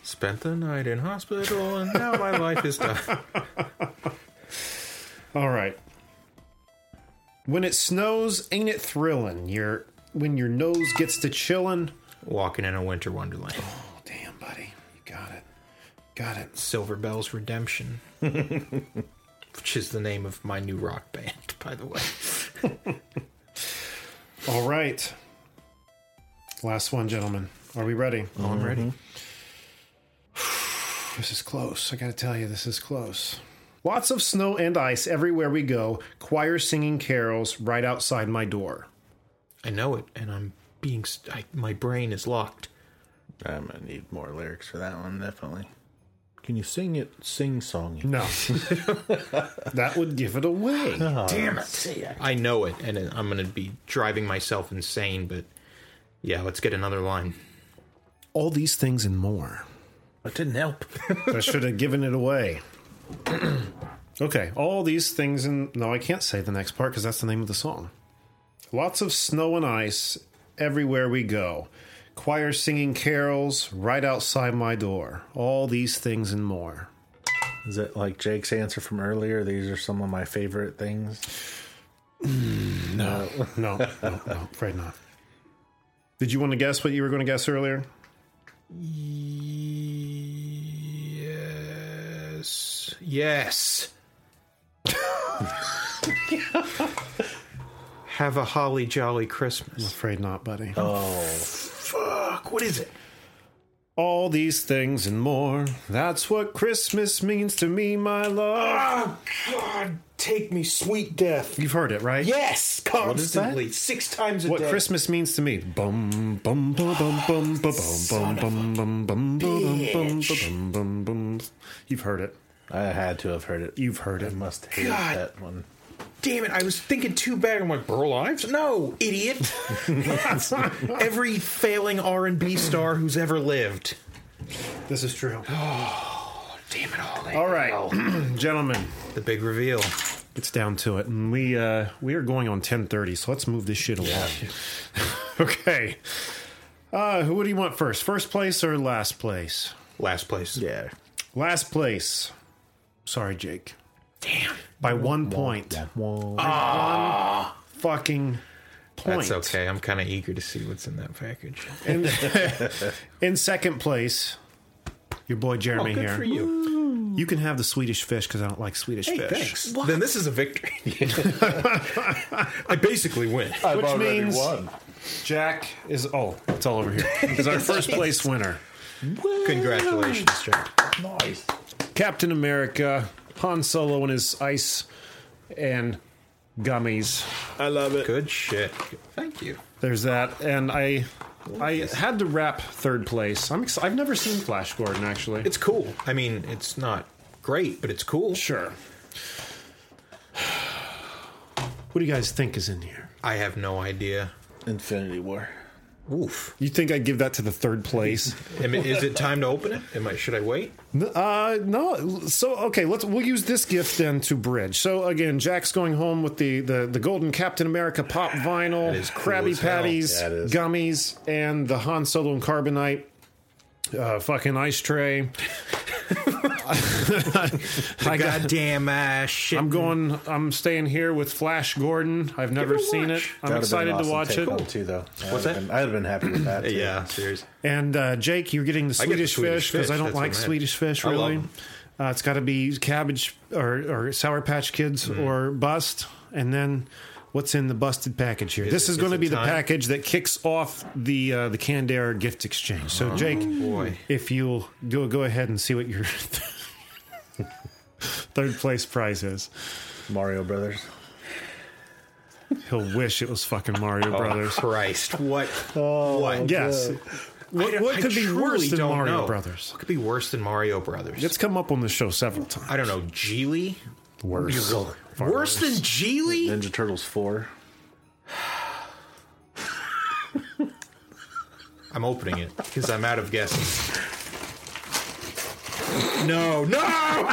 Speaker 5: Spent the night in hospital and now my life is done.
Speaker 3: All right. When it snows, ain't it thrilling? Your when your nose gets to chillin'.
Speaker 5: Walking in a winter wonderland.
Speaker 3: Oh, damn, buddy, you got it, got it.
Speaker 5: Silver Bells Redemption, which is the name of my new rock band, by the way.
Speaker 3: All right. Last one, gentlemen. Are we ready?
Speaker 5: Oh, I'm ready.
Speaker 3: This is close. I gotta tell you, this is close. Lots of snow and ice everywhere we go. Choir singing carols right outside my door.
Speaker 5: I know it, and I'm being. St- I, my brain is locked.
Speaker 4: I'm going to need more lyrics for that one, definitely. Can you sing it sing song?
Speaker 3: No, that would give it away.
Speaker 5: Oh.
Speaker 4: Damn it.
Speaker 5: I know it, and I'm going to be driving myself insane. But yeah, let's get another line.
Speaker 3: All these things and more.
Speaker 4: That didn't help.
Speaker 3: I should have given it away. okay, all these things, and no, I can't say the next part because that's the name of the song. Lots of snow and ice everywhere we go. Choir singing carols right outside my door. All these things and more.
Speaker 4: Is it like Jake's answer from earlier? These are some of my favorite things.
Speaker 3: No, no, no, no afraid not. Did you want to guess what you were going to guess earlier?
Speaker 5: Yes. Yes. Have a holly jolly Christmas.
Speaker 3: Afraid not, buddy.
Speaker 5: Fuck, what is it?
Speaker 3: All these things and more. That's what Christmas means to me, my love.
Speaker 5: Oh, God, take me, sweet death.
Speaker 3: You've heard it, right?
Speaker 5: Yes,
Speaker 4: is that?
Speaker 5: constantly, six times a
Speaker 3: what
Speaker 5: day.
Speaker 3: Christmas means to me. Bum bum bum bum bum bum bum bum bum bum bum bum bum bum bum. You've heard it.
Speaker 4: I had to have heard it.
Speaker 3: You've heard
Speaker 4: I
Speaker 3: it.
Speaker 4: must hate
Speaker 5: God.
Speaker 4: that one.
Speaker 5: Damn it! I was thinking too bad. I'm like Burl Ives. No, idiot. Every failing R and B star who's ever lived.
Speaker 3: This is true.
Speaker 5: Damn it all!
Speaker 3: All right, gentlemen,
Speaker 5: The big reveal.
Speaker 3: it's down to it, and we uh, we are going on ten thirty. So let's move this shit along. okay. Uh, who what do you want first? First place or last place?
Speaker 5: Last place.
Speaker 4: Yeah.
Speaker 3: Last place. Sorry, Jake.
Speaker 5: Uh,
Speaker 3: Damn. By one point.
Speaker 4: Well,
Speaker 3: Fucking point.
Speaker 5: That's okay. I'm kind of eager to see what's in that package.
Speaker 3: And in second place, your boy Jeremy
Speaker 5: Oh, good
Speaker 3: here.
Speaker 5: for you.
Speaker 3: You can have the Swedish fish because I don't like Swedish
Speaker 5: Hey,
Speaker 3: fish.
Speaker 5: thanks. Then this is a victory. I basically win.
Speaker 1: I've
Speaker 3: Which
Speaker 1: already
Speaker 3: means-
Speaker 1: won.
Speaker 3: Jack is oh, it's all over here. He's our first place winner.
Speaker 5: Congratulations, Jack.
Speaker 1: Nice.
Speaker 3: Captain America, Han Solo and his ice and gummies.
Speaker 5: I love it. Good shit. Thank you.
Speaker 3: There's that, and I. I had to wrap third place. I'm ex- I've never seen Flash Gordon actually.
Speaker 5: It's cool. I mean, it's not great, but it's cool.
Speaker 3: sure. What do you guys think is in here?
Speaker 5: I have no idea.
Speaker 4: Infinity War.
Speaker 5: Woof.
Speaker 3: You think I'd give that to the third place?
Speaker 5: Am- is it time to open it? Am I, should I wait?
Speaker 3: N- Uh, no. So okay, let's we'll use this gift then to bridge. So again, Jack's going home with the the, the golden Captain America pop vinyl,
Speaker 5: That is cool
Speaker 3: Krabby
Speaker 5: as hell.
Speaker 3: Patties,
Speaker 1: Yeah, it is.
Speaker 3: gummies, and the Han Solo and Carbonite. Uh, fucking ice tray. I got.
Speaker 5: Goddamn uh, shit.
Speaker 3: I'm going. I'm staying here with Flash Gordon. I've never
Speaker 5: it a
Speaker 3: seen it.
Speaker 5: watch.
Speaker 3: I'm excited to watch it.
Speaker 4: Home too, though.
Speaker 5: What's
Speaker 4: What's
Speaker 5: that?
Speaker 4: that? I'd have been happy with that. Too.
Speaker 5: Yeah, seriously.
Speaker 3: And uh, Jake, you're getting the
Speaker 5: I get the
Speaker 3: Swedish,
Speaker 5: Swedish
Speaker 3: fish because
Speaker 5: fish,
Speaker 3: I don't
Speaker 5: that's what
Speaker 3: like
Speaker 5: I meant.
Speaker 3: Swedish fish
Speaker 5: I love
Speaker 3: really.
Speaker 5: 'em.
Speaker 3: Uh, it's got to be cabbage or, or Sour Patch Kids
Speaker 5: Mm-hmm.
Speaker 3: or bust, and then what's in the busted package here? this
Speaker 5: it-
Speaker 3: is going
Speaker 5: is
Speaker 3: to
Speaker 5: it
Speaker 3: be the
Speaker 5: time?
Speaker 3: package that kicks off the uh, the Candare gift exchange.
Speaker 5: Oh.
Speaker 3: So Jake,
Speaker 5: boy.
Speaker 3: if you'll go go ahead and see what your third place prize is,
Speaker 4: Mario Brothers.
Speaker 3: he'll wish it was fucking
Speaker 5: Oh.
Speaker 3: Mario Brothers.
Speaker 5: Christ. What? what?
Speaker 3: Yes. What,
Speaker 5: I-
Speaker 3: what
Speaker 5: I
Speaker 3: could be
Speaker 5: truly
Speaker 3: worse than
Speaker 5: don't
Speaker 3: Mario
Speaker 5: know.
Speaker 3: Brothers?
Speaker 5: What could be worse than Mario Brothers?
Speaker 3: It's come up on the show several times.
Speaker 5: I don't know. Geely?
Speaker 3: Worse.
Speaker 5: Worse,
Speaker 3: Far
Speaker 5: than Geely?
Speaker 4: Ninja Turtles 4.
Speaker 5: I'm opening it because I'm out of guesses. No, no!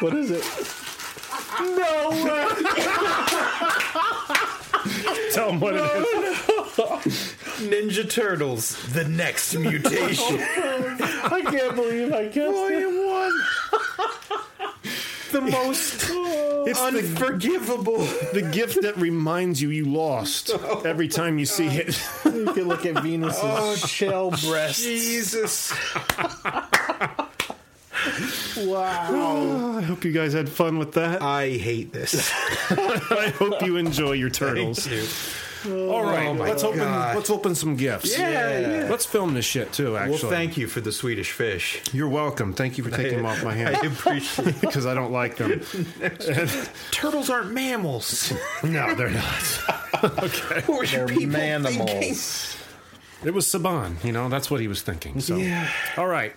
Speaker 4: What is it?
Speaker 3: Tell him what it is.
Speaker 5: Ninja Turtles, the next mutation.
Speaker 3: Oh,
Speaker 4: I can't believe I guessed it.
Speaker 5: the most
Speaker 3: It's the,
Speaker 5: unforgivable.
Speaker 3: the gift that reminds you you lost every time you see it.
Speaker 4: You can look at Venus's
Speaker 5: Oh,
Speaker 4: shell breast.
Speaker 5: Jesus.
Speaker 3: Oh, I hope you guys had fun with that.
Speaker 5: I hate this.
Speaker 3: I hope you enjoy your turtles. All right,
Speaker 5: Oh my
Speaker 3: let's open.
Speaker 5: God.
Speaker 3: Let's open some gifts.
Speaker 5: yeah.
Speaker 3: Let's film this shit too.
Speaker 5: Well,
Speaker 3: Actually,
Speaker 5: thank you for the Swedish fish.
Speaker 3: you're welcome. Thank you for taking them off my
Speaker 5: I
Speaker 3: hand
Speaker 5: appreciate it.
Speaker 3: because I don't like them.
Speaker 5: Turtles aren't mammals.
Speaker 3: No, they're not.
Speaker 5: What were you
Speaker 4: They're
Speaker 5: people
Speaker 4: manimals.
Speaker 5: thinking?
Speaker 3: It was Saban. You know, that's what he was thinking. So,
Speaker 5: Yeah.
Speaker 3: all right,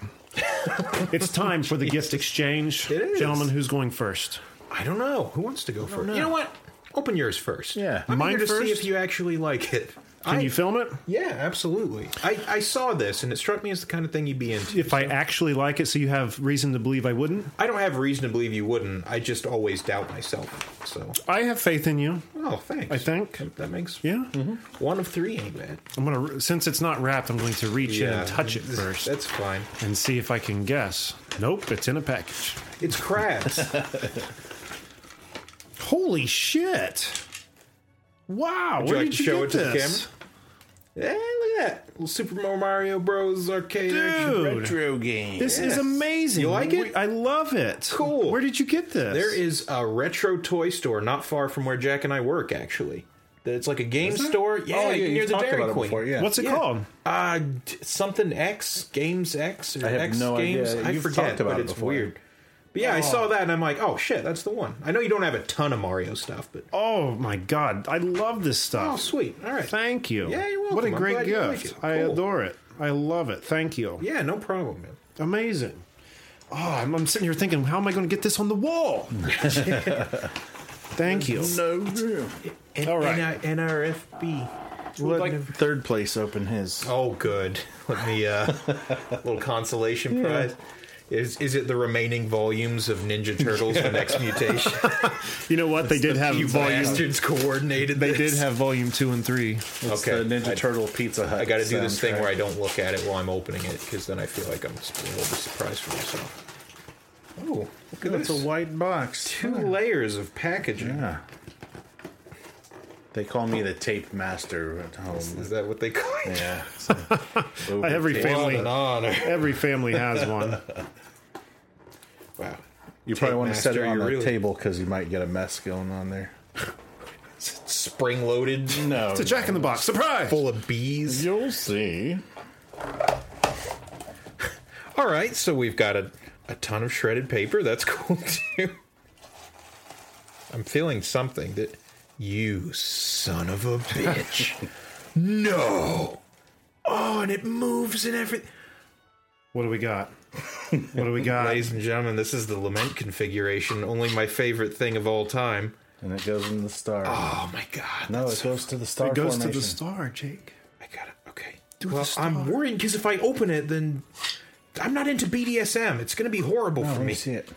Speaker 3: it's time for the gift exchange,
Speaker 5: It is.
Speaker 3: gentlemen. Who's going first?
Speaker 5: I don't know. Who wants to go first? You know what? Open yours first.
Speaker 4: Yeah.
Speaker 5: I'm
Speaker 3: Mine
Speaker 5: here to see
Speaker 3: first?
Speaker 5: if you actually like it.
Speaker 3: Can
Speaker 5: I,
Speaker 3: you film it?
Speaker 5: Yeah, absolutely. I, I saw this and it struck me as the kind of thing you'd be into.
Speaker 3: If I actually like it, so you have reason to believe I wouldn't.
Speaker 5: I don't have reason to believe you wouldn't. I just always doubt myself. So,
Speaker 3: I have faith in you.
Speaker 5: oh, thanks.
Speaker 3: I think.
Speaker 5: That- that makes
Speaker 3: Yeah.
Speaker 5: one of three ain't bad.
Speaker 3: I'm gonna since it's not wrapped, I'm going to reach in and touch it first
Speaker 5: That's fine.
Speaker 3: and see if I can guess. Nope, it's in a package.
Speaker 5: It's crabs.
Speaker 3: Holy shit! Wow,
Speaker 5: Would you
Speaker 3: where
Speaker 5: like
Speaker 3: did
Speaker 5: to
Speaker 3: you
Speaker 5: show
Speaker 3: get
Speaker 5: it to the
Speaker 3: this?
Speaker 5: yeah, look at that little Super Mario Bros. arcade action
Speaker 3: Dude.
Speaker 5: retro game.
Speaker 3: This
Speaker 5: Yeah.
Speaker 3: is amazing.
Speaker 5: You like
Speaker 3: We-
Speaker 5: it?
Speaker 3: I love it.
Speaker 5: Cool.
Speaker 3: Where did you get this?
Speaker 5: There is a retro toy store not far from where Jack and I work, actually. That It's like a game store. Yeah,
Speaker 4: Oh, yeah,
Speaker 5: near
Speaker 4: you
Speaker 5: the
Speaker 4: talked
Speaker 5: Dairy
Speaker 4: about it
Speaker 5: Queen.
Speaker 4: before, yeah.
Speaker 3: What's it
Speaker 5: Yeah.
Speaker 3: called?
Speaker 5: Uh, d- something X Games X or
Speaker 4: I have
Speaker 5: X
Speaker 4: no idea.
Speaker 5: Games. I
Speaker 4: You've
Speaker 5: forget,
Speaker 4: talked about
Speaker 5: but
Speaker 4: it
Speaker 5: it's
Speaker 4: before.
Speaker 5: weird. But yeah, I saw that and I'm like, oh shit, that's the one. I know you don't have a ton of Mario stuff, but oh,
Speaker 3: Oh my god, I love this stuff.
Speaker 5: sweet, all right,
Speaker 3: Thank you.
Speaker 5: Yeah, you're
Speaker 3: What a
Speaker 5: welcome. I'm
Speaker 3: great
Speaker 5: glad you like
Speaker 3: gift.
Speaker 5: it.
Speaker 3: I
Speaker 5: Cool.
Speaker 3: adore it. I love it. Thank you.
Speaker 5: yeah, no problem, man.
Speaker 3: Amazing. Oh, I'm, I'm sitting here thinking, how am I going to get this on the wall? Thank you.
Speaker 4: No, yeah.
Speaker 5: N-
Speaker 3: All right.
Speaker 5: N- NRFB.
Speaker 4: Let third place open his.
Speaker 5: Oh, good. Let me uh, little consolation prize. Is is it the remaining volumes of Ninja Turtles: The Next Mutation?
Speaker 3: You know what? They did have
Speaker 5: you
Speaker 3: volume.
Speaker 5: bastards coordinated.
Speaker 3: They
Speaker 5: this.
Speaker 3: did have volume two and three.
Speaker 4: It's
Speaker 5: okay.
Speaker 4: the Ninja
Speaker 5: I-
Speaker 4: Turtle Pizza Hut.
Speaker 5: I got to do this thing
Speaker 4: soundtrack.
Speaker 5: where I don't look at it while I'm opening it because then I feel like I'm spoiled the surprise for myself. Oh, look at
Speaker 4: It's a
Speaker 5: this.
Speaker 4: white box.
Speaker 5: Two layers of packaging.
Speaker 4: Yeah. They call me the tape master at home.
Speaker 5: Is that what they call it?
Speaker 4: Yeah.
Speaker 3: every
Speaker 4: Overtape.
Speaker 3: family,
Speaker 5: What an honor.
Speaker 3: every family has one.
Speaker 5: Wow.
Speaker 4: You probably want to set it
Speaker 5: master,
Speaker 4: on
Speaker 5: you're
Speaker 4: the
Speaker 5: really-
Speaker 4: table because you might get a mess going on there.
Speaker 5: Spring loaded.
Speaker 4: No.
Speaker 3: It's a Jack in the Box surprise.
Speaker 5: Full of bees.
Speaker 4: You'll see.
Speaker 5: All right, so we've got a, a ton of shredded paper. That's cool too. I'm feeling something that you son of a bitch. no. Oh, and it moves and everything.
Speaker 3: What do we got? What do we got?
Speaker 5: Ladies and gentlemen, this is the lament configuration. Only my favorite thing of all time.
Speaker 4: And it goes in the star.
Speaker 5: Oh my god.
Speaker 4: no,
Speaker 5: that's-
Speaker 4: it goes to the star.
Speaker 3: it goes to
Speaker 4: formation.
Speaker 3: the star, Jake.
Speaker 5: I got it. Okay. well, I'm worried because if I open it, then I'm not into BDSM. It's going to be horrible
Speaker 4: Oh,
Speaker 5: for
Speaker 4: let me
Speaker 5: me.
Speaker 4: see it.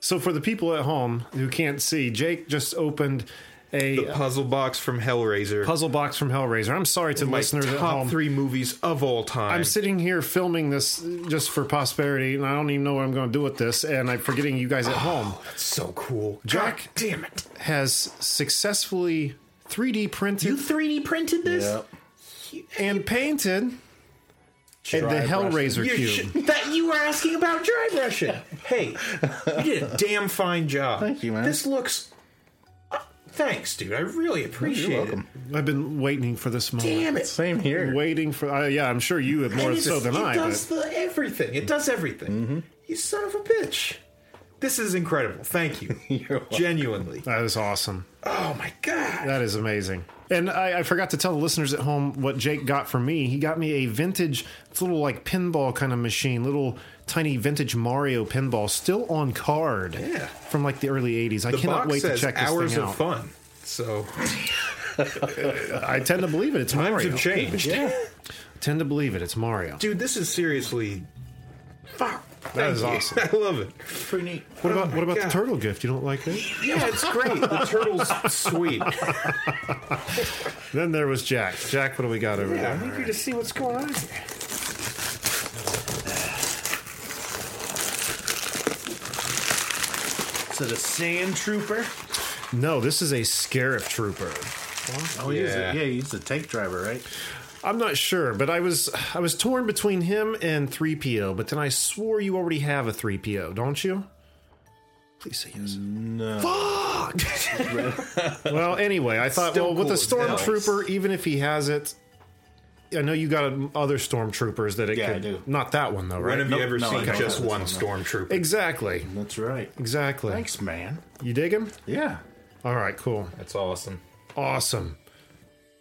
Speaker 3: So for the people at home who can't see, Jake just opened a
Speaker 5: The puzzle box from Hellraiser.
Speaker 3: puzzle box from Hellraiser. I'm sorry to
Speaker 5: my
Speaker 3: listeners at
Speaker 5: top
Speaker 3: home.
Speaker 5: three movies of all time.
Speaker 3: I'm sitting here filming this just for prosperity, and I don't even know what I'm going to do with this, and I'm forgetting you guys at home.
Speaker 5: Oh, That's so cool.
Speaker 3: Jack-
Speaker 5: God damn it!
Speaker 3: Has successfully 3D
Speaker 5: You
Speaker 3: printed
Speaker 5: 3D printed this?
Speaker 4: Yep.
Speaker 3: and painted the
Speaker 4: Dry
Speaker 3: Hellraiser
Speaker 5: You
Speaker 3: cube.
Speaker 5: sh- that you were asking about dry brushing. hey, you did a damn fine job.
Speaker 4: Thank you, man.
Speaker 5: This looks. Uh, thanks, dude. I really appreciate
Speaker 4: welcome.
Speaker 5: it.
Speaker 3: I've been waiting for this moment.
Speaker 5: Damn it!
Speaker 4: Same here.
Speaker 3: Waiting for uh, yeah, I'm sure you have more
Speaker 5: And
Speaker 3: so
Speaker 5: it's-
Speaker 3: than
Speaker 5: it
Speaker 3: I.
Speaker 5: does
Speaker 3: But
Speaker 5: the everything. It does everything. You son of a bitch. This is incredible. Thank you. Genuinely.
Speaker 3: that is awesome.
Speaker 5: Oh my god.
Speaker 3: That is amazing. And I, I forgot to tell the listeners at home what Jake got for me. He got me a vintage, it's a little like pinball kind of machine, little tiny vintage Mario pinball, still on card.
Speaker 5: Yeah.
Speaker 3: From like the early 80s. I
Speaker 5: The
Speaker 3: cannot
Speaker 5: box
Speaker 3: wait to
Speaker 5: says
Speaker 3: check this
Speaker 5: hours
Speaker 3: thing
Speaker 5: of
Speaker 3: out.
Speaker 5: fun. So
Speaker 3: I tend to believe it. It's
Speaker 5: times
Speaker 3: Mario.
Speaker 5: have changed.
Speaker 3: tend to believe it. It's Mario.
Speaker 5: Dude, this is seriously. Fuck. Thank
Speaker 3: is
Speaker 5: you.
Speaker 3: awesome.
Speaker 5: I love it.
Speaker 4: Pretty neat.
Speaker 3: what about
Speaker 5: Oh my
Speaker 3: what about the
Speaker 5: God.
Speaker 3: turtle gift? You don't like it?
Speaker 5: Yeah, it's great. The turtle's sweet.
Speaker 3: then there was Jack. Jack, what do we got over
Speaker 5: Yeah,
Speaker 3: there?
Speaker 5: I'm eager to see what's going on here.
Speaker 4: Is it a sand trooper?
Speaker 3: No, this is a Scarab Trooper.
Speaker 4: Oh, yeah. He's a,
Speaker 5: Yeah.
Speaker 4: yeah, he's a tank driver, right?
Speaker 3: I'm not sure, but I was I was torn between him and 3PO, but then I swore you already have a 3PO, don't you? Please say yes. No. Fuck. well, anyway, I thought
Speaker 5: Still
Speaker 3: well with
Speaker 5: cool
Speaker 3: a
Speaker 5: as hell.
Speaker 3: stormtrooper, even if he has it, I know you got um, other stormtroopers that it
Speaker 4: Yeah, I
Speaker 3: could
Speaker 4: do.
Speaker 3: not that one though,
Speaker 5: When
Speaker 3: right?
Speaker 5: have you ever
Speaker 4: no, I
Speaker 5: seen
Speaker 4: don't
Speaker 5: just
Speaker 4: have this
Speaker 5: one
Speaker 4: one, no.
Speaker 5: stormtrooper?
Speaker 3: Exactly.
Speaker 4: That's right.
Speaker 3: Exactly.
Speaker 4: Thanks, man.
Speaker 3: You dig him?
Speaker 4: Yeah.
Speaker 3: All right, cool.
Speaker 5: That's awesome.
Speaker 3: Awesome.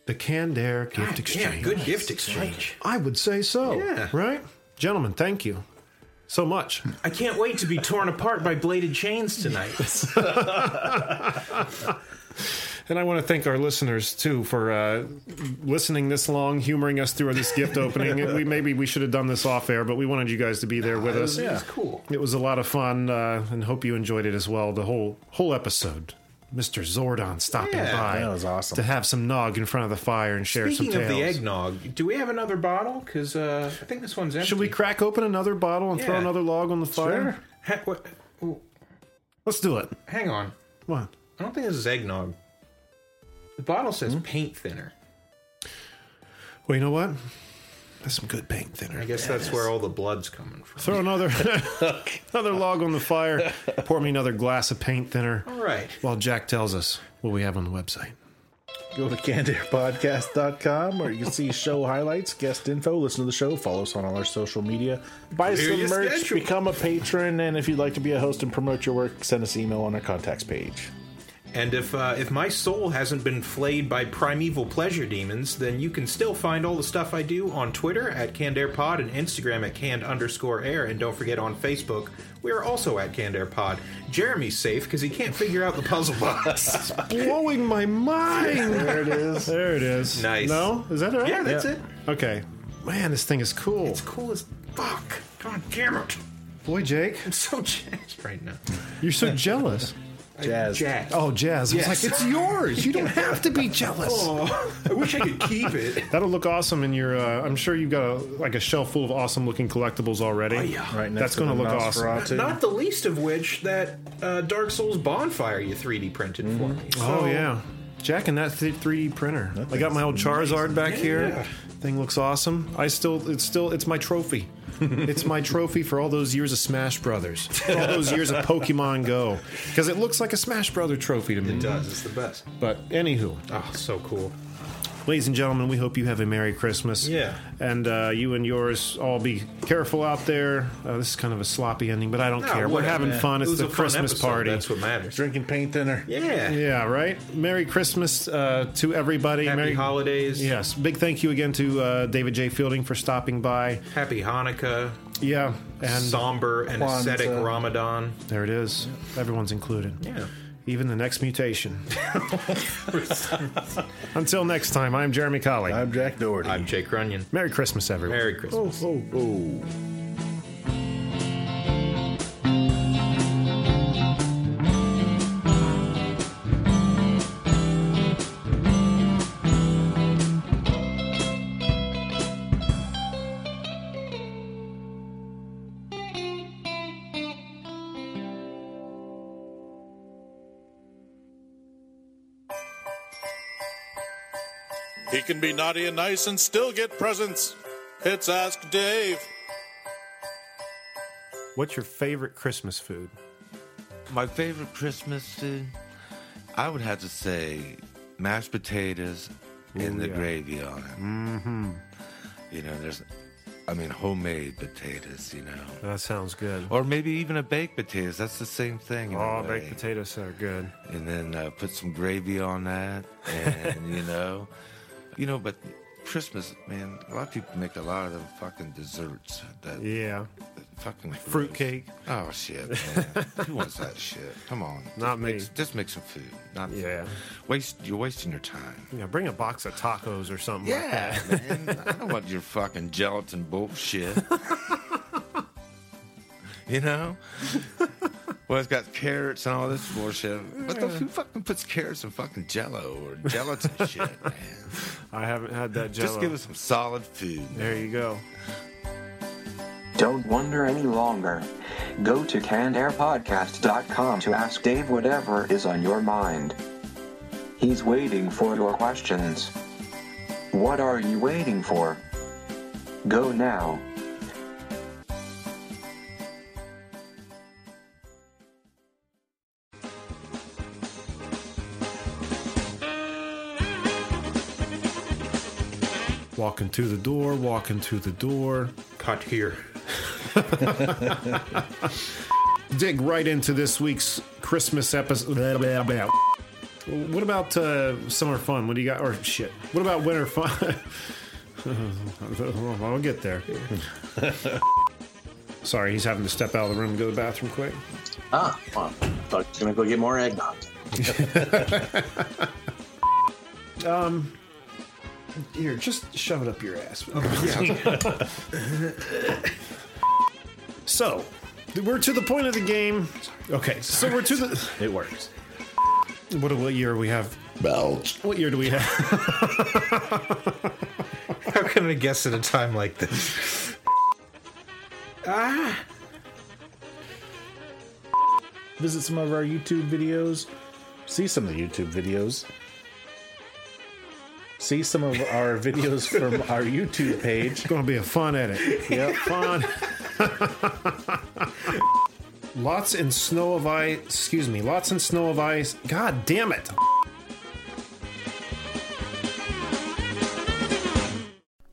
Speaker 3: The Candair gift exchange.
Speaker 5: Yeah, good gift exchange.
Speaker 3: I would say so.
Speaker 5: Yeah.
Speaker 3: Right? Gentlemen, thank you so much.
Speaker 5: I can't wait to be torn apart by bladed chains tonight.
Speaker 3: And I want to thank our listeners too for uh, listening this long, humoring us through this gift opening. we maybe we should have done this off air, but we wanted you guys to be there with us.
Speaker 4: yeah.
Speaker 5: cool.
Speaker 3: It was a lot of fun, uh, and hope you enjoyed it as well. The whole whole episode, Mister Zordon stopping
Speaker 5: Yeah,
Speaker 3: by,
Speaker 4: that was awesome.
Speaker 3: to have some nog in front of the fire and share
Speaker 5: Speaking
Speaker 3: some
Speaker 5: of
Speaker 3: tales.
Speaker 5: the eggnog, do we have another bottle? Because uh, I think this one's empty.
Speaker 3: Should we crack open another bottle and throw
Speaker 5: Yeah.
Speaker 3: another log on the fire?
Speaker 5: Ha- what- oh,
Speaker 3: Let's do it.
Speaker 5: hang on.
Speaker 3: Come on.
Speaker 5: I don't think this is eggnog. The bottle says
Speaker 3: Hmm?
Speaker 5: paint thinner.
Speaker 3: Well, you know what? That's some good paint thinner.
Speaker 5: I guess that's where all the blood's coming from.
Speaker 3: Throw another another log on the fire. Pour me another glass of paint thinner.
Speaker 5: All right.
Speaker 3: While Jack tells us what we have on the website.
Speaker 4: Go to candairpodcast.com where you can see show highlights, guest info, listen to the show, follow us on all our social media, buy
Speaker 5: Clear your
Speaker 4: some merch,
Speaker 5: schedule.
Speaker 4: become a patron, and if you'd like to be a host and promote your work, send us email on our contacts page.
Speaker 5: And if uh, if my soul hasn't been flayed by primeval pleasure demons, then you can still find all the stuff I do on Twitter at CandairPod and Instagram at Canned underscore Air. And don't forget on Facebook, we are also at CandairPod. Jeremy's safe because he can't figure out the puzzle box.
Speaker 3: Blowing my mind. there it is. There it is.
Speaker 5: Nice.
Speaker 3: No, is that all right?
Speaker 5: yeah, that's it.
Speaker 3: Okay. Man, this thing is cool.
Speaker 5: It's cool as fuck. God damn it.
Speaker 3: Boy, Jake,
Speaker 5: I'm so jazzed right now.
Speaker 3: you're so jealous.
Speaker 4: Jazz.
Speaker 5: Jazz.
Speaker 3: Oh, Jazz. I
Speaker 5: Yes.
Speaker 3: was like, it's yours. You don't have to be jealous.
Speaker 5: Oh, I wish I could keep it.
Speaker 3: That'll look awesome in your. Uh, I'm sure you've got a, like a shelf full of awesome looking collectibles already.
Speaker 5: Oh, yeah.
Speaker 4: Right next
Speaker 3: That's
Speaker 4: to
Speaker 3: gonna
Speaker 4: the
Speaker 3: look awesome.
Speaker 4: Nosferatu.
Speaker 5: Not the least of which that uh, Dark Souls bonfire you 3D printed for me.
Speaker 3: Oh
Speaker 5: So-
Speaker 3: yeah, Jack and that th- 3D printer. I got my old Charizard back here. Thing looks awesome. I still, it's still, it's my trophy. it's my trophy for all those years of Smash Brothers, for all those years of Pokemon Go, because it looks like a Smash Brother trophy to me.
Speaker 5: It does. It's the best.
Speaker 3: But anywho,
Speaker 5: Oh, so cool.
Speaker 3: ladies and gentlemen, we hope you have a Merry Christmas.
Speaker 5: Yeah.
Speaker 3: And uh, you and yours all be careful out there. Uh, this is kind of a sloppy ending, but I don't
Speaker 5: No,
Speaker 3: care. We're
Speaker 5: whatever,
Speaker 3: having
Speaker 5: man.
Speaker 3: fun.
Speaker 5: It
Speaker 3: It's
Speaker 5: was
Speaker 3: the
Speaker 5: a fun
Speaker 3: Christmas
Speaker 5: episode.
Speaker 3: party.
Speaker 5: That's what matters.
Speaker 4: Drinking paint thinner.
Speaker 5: Yeah.
Speaker 3: Yeah, right? Merry Christmas uh, to everybody.
Speaker 5: Happy
Speaker 3: Merry
Speaker 5: holidays.
Speaker 3: Yes, big thank you again to uh, David J. Fielding for stopping by.
Speaker 5: Happy Hanukkah.
Speaker 3: Yeah, and
Speaker 5: somber and
Speaker 4: Kwanzaa.
Speaker 5: ascetic Ramadan.
Speaker 3: there it is. Everyone's included.
Speaker 5: Yeah.
Speaker 3: Even the next mutation. Until next time, I'm Jeremy Colley.
Speaker 4: I'm Jack Doherty.
Speaker 5: I'm Jake Runyon.
Speaker 3: Merry Christmas, everyone.
Speaker 5: Merry Christmas.
Speaker 4: oh, oh, oh.
Speaker 11: He can be naughty and nice and still get presents. It's Ask Dave.
Speaker 3: What's your favorite Christmas food?
Speaker 12: My favorite Christmas food, I would have to say mashed potatoes and the gravy on it. Mm-hmm. You know, there's, I mean, homemade potatoes, you know.
Speaker 3: That sounds good.
Speaker 12: Or maybe even a baked potatoes. That's the same thing. in a
Speaker 3: Oh,
Speaker 12: way.
Speaker 3: baked potatoes are good.
Speaker 12: And then uh, put some gravy on that. And, you know, you know, but Christmas, man, a lot of people make a lot of them fucking desserts. That
Speaker 3: Yeah.
Speaker 12: that fucking gross.
Speaker 3: Fruitcake.
Speaker 12: Oh shit, man. Who wants that shit? Come on.
Speaker 3: Not
Speaker 12: just
Speaker 3: me.
Speaker 12: Make, just make some food. Not
Speaker 3: Yeah.
Speaker 12: Waste you're wasting your time.
Speaker 3: Yeah, bring a box of tacos or something like that.
Speaker 12: Yeah, man. I don't want your fucking gelatin bullshit. you know? Well, it's got carrots and all this bullshit. But the, who fucking puts carrots in fucking jello or gelatin shit, man?
Speaker 3: I haven't had that jello.
Speaker 12: Just give us some solid food.
Speaker 3: There you go.
Speaker 13: Don't wonder any longer. Go to cannedairpodcast.com to ask Dave whatever is on your mind. He's waiting for your questions. What are you waiting for? Go now.
Speaker 3: Walking to the door, walking to the door.
Speaker 5: Cut here.
Speaker 3: dig right into this week's Christmas episode. Blah, blah, blah. What about uh, summer fun? What do you got? Or shit. What about winter fun? I'll get there. Sorry, he's having to step out of the room and go to the bathroom quick.
Speaker 2: Ah, well, I'm gonna go get more eggnog.
Speaker 3: Here, just shove it up your ass. so, we're to the point of the game. Okay, so we're to the.
Speaker 4: It works.
Speaker 3: What, what year we have?
Speaker 7: Belch.
Speaker 3: What year do we have?
Speaker 5: How can I guess at a time like this?
Speaker 4: Visit some of our YouTube videos. See some of the YouTube videos. See some of our videos from our YouTube page.
Speaker 3: Gonna be a fun edit.
Speaker 4: Yep.
Speaker 3: fun. lots and snow of ice. Excuse me. Lots and snow of ice. God damn it.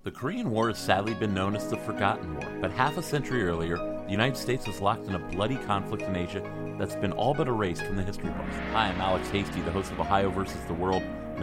Speaker 14: The Korean War has sadly been known as the Forgotten War, but half a century earlier, the United States was locked in a bloody conflict in Asia that's been all but erased from the history books. Hi, I'm Alex Hasty, the host of Ohio versus the World, an